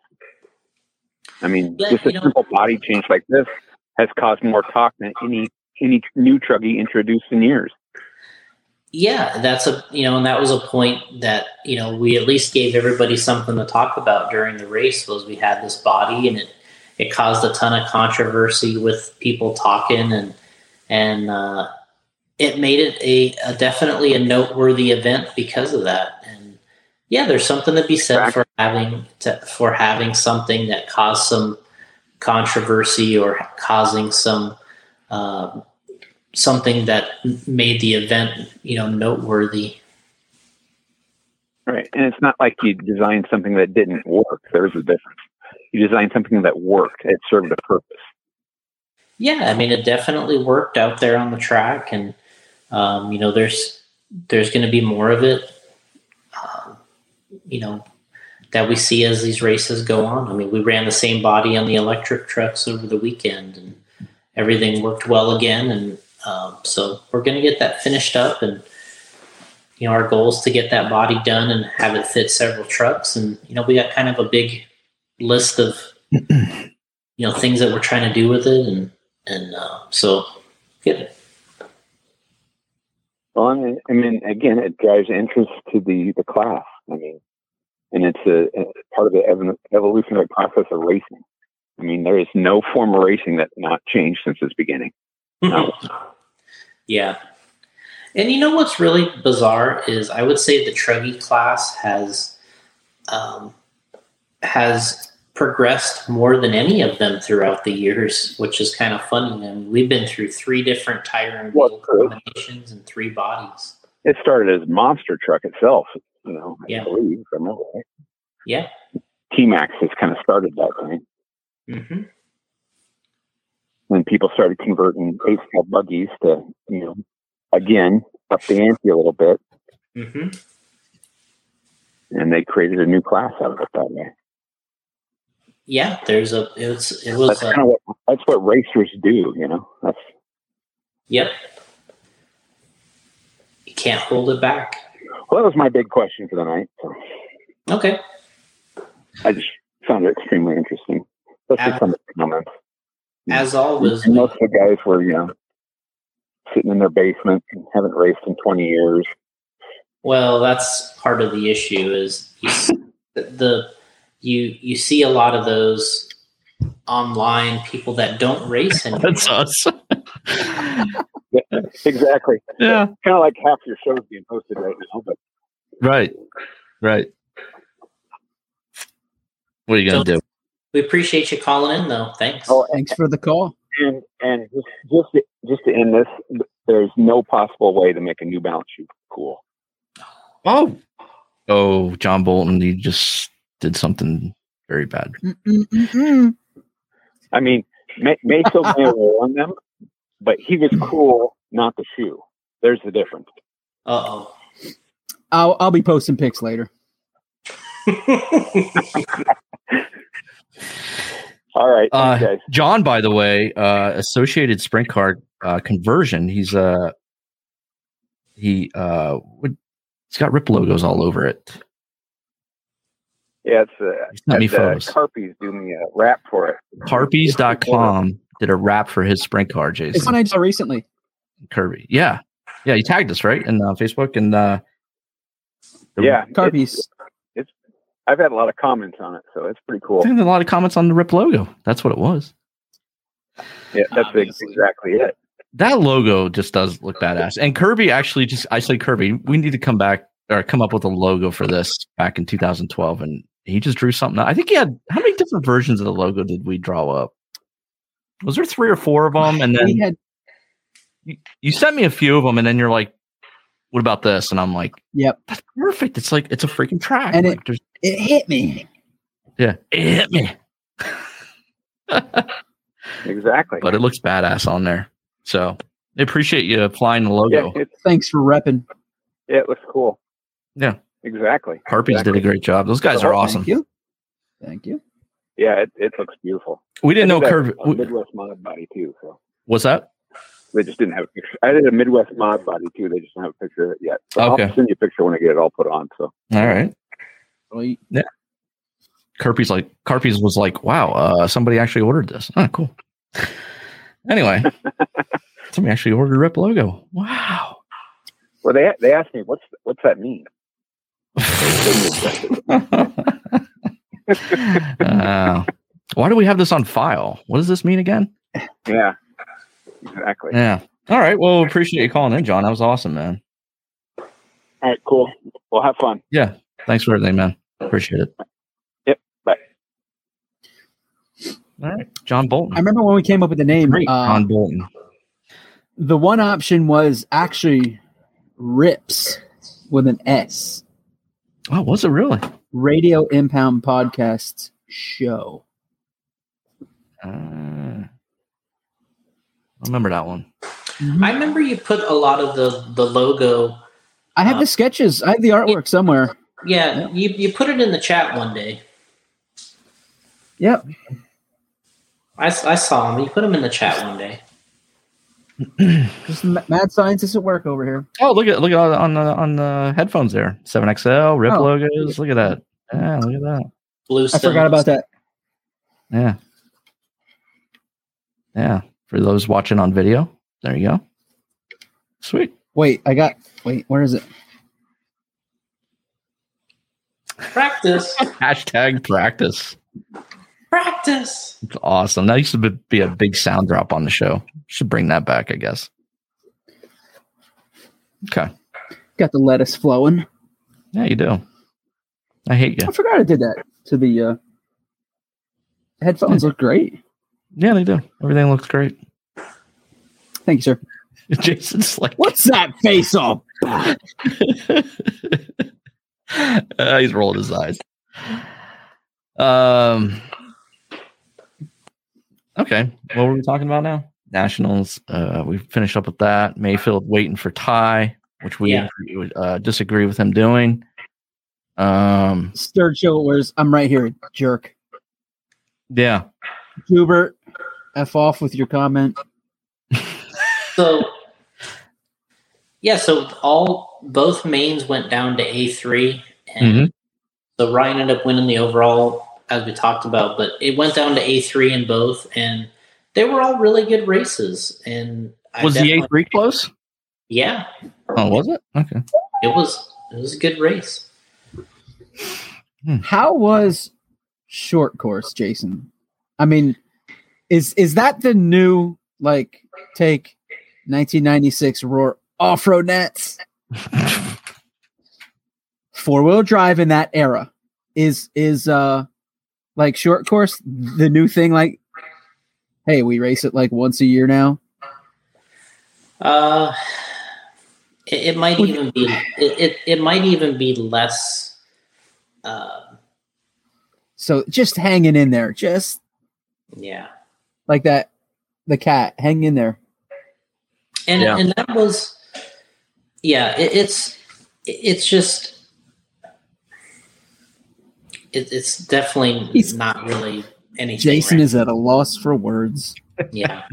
[SPEAKER 4] I mean,
[SPEAKER 3] Yeah,
[SPEAKER 4] just
[SPEAKER 3] you
[SPEAKER 4] a
[SPEAKER 3] know-
[SPEAKER 4] simple body change like this has caused more talk than any any new truggy introduced in years.
[SPEAKER 3] yeah that's a you know and that was a point that you know we at least gave everybody something to talk about during the race was we had this body and it it caused a ton of controversy with people talking and and uh, it made it a, a definitely a noteworthy event because of that and yeah there's something to be said for having to, for having something that caused some controversy or causing some um, something that m- made the event you know noteworthy
[SPEAKER 4] Right. And it's not like you designed something that didn't work. There's a difference. You designed something that worked, it served a purpose.
[SPEAKER 3] Yeah, I mean, it definitely worked out there on the track, and um, you know, there's there's going to be more of it. Um, you know, that we see as these races go on. I mean, we ran the same body on the electric trucks over the weekend, and everything worked well again. And um, so we're going to get that finished up, and you know, our goal is to get that body done and have it fit several trucks. And you know, we got kind of a big list of (clears throat) you know things that we're trying to do with it, and and uh, so get it.
[SPEAKER 4] Well, I mean, I mean, again, it drives interest to the the class. I mean, and it's a, a part of the ev- evolutionary process of racing. I mean, there is no form of racing that's not changed since its beginning. No.
[SPEAKER 3] uh, yeah. And you know what's really bizarre is I would say the Truggy class has um, has progressed more than any of them throughout the years, which is kind of funny. I mean, we've been through three different tire and
[SPEAKER 4] Well,
[SPEAKER 3] wheel
[SPEAKER 4] true.
[SPEAKER 3] combinations and three bodies.
[SPEAKER 4] It started as monster truck itself. You know, I
[SPEAKER 3] Yeah.
[SPEAKER 4] believe if I remember right.
[SPEAKER 3] Yeah.
[SPEAKER 4] T Max has kind of started that thing.
[SPEAKER 3] hmm
[SPEAKER 4] When people started converting eight cab buggies to, you know, again up the ante a little bit,
[SPEAKER 3] hmm
[SPEAKER 4] and they created a new class out of it that way.
[SPEAKER 3] Yeah. There's a. It was. It
[SPEAKER 4] That's
[SPEAKER 3] was. uh,
[SPEAKER 4] kind
[SPEAKER 3] A,
[SPEAKER 4] of what that's what racers do. You know, that's
[SPEAKER 3] yep. You can't hold it back.
[SPEAKER 4] well, that was my big question for the night. So
[SPEAKER 3] Okay.
[SPEAKER 4] I just found it extremely interesting, especially
[SPEAKER 3] Ab-
[SPEAKER 4] some of the comments.
[SPEAKER 3] As always,
[SPEAKER 4] Hmm. And most of the guys were, you know, sitting in their basement and haven't raced in 20 years.
[SPEAKER 3] Well, that's part of the issue is you s- (laughs) the you you see a lot of those online people that don't race anymore.
[SPEAKER 1] That's us.
[SPEAKER 4] Exactly.
[SPEAKER 1] (laughs) yeah.
[SPEAKER 4] Kind of like half your show's being hosted right now, but
[SPEAKER 1] Right. Right. What are you gonna
[SPEAKER 3] So-
[SPEAKER 1] do?
[SPEAKER 3] We appreciate you calling in though. Thanks.
[SPEAKER 4] oh,
[SPEAKER 2] Thanks for the call.
[SPEAKER 4] and and just just to, just to end this, there's no possible way to make a New Balance shoe cool.
[SPEAKER 1] Oh. Oh, John Bolton, you just did something very bad.
[SPEAKER 2] Mm-mm-mm-mm.
[SPEAKER 4] I mean, Ma- Maso may have worn them, but he was cool, not the shoe. There's the difference.
[SPEAKER 3] Uh
[SPEAKER 2] I'll I'll be posting pics later.
[SPEAKER 3] oh.
[SPEAKER 4] All right,
[SPEAKER 1] Uh,
[SPEAKER 4] thanks, guys.
[SPEAKER 1] John, by the way, uh, Associated Sprint Card uh, conversion. He's uh he uh would he's got Rip logos all over it.
[SPEAKER 4] Yeah, it's uh,
[SPEAKER 1] He sent me
[SPEAKER 4] had, uh,
[SPEAKER 1] photos.
[SPEAKER 4] Carpies doing a wrap for it.
[SPEAKER 1] Carpies.com did a wrap for his sprint car,
[SPEAKER 2] It's
[SPEAKER 1] Jason
[SPEAKER 2] one I saw recently.
[SPEAKER 1] Kirby. Yeah. Yeah, you tagged us, right? In uh, Facebook and uh
[SPEAKER 4] Yeah,
[SPEAKER 2] Carpies.
[SPEAKER 4] I've had a lot of comments on it, so it's pretty cool.
[SPEAKER 1] Damn, a lot of comments on the Rip logo. That's what it was.
[SPEAKER 4] Yeah, that's ex-
[SPEAKER 3] Obviously.
[SPEAKER 4] exactly it.
[SPEAKER 1] That logo just does look badass. And Kirby actually just I say Kirby, we need to come back or come up with a logo for this back in 2012 and he just drew something. I think he had how many different versions of the logo did we draw up? Was there three or four of them? And then
[SPEAKER 2] we had
[SPEAKER 1] you sent me a few of them and then you're like what about this? And I'm like,
[SPEAKER 2] Yep.
[SPEAKER 1] that's perfect. It's like it's a freaking track.
[SPEAKER 2] And it-
[SPEAKER 1] like, there's
[SPEAKER 2] it hit me.
[SPEAKER 1] Yeah. It hit me. but
[SPEAKER 4] Exactly.
[SPEAKER 1] it looks badass on there. So I appreciate you applying the
[SPEAKER 4] yeah,
[SPEAKER 1] logo.
[SPEAKER 4] it,
[SPEAKER 2] Thanks for repping.
[SPEAKER 4] yeah, it looks cool.
[SPEAKER 1] Yeah.
[SPEAKER 4] Exactly.
[SPEAKER 1] Harpies did a great job. Those guys are awesome.
[SPEAKER 2] Thank you. Thank you.
[SPEAKER 4] Yeah, it, it looks beautiful.
[SPEAKER 1] We didn't know
[SPEAKER 4] They had
[SPEAKER 1] Curve
[SPEAKER 4] a Midwest mod body too. So
[SPEAKER 1] was that?
[SPEAKER 4] they just didn't have a picture. I did a Midwest mod body too. They just don't have a picture of it yet. So
[SPEAKER 1] Okay.
[SPEAKER 4] I'll send you a picture when I get it all put on. So
[SPEAKER 1] All right.
[SPEAKER 2] Really,
[SPEAKER 1] Kirby's like Carpies was like, wow, uh, somebody actually ordered this. Oh, cool.
[SPEAKER 4] (laughs)
[SPEAKER 1] Anyway, somebody actually ordered Rip logo. Wow.
[SPEAKER 4] well, they they asked me what's what's that mean.
[SPEAKER 1] Uh, why do we have this on file? What does this mean again?
[SPEAKER 4] Yeah, exactly.
[SPEAKER 1] Yeah. All right. Well, appreciate you calling in, John. That was awesome, man.
[SPEAKER 4] All right, cool. Well, have fun.
[SPEAKER 1] Yeah. Thanks for everything, man. Appreciate it.
[SPEAKER 4] Yep. Bye.
[SPEAKER 1] All right. John
[SPEAKER 2] I
[SPEAKER 1] Bolton.
[SPEAKER 2] remember when we came up with the name.
[SPEAKER 1] Great.
[SPEAKER 2] uh,
[SPEAKER 1] John Bolton.
[SPEAKER 2] the one option was actually rips with an S.
[SPEAKER 1] Oh, was it really?
[SPEAKER 2] Radio Impound Podcast Show.
[SPEAKER 1] Uh, I remember that one.
[SPEAKER 2] Mhm.
[SPEAKER 3] (laughs) I remember you put a lot of the the logo.
[SPEAKER 2] I have the sketches. I have the artwork somewhere.
[SPEAKER 3] Yeah,
[SPEAKER 2] Yeah.
[SPEAKER 3] you you put it in the chat one day.
[SPEAKER 2] Yep.
[SPEAKER 3] I, s- I saw him. You put him in the chat one day.
[SPEAKER 2] Just the ma- mad scientist at work over here.
[SPEAKER 1] Oh, look at look at on the on the headphones there. Seven XL Rip
[SPEAKER 2] Oh.
[SPEAKER 1] logos. Look at that. Yeah, look at that.
[SPEAKER 3] Blue.
[SPEAKER 2] I forgot about that.
[SPEAKER 1] Yeah. Yeah. For those watching on video, there you go. Sweet.
[SPEAKER 2] Wait, I got. Wait, where is it?
[SPEAKER 3] practice.
[SPEAKER 1] Hashtag practice.
[SPEAKER 3] practice.
[SPEAKER 1] It's awesome. That used to be- be a big sound drop on the show. Should bring that back, I guess. Okay.
[SPEAKER 2] Got the lettuce flowing.
[SPEAKER 1] Yeah, you do. I hate you.
[SPEAKER 2] I forgot I did that to the uh, headphones. Look great.
[SPEAKER 1] Yeah, they do. Everything looks great. (laughs)
[SPEAKER 2] Thank you, sir.
[SPEAKER 1] Jason's like,
[SPEAKER 2] What's that face all? about?
[SPEAKER 1] Uh, (laughs) he's rolled his eyes. Um. Okay, what were we talking about now? Nationals. Uh, we finished up with that. Mayfield waiting for Ty, which we
[SPEAKER 3] Yeah.
[SPEAKER 1] uh, disagree with him doing. Um.
[SPEAKER 2] Sturd show wears. I'm right here, jerk.
[SPEAKER 1] Yeah.
[SPEAKER 2] Hubert, f off with your comment.
[SPEAKER 3] So yeah, so all both mains went down to A three, and
[SPEAKER 1] Mhm.
[SPEAKER 3] so Ryan ended up winning the overall as we talked about, but it went down to A three in both, and they were all really good races. And I
[SPEAKER 1] Was the A
[SPEAKER 3] definitely-
[SPEAKER 1] three close?
[SPEAKER 3] Yeah,
[SPEAKER 1] Oh, was it?
[SPEAKER 3] (laughs)
[SPEAKER 1] Okay.
[SPEAKER 3] it was. It was a good race.
[SPEAKER 2] How was short course, Jason? I mean, is is that the new like take 1996 Roar off road nets? Four wheel drive in that era is is uh like short course the new thing. Like, hey, we race it like once a year now.
[SPEAKER 3] Uh, it, it might
[SPEAKER 2] Would-
[SPEAKER 3] even be it, it, it might even be less uh,
[SPEAKER 2] So just hanging in there, just
[SPEAKER 3] yeah
[SPEAKER 2] like that. The cat, hang in there.
[SPEAKER 3] and
[SPEAKER 1] Yeah.
[SPEAKER 3] and that was yeah it, it's it- it's just it, it's definitely
[SPEAKER 2] He's-
[SPEAKER 3] not really anything
[SPEAKER 2] Jason
[SPEAKER 3] right.
[SPEAKER 2] is at a loss for words.
[SPEAKER 3] yeah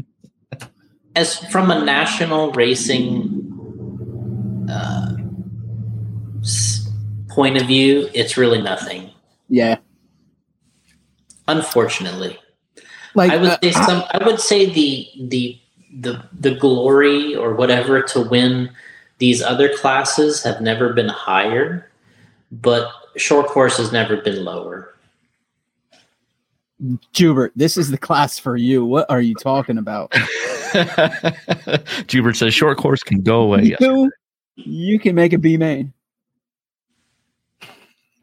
[SPEAKER 3] as from a national racing uh, s- point of view it's really nothing
[SPEAKER 2] Yeah,
[SPEAKER 3] unfortunately
[SPEAKER 2] like
[SPEAKER 3] I would
[SPEAKER 2] uh,
[SPEAKER 3] say some. I would say the the the the glory or whatever to win these other classes have never been higher, but short course has never been lower.
[SPEAKER 2] Jubert, this is the class for you. What are you talking about?
[SPEAKER 1] Jubert says short course can go
[SPEAKER 3] (laughs)
[SPEAKER 1] away. Yes.
[SPEAKER 2] You, you can make a B main.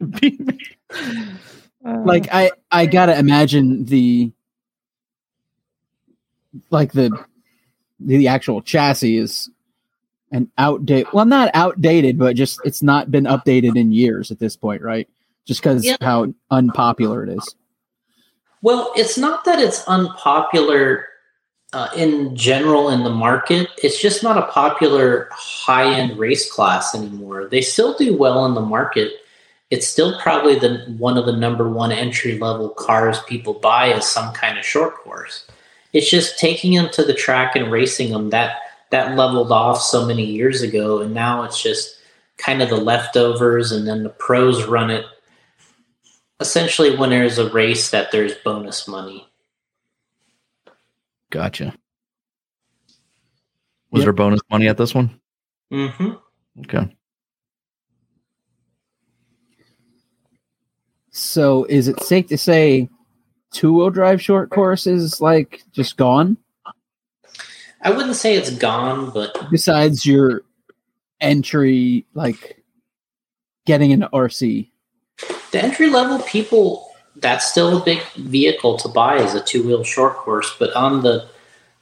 [SPEAKER 2] (laughs) Like I, I gotta imagine the, like the, the actual chassis is an outdated. Well, not outdated, but just it's not been updated in years at this point, right? Just because
[SPEAKER 3] Yeah.
[SPEAKER 2] how unpopular it is.
[SPEAKER 3] Well, it's not that it's unpopular uh, in general in the market. It's just not a popular high end race class anymore. They still do well in the market. It's still probably the one of the number one entry level cars people buy is some kind of short course. It's just taking them to the track and racing them that that leveled off so many years ago, and now it's just kind of the leftovers, and then the pros run it essentially when there's a race that there's bonus money.
[SPEAKER 1] Gotcha. Was
[SPEAKER 2] Yep.
[SPEAKER 1] there bonus money at this one?
[SPEAKER 3] Mm-hmm.
[SPEAKER 1] Okay.
[SPEAKER 2] So, is it safe to say two wheel drive short course is like just gone?
[SPEAKER 3] I wouldn't say it's gone, but
[SPEAKER 2] besides your entry like getting an rc
[SPEAKER 3] the entry level people that's still a big vehicle to buy as a two wheel short course, but on the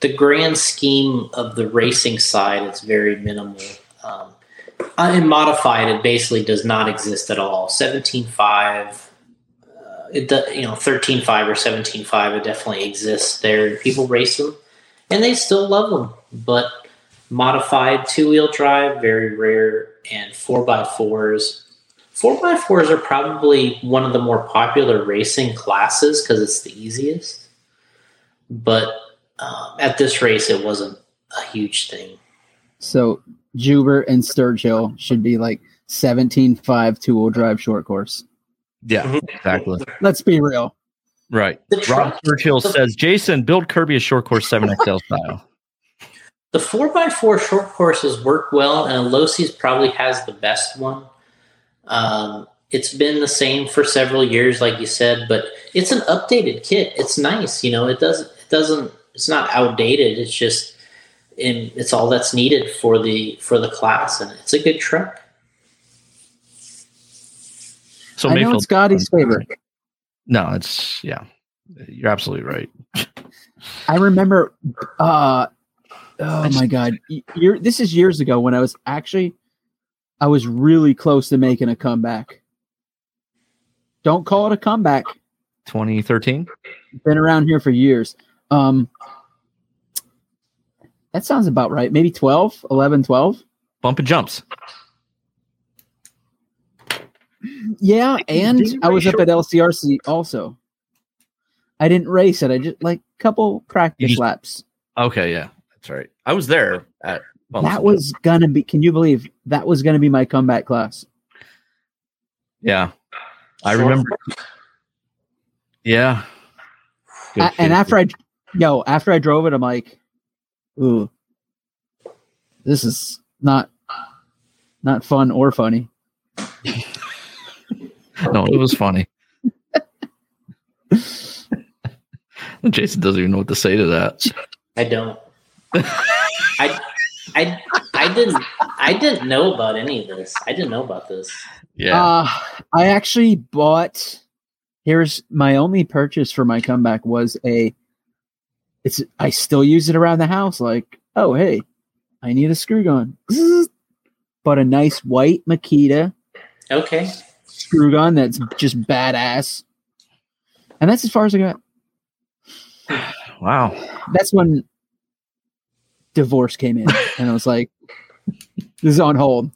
[SPEAKER 3] the grand scheme of the racing side, it's very minimal. Um, uh, and modified, it basically does not exist at all. Seventeen five, uh, it do- you know thirteen five or seventeen five, it definitely exists there. and People race them, and they still love them. But modified two wheel drive, very rare, and four x fours. Four x fours are probably one of the more popular racing classes because it's the easiest. But um, at this race, it wasn't a huge thing.
[SPEAKER 2] So Juber and Sturgill should be like 17.5 two wheel drive short course.
[SPEAKER 1] Yeah,
[SPEAKER 3] Mhm.
[SPEAKER 1] exactly.
[SPEAKER 2] Let's be real.
[SPEAKER 1] Right.
[SPEAKER 3] The
[SPEAKER 1] Rob
[SPEAKER 3] truck,
[SPEAKER 1] Churchill says, Jason, build Kirby a short course
[SPEAKER 2] (laughs)
[SPEAKER 1] 7XL style.
[SPEAKER 3] the four x four short courses work well, and Alosi's probably has the best one. Um, it's been the same for several years, like you said, but it's an updated kit. It's nice, you know. It doesn't. It doesn't. It's not outdated. It's just, and it's all that's needed for the for the class, and it's a good truck.
[SPEAKER 1] So
[SPEAKER 2] I know
[SPEAKER 1] Mayfield-
[SPEAKER 2] it's Scotty's favorite.
[SPEAKER 1] No, it's, yeah. You're absolutely right.
[SPEAKER 2] I remember uh oh my god. Y- Year, this is years ago when I was actually I was really close to making a comeback. Don't call it a comeback.
[SPEAKER 1] 2013?
[SPEAKER 2] been around here for years. Um, that sounds about right. Maybe 12, 11, 12.
[SPEAKER 1] Bump and jumps.
[SPEAKER 2] Yeah. And
[SPEAKER 1] didn't
[SPEAKER 2] I was
[SPEAKER 1] race
[SPEAKER 2] up at LCRC also. I didn't race it. I just like couple practice
[SPEAKER 1] just-
[SPEAKER 2] laps.
[SPEAKER 1] Okay, yeah. That's right. I was there at bumps
[SPEAKER 2] That
[SPEAKER 1] and
[SPEAKER 2] was going to be, can you believe that was going to be my comeback class?
[SPEAKER 1] Yeah. I
[SPEAKER 3] Short-
[SPEAKER 1] remember. Yeah. Good
[SPEAKER 2] A-
[SPEAKER 1] shit.
[SPEAKER 2] and after I, yo, after I drove it, I'm like, ooh, this is not, not fun or funny.
[SPEAKER 1] no, it was funny.
[SPEAKER 2] (laughs)
[SPEAKER 1] Jason doesn't even know what to say to that.
[SPEAKER 3] I don't. I, I, I didn't. I didn't know about any of this. I didn't know about this.
[SPEAKER 1] Yeah.
[SPEAKER 2] Uh, I actually bought. Here's my only purchase for my comeback was a. It's I still use it around the house. Like, oh hey, I need a screw gun, (laughs) but a nice white Makita
[SPEAKER 3] Okay.
[SPEAKER 2] screw gun that's just badass. And that's as far as I got.
[SPEAKER 1] wow.
[SPEAKER 2] That's when divorce came in, and I was like, "This is on hold."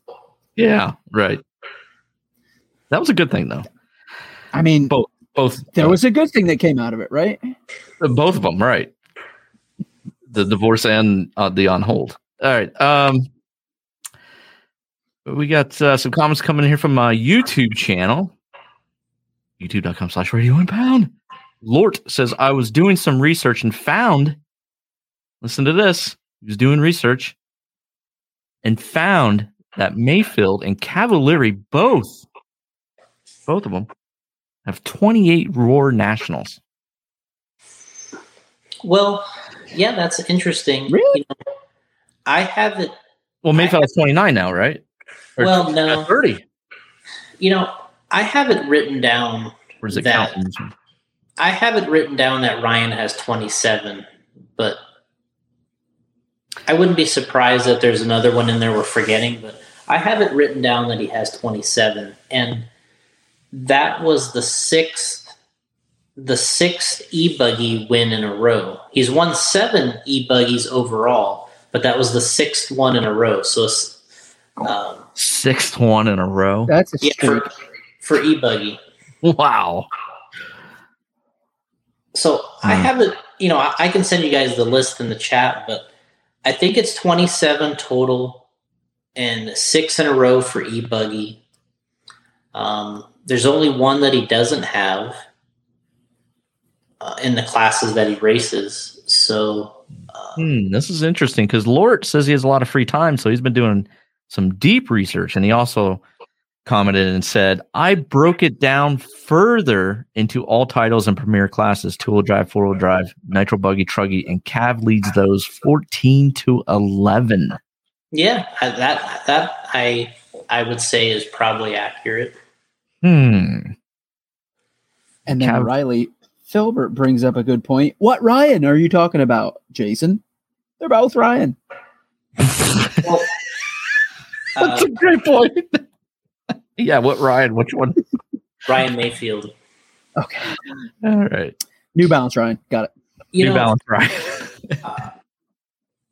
[SPEAKER 1] Yeah. Right. That was a good thing, though.
[SPEAKER 2] I mean,
[SPEAKER 1] Both- Both.
[SPEAKER 2] there was a good thing that came out of it, right?
[SPEAKER 1] uh, both of them, right? The divorce and uh, the on hold. All right. Um, we got uh, some comments coming here from my YouTube channel, youtube.com slash radio one pound. Lort says, I was doing some research and found, listen to this, he was doing research and found that Mayfield and Cavalieri both, both of them, have 28 Roar Nationals.
[SPEAKER 3] Well, yeah, that's interesting.
[SPEAKER 2] Really?
[SPEAKER 3] You know, I haven't.
[SPEAKER 1] Well, Mayfield's 29 now, right? Or
[SPEAKER 3] Well, no.
[SPEAKER 1] 30.
[SPEAKER 3] You know, I haven't written down.
[SPEAKER 1] Or does it
[SPEAKER 3] That-
[SPEAKER 1] count? in-
[SPEAKER 3] I haven't written down that Ryan has twenty-seven, but I wouldn't be surprised that there's another one in there we're forgetting. But I haven't written down that he has twenty-seven, and that was the sixth. The sixth e buggy win in a row. He's won seven e buggies overall, but that was the sixth one in a row. So, it's, um,
[SPEAKER 1] Sixth one in a row.
[SPEAKER 2] That's a
[SPEAKER 3] Yeah,
[SPEAKER 2] streak.
[SPEAKER 3] for, for eBuggy.
[SPEAKER 1] Wow.
[SPEAKER 3] So I
[SPEAKER 1] Hmm.
[SPEAKER 3] haven't, you know, I, I can send you guys the list in the chat, but I think it's 27 total and six in a row for eBuggy. Um, there's only one that he doesn't have uh, in the classes that he races. So, uh,
[SPEAKER 1] Hmm, this is interesting because Lort says he has a lot of free time, so he's been doing some deep research. And he also commented and said, I broke it down further into all titles and premier classes two wheel drive, four wheel drive, nitro buggy, truggy, and Cav leads those 14 to 11.
[SPEAKER 3] yeah, I, that that I I would say is probably accurate.
[SPEAKER 1] Hmm. (laughs)
[SPEAKER 2] And then
[SPEAKER 1] Cav-
[SPEAKER 2] Riley Filbert brings up a good point. What Ryan are you talking about, Jason? They're both Ryan.
[SPEAKER 3] Well, Uh,
[SPEAKER 1] great point. (laughs) yeah, what Ryan? Which one?
[SPEAKER 3] Ryan Mayfield.
[SPEAKER 2] Okay.
[SPEAKER 1] All right.
[SPEAKER 2] New Balance, Ryan. Got it.
[SPEAKER 3] You
[SPEAKER 1] New
[SPEAKER 3] know,
[SPEAKER 1] Balance, (laughs) Ryan.
[SPEAKER 3] Uh,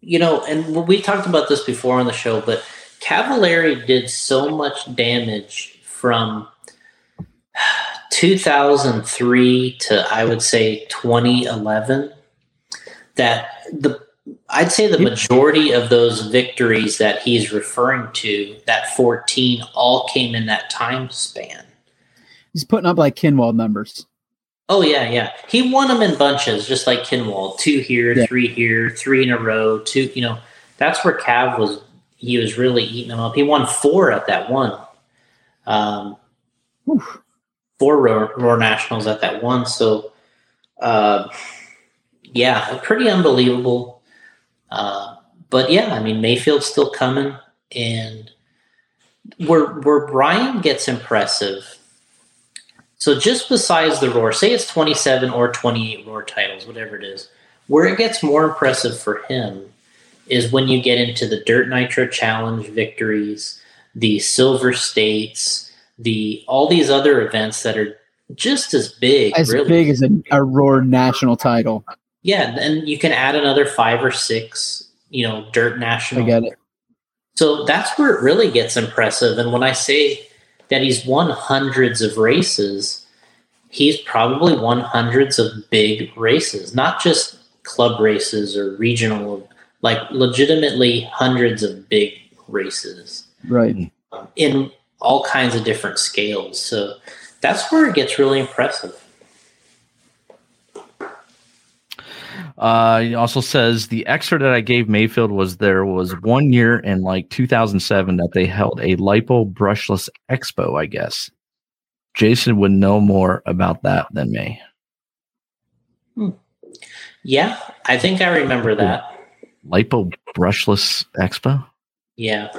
[SPEAKER 3] you know, and we talked about this before on the show, but Cavallari did so much damage from (sighs) 2003 to I would say 2011 that the I'd say the majority of those victories that he's referring to, that 14, all came in that time span.
[SPEAKER 2] He's putting up like Kinwald numbers.
[SPEAKER 3] Oh yeah, yeah. He won them in bunches, just like Kinwall. Two here,
[SPEAKER 2] Yeah.
[SPEAKER 3] three here, three in a row. Two, you know, that's where Cav was. He was really eating them up. He won four at that one. Um,
[SPEAKER 2] Oof.
[SPEAKER 3] four roar, roar nationals at that one. So, uh, yeah, pretty unbelievable. Uh, but yeah, I mean Mayfield's still coming, and where where Brian gets impressive. So just besides the roar, say it's twenty seven or twenty eight roar titles, whatever it is, where it gets more impressive for him is when you get into the Dirt Nitro Challenge victories, the Silver States, the all these other events that are just as big,
[SPEAKER 2] As
[SPEAKER 3] really.
[SPEAKER 2] big as a, a roar national title.
[SPEAKER 3] Yeah, and you can add another five or six, you know, dirt national.
[SPEAKER 2] I get it.
[SPEAKER 3] So that's where it really gets impressive. And when I say that he's won hundreds of races, he's probably won hundreds of big races, not just club races or regional, like legitimately hundreds of big races
[SPEAKER 2] Right.
[SPEAKER 3] um, in all kinds of different scales. So that's where it gets really impressive.
[SPEAKER 1] Uh, he also says the extra that I gave Mayfield was there was one year in like 2007 that they held a lipo brushless expo. I guess Jason would know more about that than me.
[SPEAKER 3] Yeah, I think I remember that.
[SPEAKER 1] Lipo brushless expo.
[SPEAKER 3] Yeah.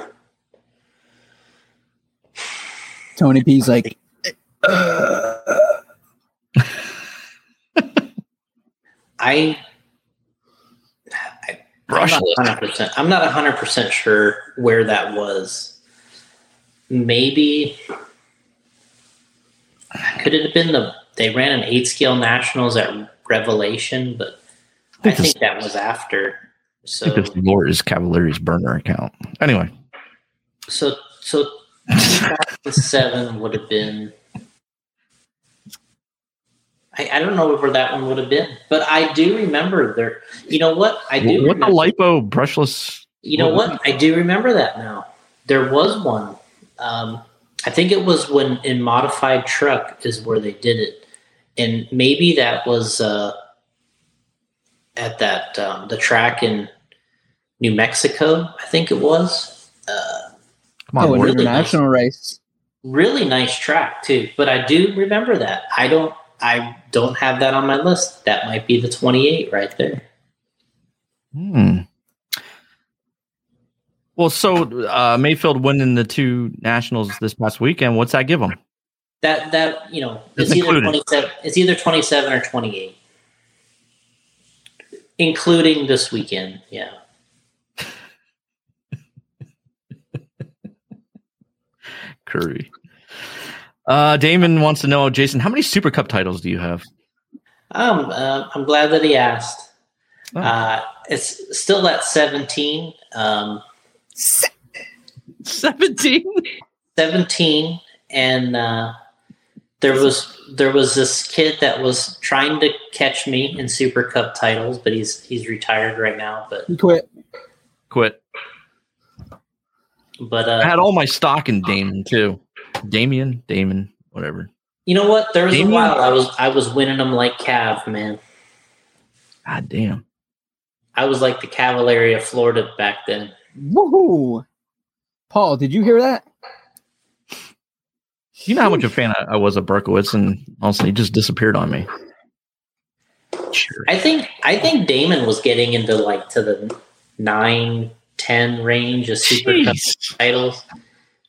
[SPEAKER 2] Tony P's like,
[SPEAKER 3] I I'm not 100%, I'm not 100% sure where that was. Maybe. Could it have been the. They ran an eight scale nationals at Revelation, but I
[SPEAKER 1] Think it's-
[SPEAKER 3] think that was after.
[SPEAKER 1] I think
[SPEAKER 3] So,
[SPEAKER 1] it's Lord's Cavalier's burner account. Anyway,
[SPEAKER 3] so, so 2007 would have been. I, I don't know where that one would have been, but I do remember there. You know what? I do.
[SPEAKER 1] what the
[SPEAKER 3] remember-
[SPEAKER 1] lipo brushless?
[SPEAKER 3] You know what? I do remember that now. There was one. Um, I think it was when in modified truck is where they did it, and maybe that was uh, at that um, the track in New Mexico. I think it was uh,
[SPEAKER 1] Come on,
[SPEAKER 2] oh, an
[SPEAKER 1] Lord.
[SPEAKER 3] really?
[SPEAKER 2] international race.
[SPEAKER 3] really nice track too. But I do remember that. I don't. I don't have that on my list. That might be the twenty eight right there.
[SPEAKER 1] Hmm. Well, so uh, Mayfield winning the two nationals this past weekend. What's that give him?
[SPEAKER 3] That that you know,
[SPEAKER 1] It's
[SPEAKER 3] it's, either
[SPEAKER 1] included.
[SPEAKER 3] twenty seven. It's either twenty seven or twenty eight, including this weekend. Yeah,
[SPEAKER 1] Curry. Uh, Damon wants to know, Jason, how many Super Cup titles do you have?
[SPEAKER 3] um, uh, I'm glad that he asked.
[SPEAKER 1] Oh.
[SPEAKER 3] Uh, it's still at seventeen. Um,
[SPEAKER 1] Seventeen.
[SPEAKER 3] seventeen, and uh, there was there was this kid that was trying to catch me in Super Cup titles, but he's he's retired right now. But
[SPEAKER 2] He quit.
[SPEAKER 1] Quit.
[SPEAKER 3] but
[SPEAKER 1] I
[SPEAKER 3] uh,
[SPEAKER 1] had all my stock in Damon too. Damien, Damon, whatever.
[SPEAKER 3] you know what? There was a
[SPEAKER 1] Damien-
[SPEAKER 3] while I was I was winning them like Cav, man.
[SPEAKER 1] God damn.
[SPEAKER 3] I was like the Cavalier of Florida back then.
[SPEAKER 2] Woohoo. Paul, did you hear that?
[SPEAKER 1] You know how much a fan I, I was of Berkowitz, and honestly, he just disappeared on me. Sure.
[SPEAKER 3] I think I think Damon was getting into like to the nine, ten range of super cup
[SPEAKER 1] Jeez.
[SPEAKER 3] titles.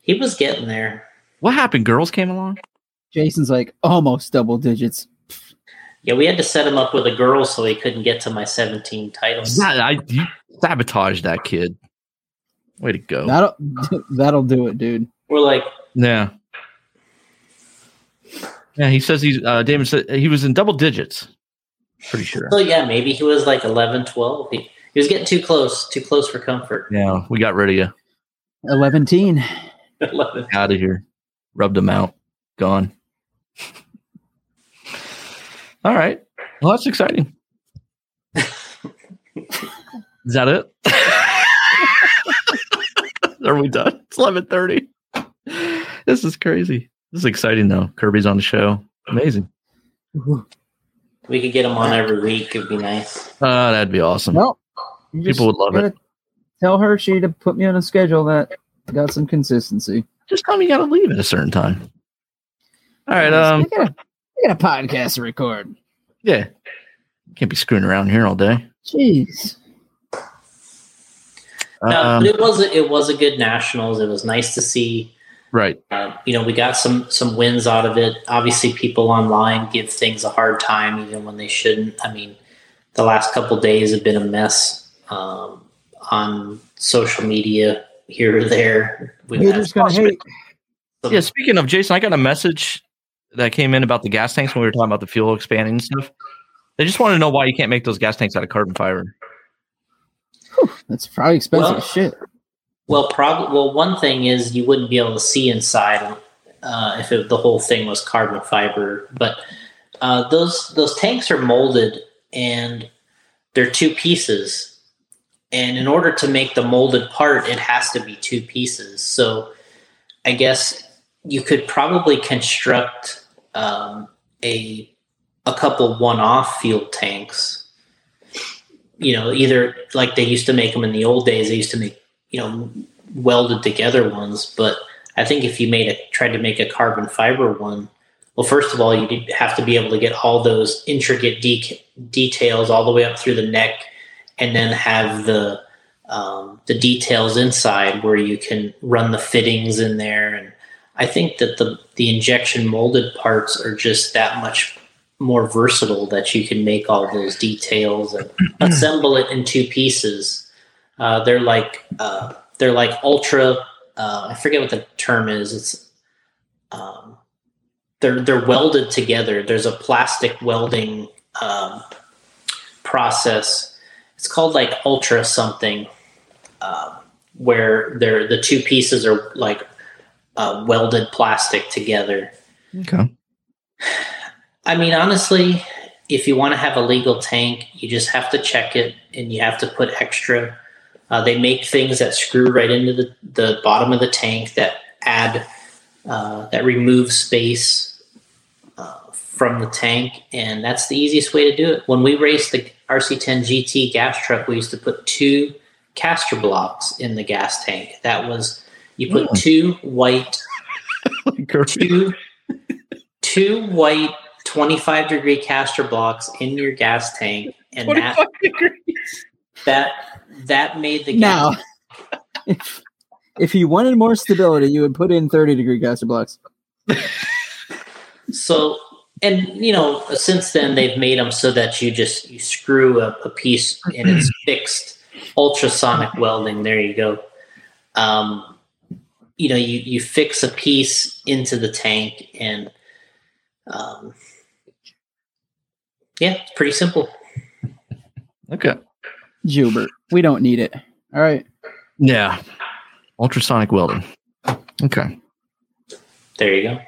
[SPEAKER 3] He was getting there.
[SPEAKER 1] What happened? Girls came along.
[SPEAKER 2] (laughs) Jason's like, almost double digits.
[SPEAKER 3] Yeah, we had to set him up with a girl so he couldn't get to my seventeen titles.
[SPEAKER 1] Yeah, I you sabotaged that kid. Way to go.
[SPEAKER 2] That'll (laughs) that'll do it, dude.
[SPEAKER 3] We're like,
[SPEAKER 1] yeah. Yeah, he says he's uh Damon said he was in double digits. Pretty
[SPEAKER 3] (laughs)
[SPEAKER 1] sure.
[SPEAKER 3] so yeah, maybe he was like 11, 12. He, he was getting too close, too close for comfort. (laughs)
[SPEAKER 1] Yeah, we got rid of you.
[SPEAKER 2] Eleven teen.
[SPEAKER 3] 11.
[SPEAKER 1] Out of here. Rubbed him out. Gone. All right. Well, that's exciting. Is that it? (laughs) Are we done? It's eleven thirty. This is crazy. This is exciting though. Kirby's on the show. Amazing.
[SPEAKER 3] We could get him on every week. It'd be nice.
[SPEAKER 1] Uh, that'd be awesome.
[SPEAKER 2] Well, you just
[SPEAKER 1] People would love it.
[SPEAKER 2] gotta Tell her she to put me on a schedule that got some consistency.
[SPEAKER 1] Just tell me you gotta leave at a certain time. All right. Um.
[SPEAKER 2] I got a, I got a podcast to record.
[SPEAKER 1] Yeah. Can't be screwing around here all day.
[SPEAKER 2] Jeez.
[SPEAKER 3] No,
[SPEAKER 1] Um,
[SPEAKER 3] Uh, but it was a, it was a good nationals. It was nice to see
[SPEAKER 1] right.
[SPEAKER 3] Um, you know, we got some some wins out of it. Obviously, people online give things a hard time, even when they shouldn't. I mean, the last couple days have been a mess um, on social media here or there. We've
[SPEAKER 2] You're
[SPEAKER 3] had
[SPEAKER 2] just gonna hate.
[SPEAKER 3] some-
[SPEAKER 1] Yeah. Speaking of Jason, I got a message that came in about the gas tanks when we were talking about the fuel expanding and stuff. They just want to know why you can't make those gas tanks out of carbon fiber.
[SPEAKER 2] That's probably expensive
[SPEAKER 3] Well-
[SPEAKER 2] as shit.
[SPEAKER 3] Well, probably. Well, one thing is you wouldn't be able to see inside uh, if it, the whole thing was carbon fiber. But uh, those those tanks are molded, and they're two pieces. And in order to make the molded part, it has to be two pieces. So, I guess you could probably construct um, a a couple one-off fuel tanks. You know, either like they used to make them in the old days. They used to make you know welded together ones but i think if you made a tried to make a carbon fiber one well first of all you have to be able to get all those intricate de- details all the way up through the neck and then have the um, the details inside where you can run the fittings in there and i think that the the injection molded parts are just that much more versatile that you can make all those details and assemble it in two pieces uh, they're like uh, they're like ultra. Uh, I forget what the term is. It's um, they're they're welded together. There's a plastic welding um, process. It's called like ultra something, um, where they're the two pieces are like uh, welded plastic together.
[SPEAKER 1] Okay.
[SPEAKER 3] I mean, honestly, if you want to have a legal tank, you just have to check it and you have to put extra. Uh, they make things that screw right into the, the bottom of the tank that add, uh, that remove space uh, from the tank. And that's the easiest way to do it. When we raced the RC10 GT gas truck, we used to put two caster blocks in the gas tank. That was, you put two white
[SPEAKER 1] Kirby.
[SPEAKER 3] two two white 25 degree caster blocks in your gas tank and that that that made the gas
[SPEAKER 2] Now, (laughs) if, if you wanted more stability, you would put in thirty degree caster blocks.
[SPEAKER 3] so and you know since then they've made them so that you just you screw a, a piece and it's fixed ultrasonic welding there you go um you know you you fix a piece into the tank and um yeah it's pretty simple
[SPEAKER 1] Okay.
[SPEAKER 2] Jubert, we don't need it. All right.
[SPEAKER 1] Yeah. Ultrasonic welding. Okay.
[SPEAKER 3] there you go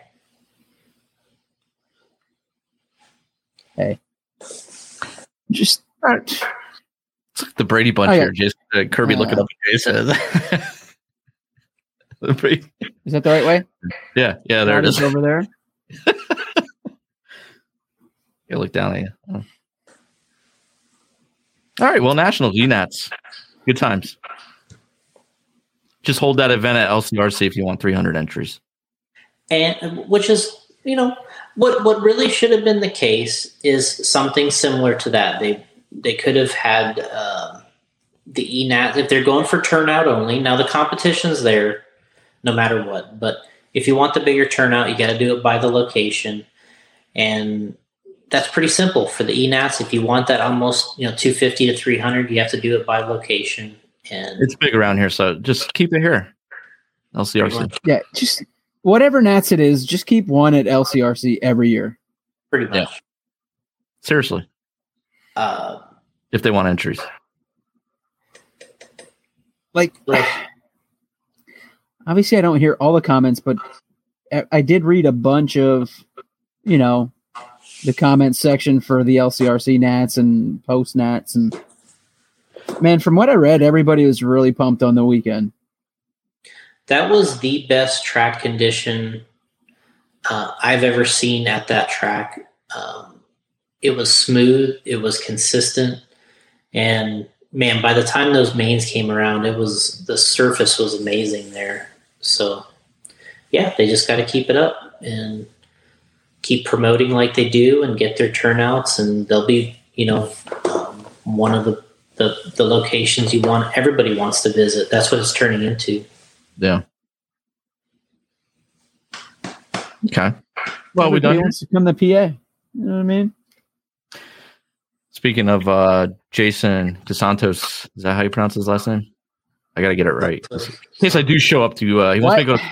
[SPEAKER 2] Just
[SPEAKER 1] It's like the Brady Bunch
[SPEAKER 2] Oh, yeah.
[SPEAKER 1] here. Jason, uh, Kirby
[SPEAKER 2] Uh,
[SPEAKER 1] looking up at Jason. The Brady-
[SPEAKER 2] is that the right way?
[SPEAKER 1] yeah. Yeah. There it
[SPEAKER 2] Right, it's
[SPEAKER 1] is.
[SPEAKER 2] over there.
[SPEAKER 1] You look down at you. Oh. All right. Well, National GNATS. Good times. Just hold that event at LCRC if you want 300 entries.
[SPEAKER 3] and uh, which is you know what what really should have been the case is something similar to that they they could have had um the E enat if they're going for turnout only now the competition's there no matter what but if you want the bigger turnout you got to do it by the location and that's pretty E simple for the enats if you want that almost you know 250 to 300 you have to do it by location And
[SPEAKER 1] It's big around here, so just keep it here. LCRC.
[SPEAKER 2] Yeah, just whatever Nats it is, just keep one at LCRC every year.
[SPEAKER 3] pretty much.
[SPEAKER 1] Yeah. Seriously,
[SPEAKER 3] Uh,
[SPEAKER 1] if they want entries.
[SPEAKER 2] Like,
[SPEAKER 3] Right.
[SPEAKER 2] obviously, I don't hear all the comments, but I- I did read a bunch of, you know, the comment section for the LCRC Nats and post Nats. And man, from what I read, everybody was really pumped on the weekend.
[SPEAKER 3] that was the best track condition uh, I've ever seen at that track. Um, it was smooth, it was consistent, and man, by the time those mains came around, it was the surface was amazing there. So, yeah, they just got to keep it up and keep promoting like they do and get their turnouts, and they'll be, you know, um, one of the, the the locations you want everybody wants to visit. That's what it's turning into.
[SPEAKER 1] Yeah. Okay. Well, we
[SPEAKER 2] Everybody
[SPEAKER 1] done. here?
[SPEAKER 2] wants to come to PA. You know what I mean?
[SPEAKER 1] Speaking of uh, Jason DeSantos, is that how you pronounce his last name? I got to get it right. In case I do show up to, uh, he wants me to go.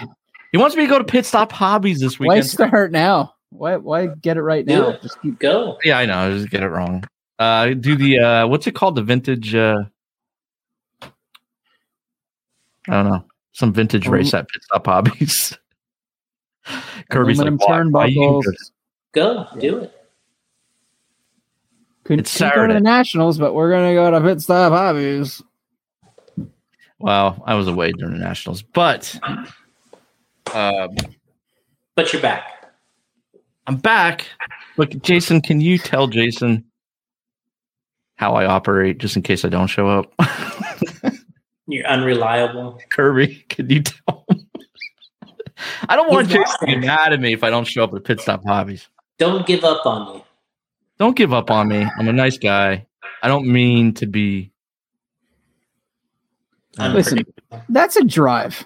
[SPEAKER 1] He wants me to go to pit stop hobbies this
[SPEAKER 2] Why
[SPEAKER 1] weekend.
[SPEAKER 2] start now? Why? Why get it right
[SPEAKER 3] Do
[SPEAKER 2] now?
[SPEAKER 3] it.
[SPEAKER 2] Just keep.
[SPEAKER 3] go.
[SPEAKER 1] Yeah, I know. I just get it wrong. Uh, do the uh, what's it called? The vintage. Uh, I don't know. Some vintage race at pit stop hobbies. (laughs) Kirby's like,
[SPEAKER 2] Aluminum
[SPEAKER 1] "Why- why you
[SPEAKER 2] turnbuckles.
[SPEAKER 1] do this?"
[SPEAKER 3] Go. Do it.
[SPEAKER 2] Couldn't,
[SPEAKER 1] It's
[SPEAKER 2] couldn't go to
[SPEAKER 1] Saturday.
[SPEAKER 2] the Nationals, but we're gonna go to pit stop hobbies.
[SPEAKER 1] Wow, I was away during the nationals, but um,
[SPEAKER 3] But you're back.
[SPEAKER 1] I'm back. Look, Jason, can you tell Jason how I operate just in case I don't show up?
[SPEAKER 3] You're unreliable.
[SPEAKER 1] Kirby, (laughs) can you tell him? I don't want
[SPEAKER 3] He's
[SPEAKER 1] Jason to be mad at me if I don't show up at pit stop hobbies.
[SPEAKER 3] Don't give up on you.
[SPEAKER 1] Don't give up on me. I'm a nice guy. I don't mean to be. Uh,
[SPEAKER 2] Listen. That's a drive.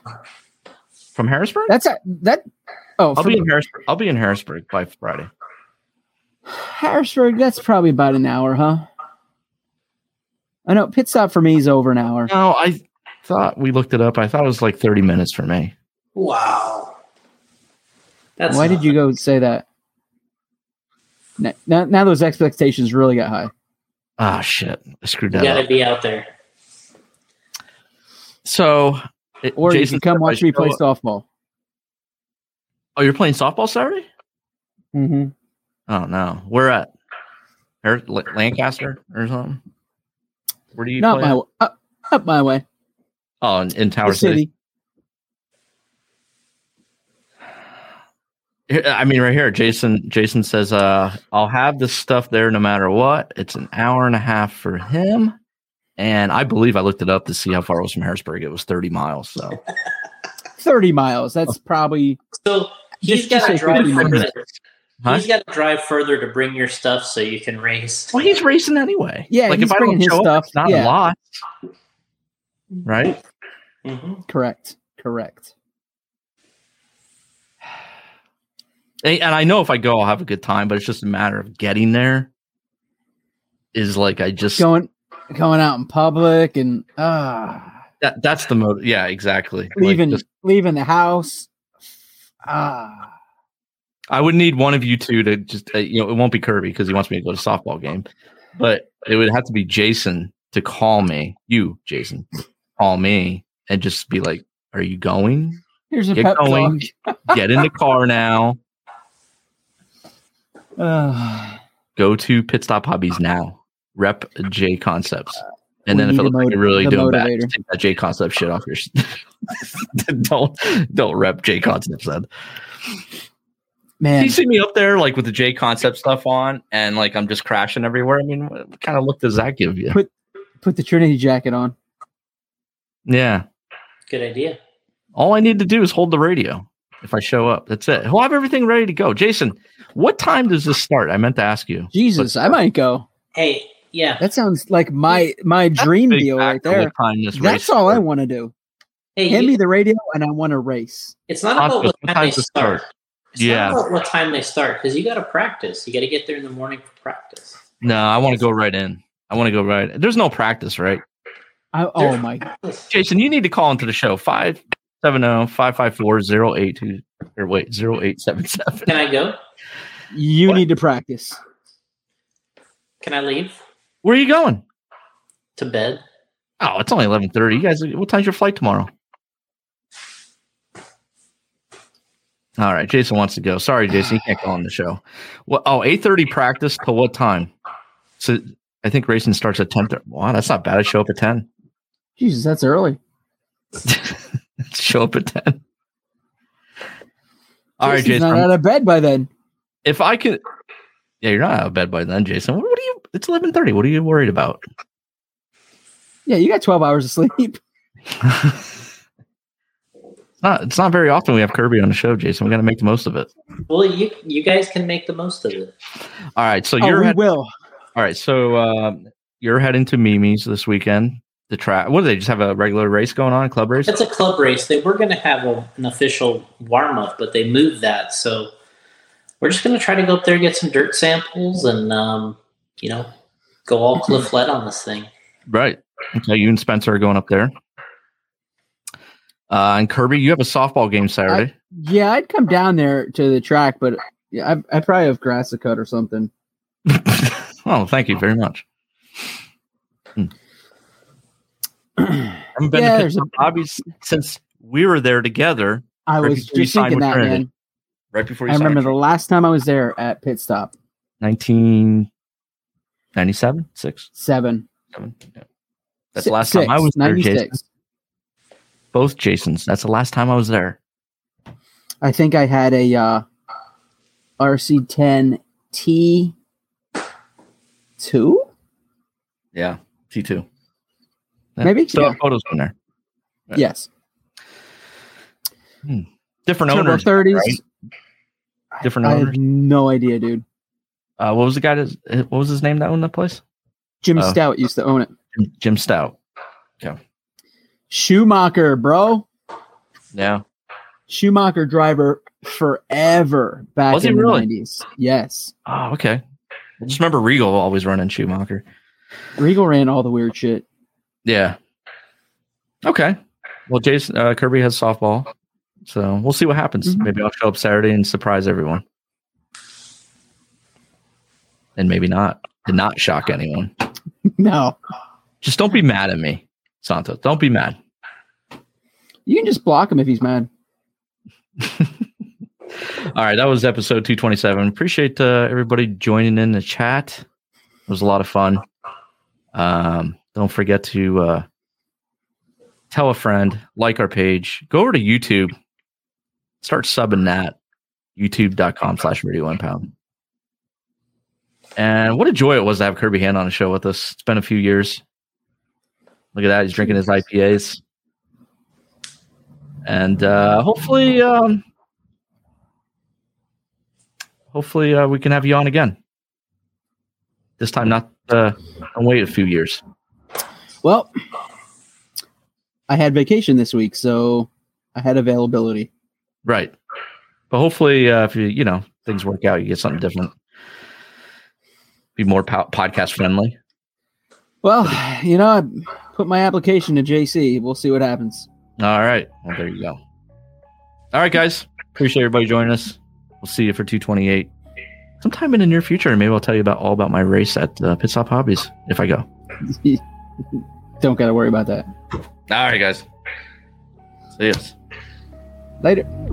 [SPEAKER 1] from Harrisburg?
[SPEAKER 2] That's a that. Oh,
[SPEAKER 1] I'll
[SPEAKER 2] from
[SPEAKER 1] be in Harrisburg. I'll be in Harrisburg by Friday.
[SPEAKER 2] Harrisburg. That's probably about an hour, huh? I know pit stop for me is over an hour.
[SPEAKER 1] No, I thought we looked it up. I thought it was like 30 minutes for me.
[SPEAKER 3] Wow. That's
[SPEAKER 2] Why did you go say that? Now, now, now those expectations really got high.
[SPEAKER 1] Ah, shit. I screwed
[SPEAKER 3] You
[SPEAKER 1] that up.
[SPEAKER 3] gotta be out there.
[SPEAKER 1] So, it-
[SPEAKER 2] Or
[SPEAKER 1] Jason
[SPEAKER 2] you can come
[SPEAKER 1] said I
[SPEAKER 2] watch me
[SPEAKER 1] should
[SPEAKER 2] play
[SPEAKER 1] go up-
[SPEAKER 2] softball.
[SPEAKER 1] Oh, you're playing softball Saturday?
[SPEAKER 2] Mm-hmm.
[SPEAKER 1] Oh no, where at? Or L- Lancaster or something? Where do you
[SPEAKER 2] Not
[SPEAKER 1] play?
[SPEAKER 2] my
[SPEAKER 1] at?
[SPEAKER 2] w- up, up my way.
[SPEAKER 1] oh, in, in Tower
[SPEAKER 2] The city.
[SPEAKER 1] City. Here- I mean, right here, Jason. Jason says, "Uh, I'll have this stuff there no matter what. It's an hour and a half for him." And I believe I looked it up to see how far it was from Harrisburg. It was 30 miles. So
[SPEAKER 2] Thirty miles. That's probably
[SPEAKER 3] So he's
[SPEAKER 2] Just- just
[SPEAKER 3] gotta
[SPEAKER 2] say
[SPEAKER 3] drive
[SPEAKER 2] 15
[SPEAKER 3] further.
[SPEAKER 1] minutes. Huh?
[SPEAKER 3] He's gotta drive further to bring your stuff so you can race.
[SPEAKER 1] well, he's racing anyway.
[SPEAKER 2] Yeah,
[SPEAKER 1] like
[SPEAKER 2] he's
[SPEAKER 1] if I
[SPEAKER 2] bringing
[SPEAKER 1] don't
[SPEAKER 2] his
[SPEAKER 1] show
[SPEAKER 2] stuff,
[SPEAKER 1] up, it's not
[SPEAKER 2] yeah.
[SPEAKER 1] a lot, right?
[SPEAKER 3] hmm
[SPEAKER 2] correct. Correct.
[SPEAKER 1] And and I know if I go, I'll have a good time. But it's just a matter of getting there. Is like I just
[SPEAKER 2] Going going out in public and ah.
[SPEAKER 1] That that's the motive. Yeah, exactly. Like,
[SPEAKER 2] leaving
[SPEAKER 1] just-
[SPEAKER 2] leaving the house. Ah,
[SPEAKER 1] I would need one of you two to just uh, you know it won't be Kirby because he wants me to go to softball game, but it would have to be Jason to call me. You, Jason, call me and just be like, "Are you
[SPEAKER 2] (laughs)
[SPEAKER 1] going?
[SPEAKER 2] here's a
[SPEAKER 1] Get
[SPEAKER 2] pep
[SPEAKER 1] going.
[SPEAKER 2] talk.
[SPEAKER 1] Get
[SPEAKER 2] (laughs)
[SPEAKER 1] in the car now.
[SPEAKER 2] Ah,
[SPEAKER 1] Go to pit stop hobbies now. Rep J concepts." And
[SPEAKER 2] We
[SPEAKER 1] then if
[SPEAKER 2] need
[SPEAKER 1] it
[SPEAKER 2] the
[SPEAKER 1] looks like
[SPEAKER 2] moti-
[SPEAKER 1] you're really
[SPEAKER 2] the
[SPEAKER 1] doing bad,
[SPEAKER 2] motivator.
[SPEAKER 1] just take that J concept shit off your. (laughs) don't don't rep J concepts then.
[SPEAKER 2] man,
[SPEAKER 1] you see me up there like with the J concept stuff on, and like I'm just crashing everywhere. I mean, what kind of look does that give you?
[SPEAKER 2] Put- put the Trinity jacket on.
[SPEAKER 1] Yeah,
[SPEAKER 3] Good idea.
[SPEAKER 1] all I need to do is hold the radio. If I show up, that's it. We'll have everything ready to go. Jason, what time does this start? I meant to ask you.
[SPEAKER 2] Jesus, I might go.
[SPEAKER 3] Hey, yeah.
[SPEAKER 2] That sounds like my my dream
[SPEAKER 1] Big
[SPEAKER 2] deal right
[SPEAKER 1] factor what
[SPEAKER 2] there.
[SPEAKER 1] time this
[SPEAKER 2] That's
[SPEAKER 1] race
[SPEAKER 2] all I
[SPEAKER 1] starts.
[SPEAKER 2] want to do.
[SPEAKER 3] Hey,
[SPEAKER 2] Hand
[SPEAKER 3] you-
[SPEAKER 2] me the radio, and I want to race.
[SPEAKER 3] it's not about what
[SPEAKER 1] What
[SPEAKER 3] time they
[SPEAKER 1] time's it
[SPEAKER 3] start.
[SPEAKER 1] start?
[SPEAKER 3] It's
[SPEAKER 1] Yeah.
[SPEAKER 3] not about what time they start because you gotta practice. You gotta get there in the morning for practice.
[SPEAKER 1] No, I want to go right in. I want to go right. There's no practice, right?
[SPEAKER 2] I, oh my!
[SPEAKER 1] Jason, you need to call into the show oh, 570-554-0820 or wait, 0877.
[SPEAKER 3] Can I go?
[SPEAKER 2] You
[SPEAKER 1] What?
[SPEAKER 2] need to practice.
[SPEAKER 3] Can I leave
[SPEAKER 1] Where are you going?
[SPEAKER 3] to bed?
[SPEAKER 1] Oh, it's only 11:30. You guys what time's your flight tomorrow? All right, Jason wants to go. Sorry, Jason, you can't go on the show. Well, oh, 8:30 practice till what time? So I think racing starts at 10. Wow, that's not bad. I show up at 10.
[SPEAKER 2] Jesus, that's early.
[SPEAKER 1] (laughs) show up at 10. All right,
[SPEAKER 2] Jason's
[SPEAKER 1] Jason.
[SPEAKER 2] Not
[SPEAKER 1] I'm-
[SPEAKER 2] out of bed by then.
[SPEAKER 1] if I could, yeah, you're not out of bed by then, Jason. What, what are you? It's eleven thirty. What are you worried about?
[SPEAKER 2] Yeah, you got twelve hours of sleep.
[SPEAKER 1] it's not. It's not very often we have Kirby on the show, Jason. We got to make the most of it.
[SPEAKER 3] Well, you you guys can make the most of it.
[SPEAKER 1] All right. So
[SPEAKER 2] oh,
[SPEAKER 1] you're.
[SPEAKER 2] we
[SPEAKER 1] Head,
[SPEAKER 2] will.
[SPEAKER 1] all right. So um, you're heading to Mimi's this weekend. The track. What do they just have a regular race going on? Club race.
[SPEAKER 3] It's a club race. They were going to have a, an official warm up, but they moved that. So we're just going to try to go up there and get some dirt samples and um, you know go all cliff led on this thing.
[SPEAKER 1] Right. Okay. You and Spencer are going up there. Uh, and Kirby, you have a softball game Saturday.
[SPEAKER 2] Yeah, I'd come down there to the track, but yeah, I, I probably have grass to cut or something.
[SPEAKER 1] (laughs)
[SPEAKER 2] (clears throat)
[SPEAKER 1] oh, thank you very much. Hmm. haven't been
[SPEAKER 2] Yeah,
[SPEAKER 1] to
[SPEAKER 2] there's a-
[SPEAKER 1] Pittsburgh Bobby's since we were there together
[SPEAKER 2] I
[SPEAKER 1] Or
[SPEAKER 2] was
[SPEAKER 1] could you
[SPEAKER 2] just
[SPEAKER 1] sign
[SPEAKER 2] thinking
[SPEAKER 1] with
[SPEAKER 2] that,
[SPEAKER 1] Trinity?
[SPEAKER 2] man.
[SPEAKER 1] right before you
[SPEAKER 2] I
[SPEAKER 1] signed
[SPEAKER 2] remember the
[SPEAKER 1] for
[SPEAKER 2] last time I was there at pit stop
[SPEAKER 1] 1997, 6,
[SPEAKER 2] seven.
[SPEAKER 1] 7. Yeah. That's
[SPEAKER 2] Si-
[SPEAKER 1] the last time I
[SPEAKER 2] six,
[SPEAKER 1] was there,
[SPEAKER 2] 96.
[SPEAKER 1] Jason. Both Jasons. That's the last time I was there.
[SPEAKER 2] I think I had a uh, RC10 T two,
[SPEAKER 1] Yeah. T2.
[SPEAKER 2] Maybe,
[SPEAKER 1] Still
[SPEAKER 2] yeah.
[SPEAKER 1] have photos from there. Right.
[SPEAKER 2] yes,
[SPEAKER 1] Different
[SPEAKER 2] turbo
[SPEAKER 1] owners.
[SPEAKER 2] thirties.
[SPEAKER 1] right? Different
[SPEAKER 2] I
[SPEAKER 1] owners.
[SPEAKER 2] have no idea, dude.
[SPEAKER 1] Uh, what was the guy that, what was his name that owned that place?
[SPEAKER 2] Jim
[SPEAKER 1] Oh.
[SPEAKER 2] Stout used to own it.
[SPEAKER 1] Jim, Jim Stout.
[SPEAKER 2] Schumacher, bro.
[SPEAKER 1] Yeah.
[SPEAKER 2] Schumacher driver forever back
[SPEAKER 1] Was he
[SPEAKER 2] in the
[SPEAKER 1] really?
[SPEAKER 2] 90s. Yes.
[SPEAKER 1] Oh, okay. I just remember Regal always running Schumacher.
[SPEAKER 2] Regal ran all the weird shit. (laughs)
[SPEAKER 1] Yeah. Okay. Well, Jason uh, Kirby has softball, so we'll see what happens.
[SPEAKER 2] Mhm.
[SPEAKER 1] Maybe I'll show up Saturday and surprise everyone, and maybe not, and not shock anyone.
[SPEAKER 2] No.
[SPEAKER 1] Just don't be mad at me, Santos. Don't be mad.
[SPEAKER 2] You can just block him if he's mad.
[SPEAKER 1] All right, that was episode 227. Appreciate uh, everybody joining in the chat. It was a lot of fun. Um, don't forget to uh, tell a friend, like our page, go over to YouTube, start subbing that, youtube.com slash radio one pound. And what a joy it was to have Kirby Hand on the show with us. It's been a few years. Look at that. He's drinking his IPAs. And uh, hopefully, um, hopefully uh, we can have you on again. This time, not uh, I'll wait a few years.
[SPEAKER 2] Well, I had vacation this week, so I had availability.
[SPEAKER 1] Right. But hopefully, uh, if you, you know, things work out, you get something different. Be more po- podcast friendly.
[SPEAKER 2] Well, you know, I put my application to JC. We'll see what happens. (laughs)
[SPEAKER 1] All right. Well, there you go. All right, guys. Appreciate everybody joining us. We'll see you for 228 sometime in the near future. Maybe I'll tell you about all about my race at uh, Pit Stop Hobbies if I go. All
[SPEAKER 2] Don't got to worry about that.
[SPEAKER 1] right, guys. See you.
[SPEAKER 2] Later.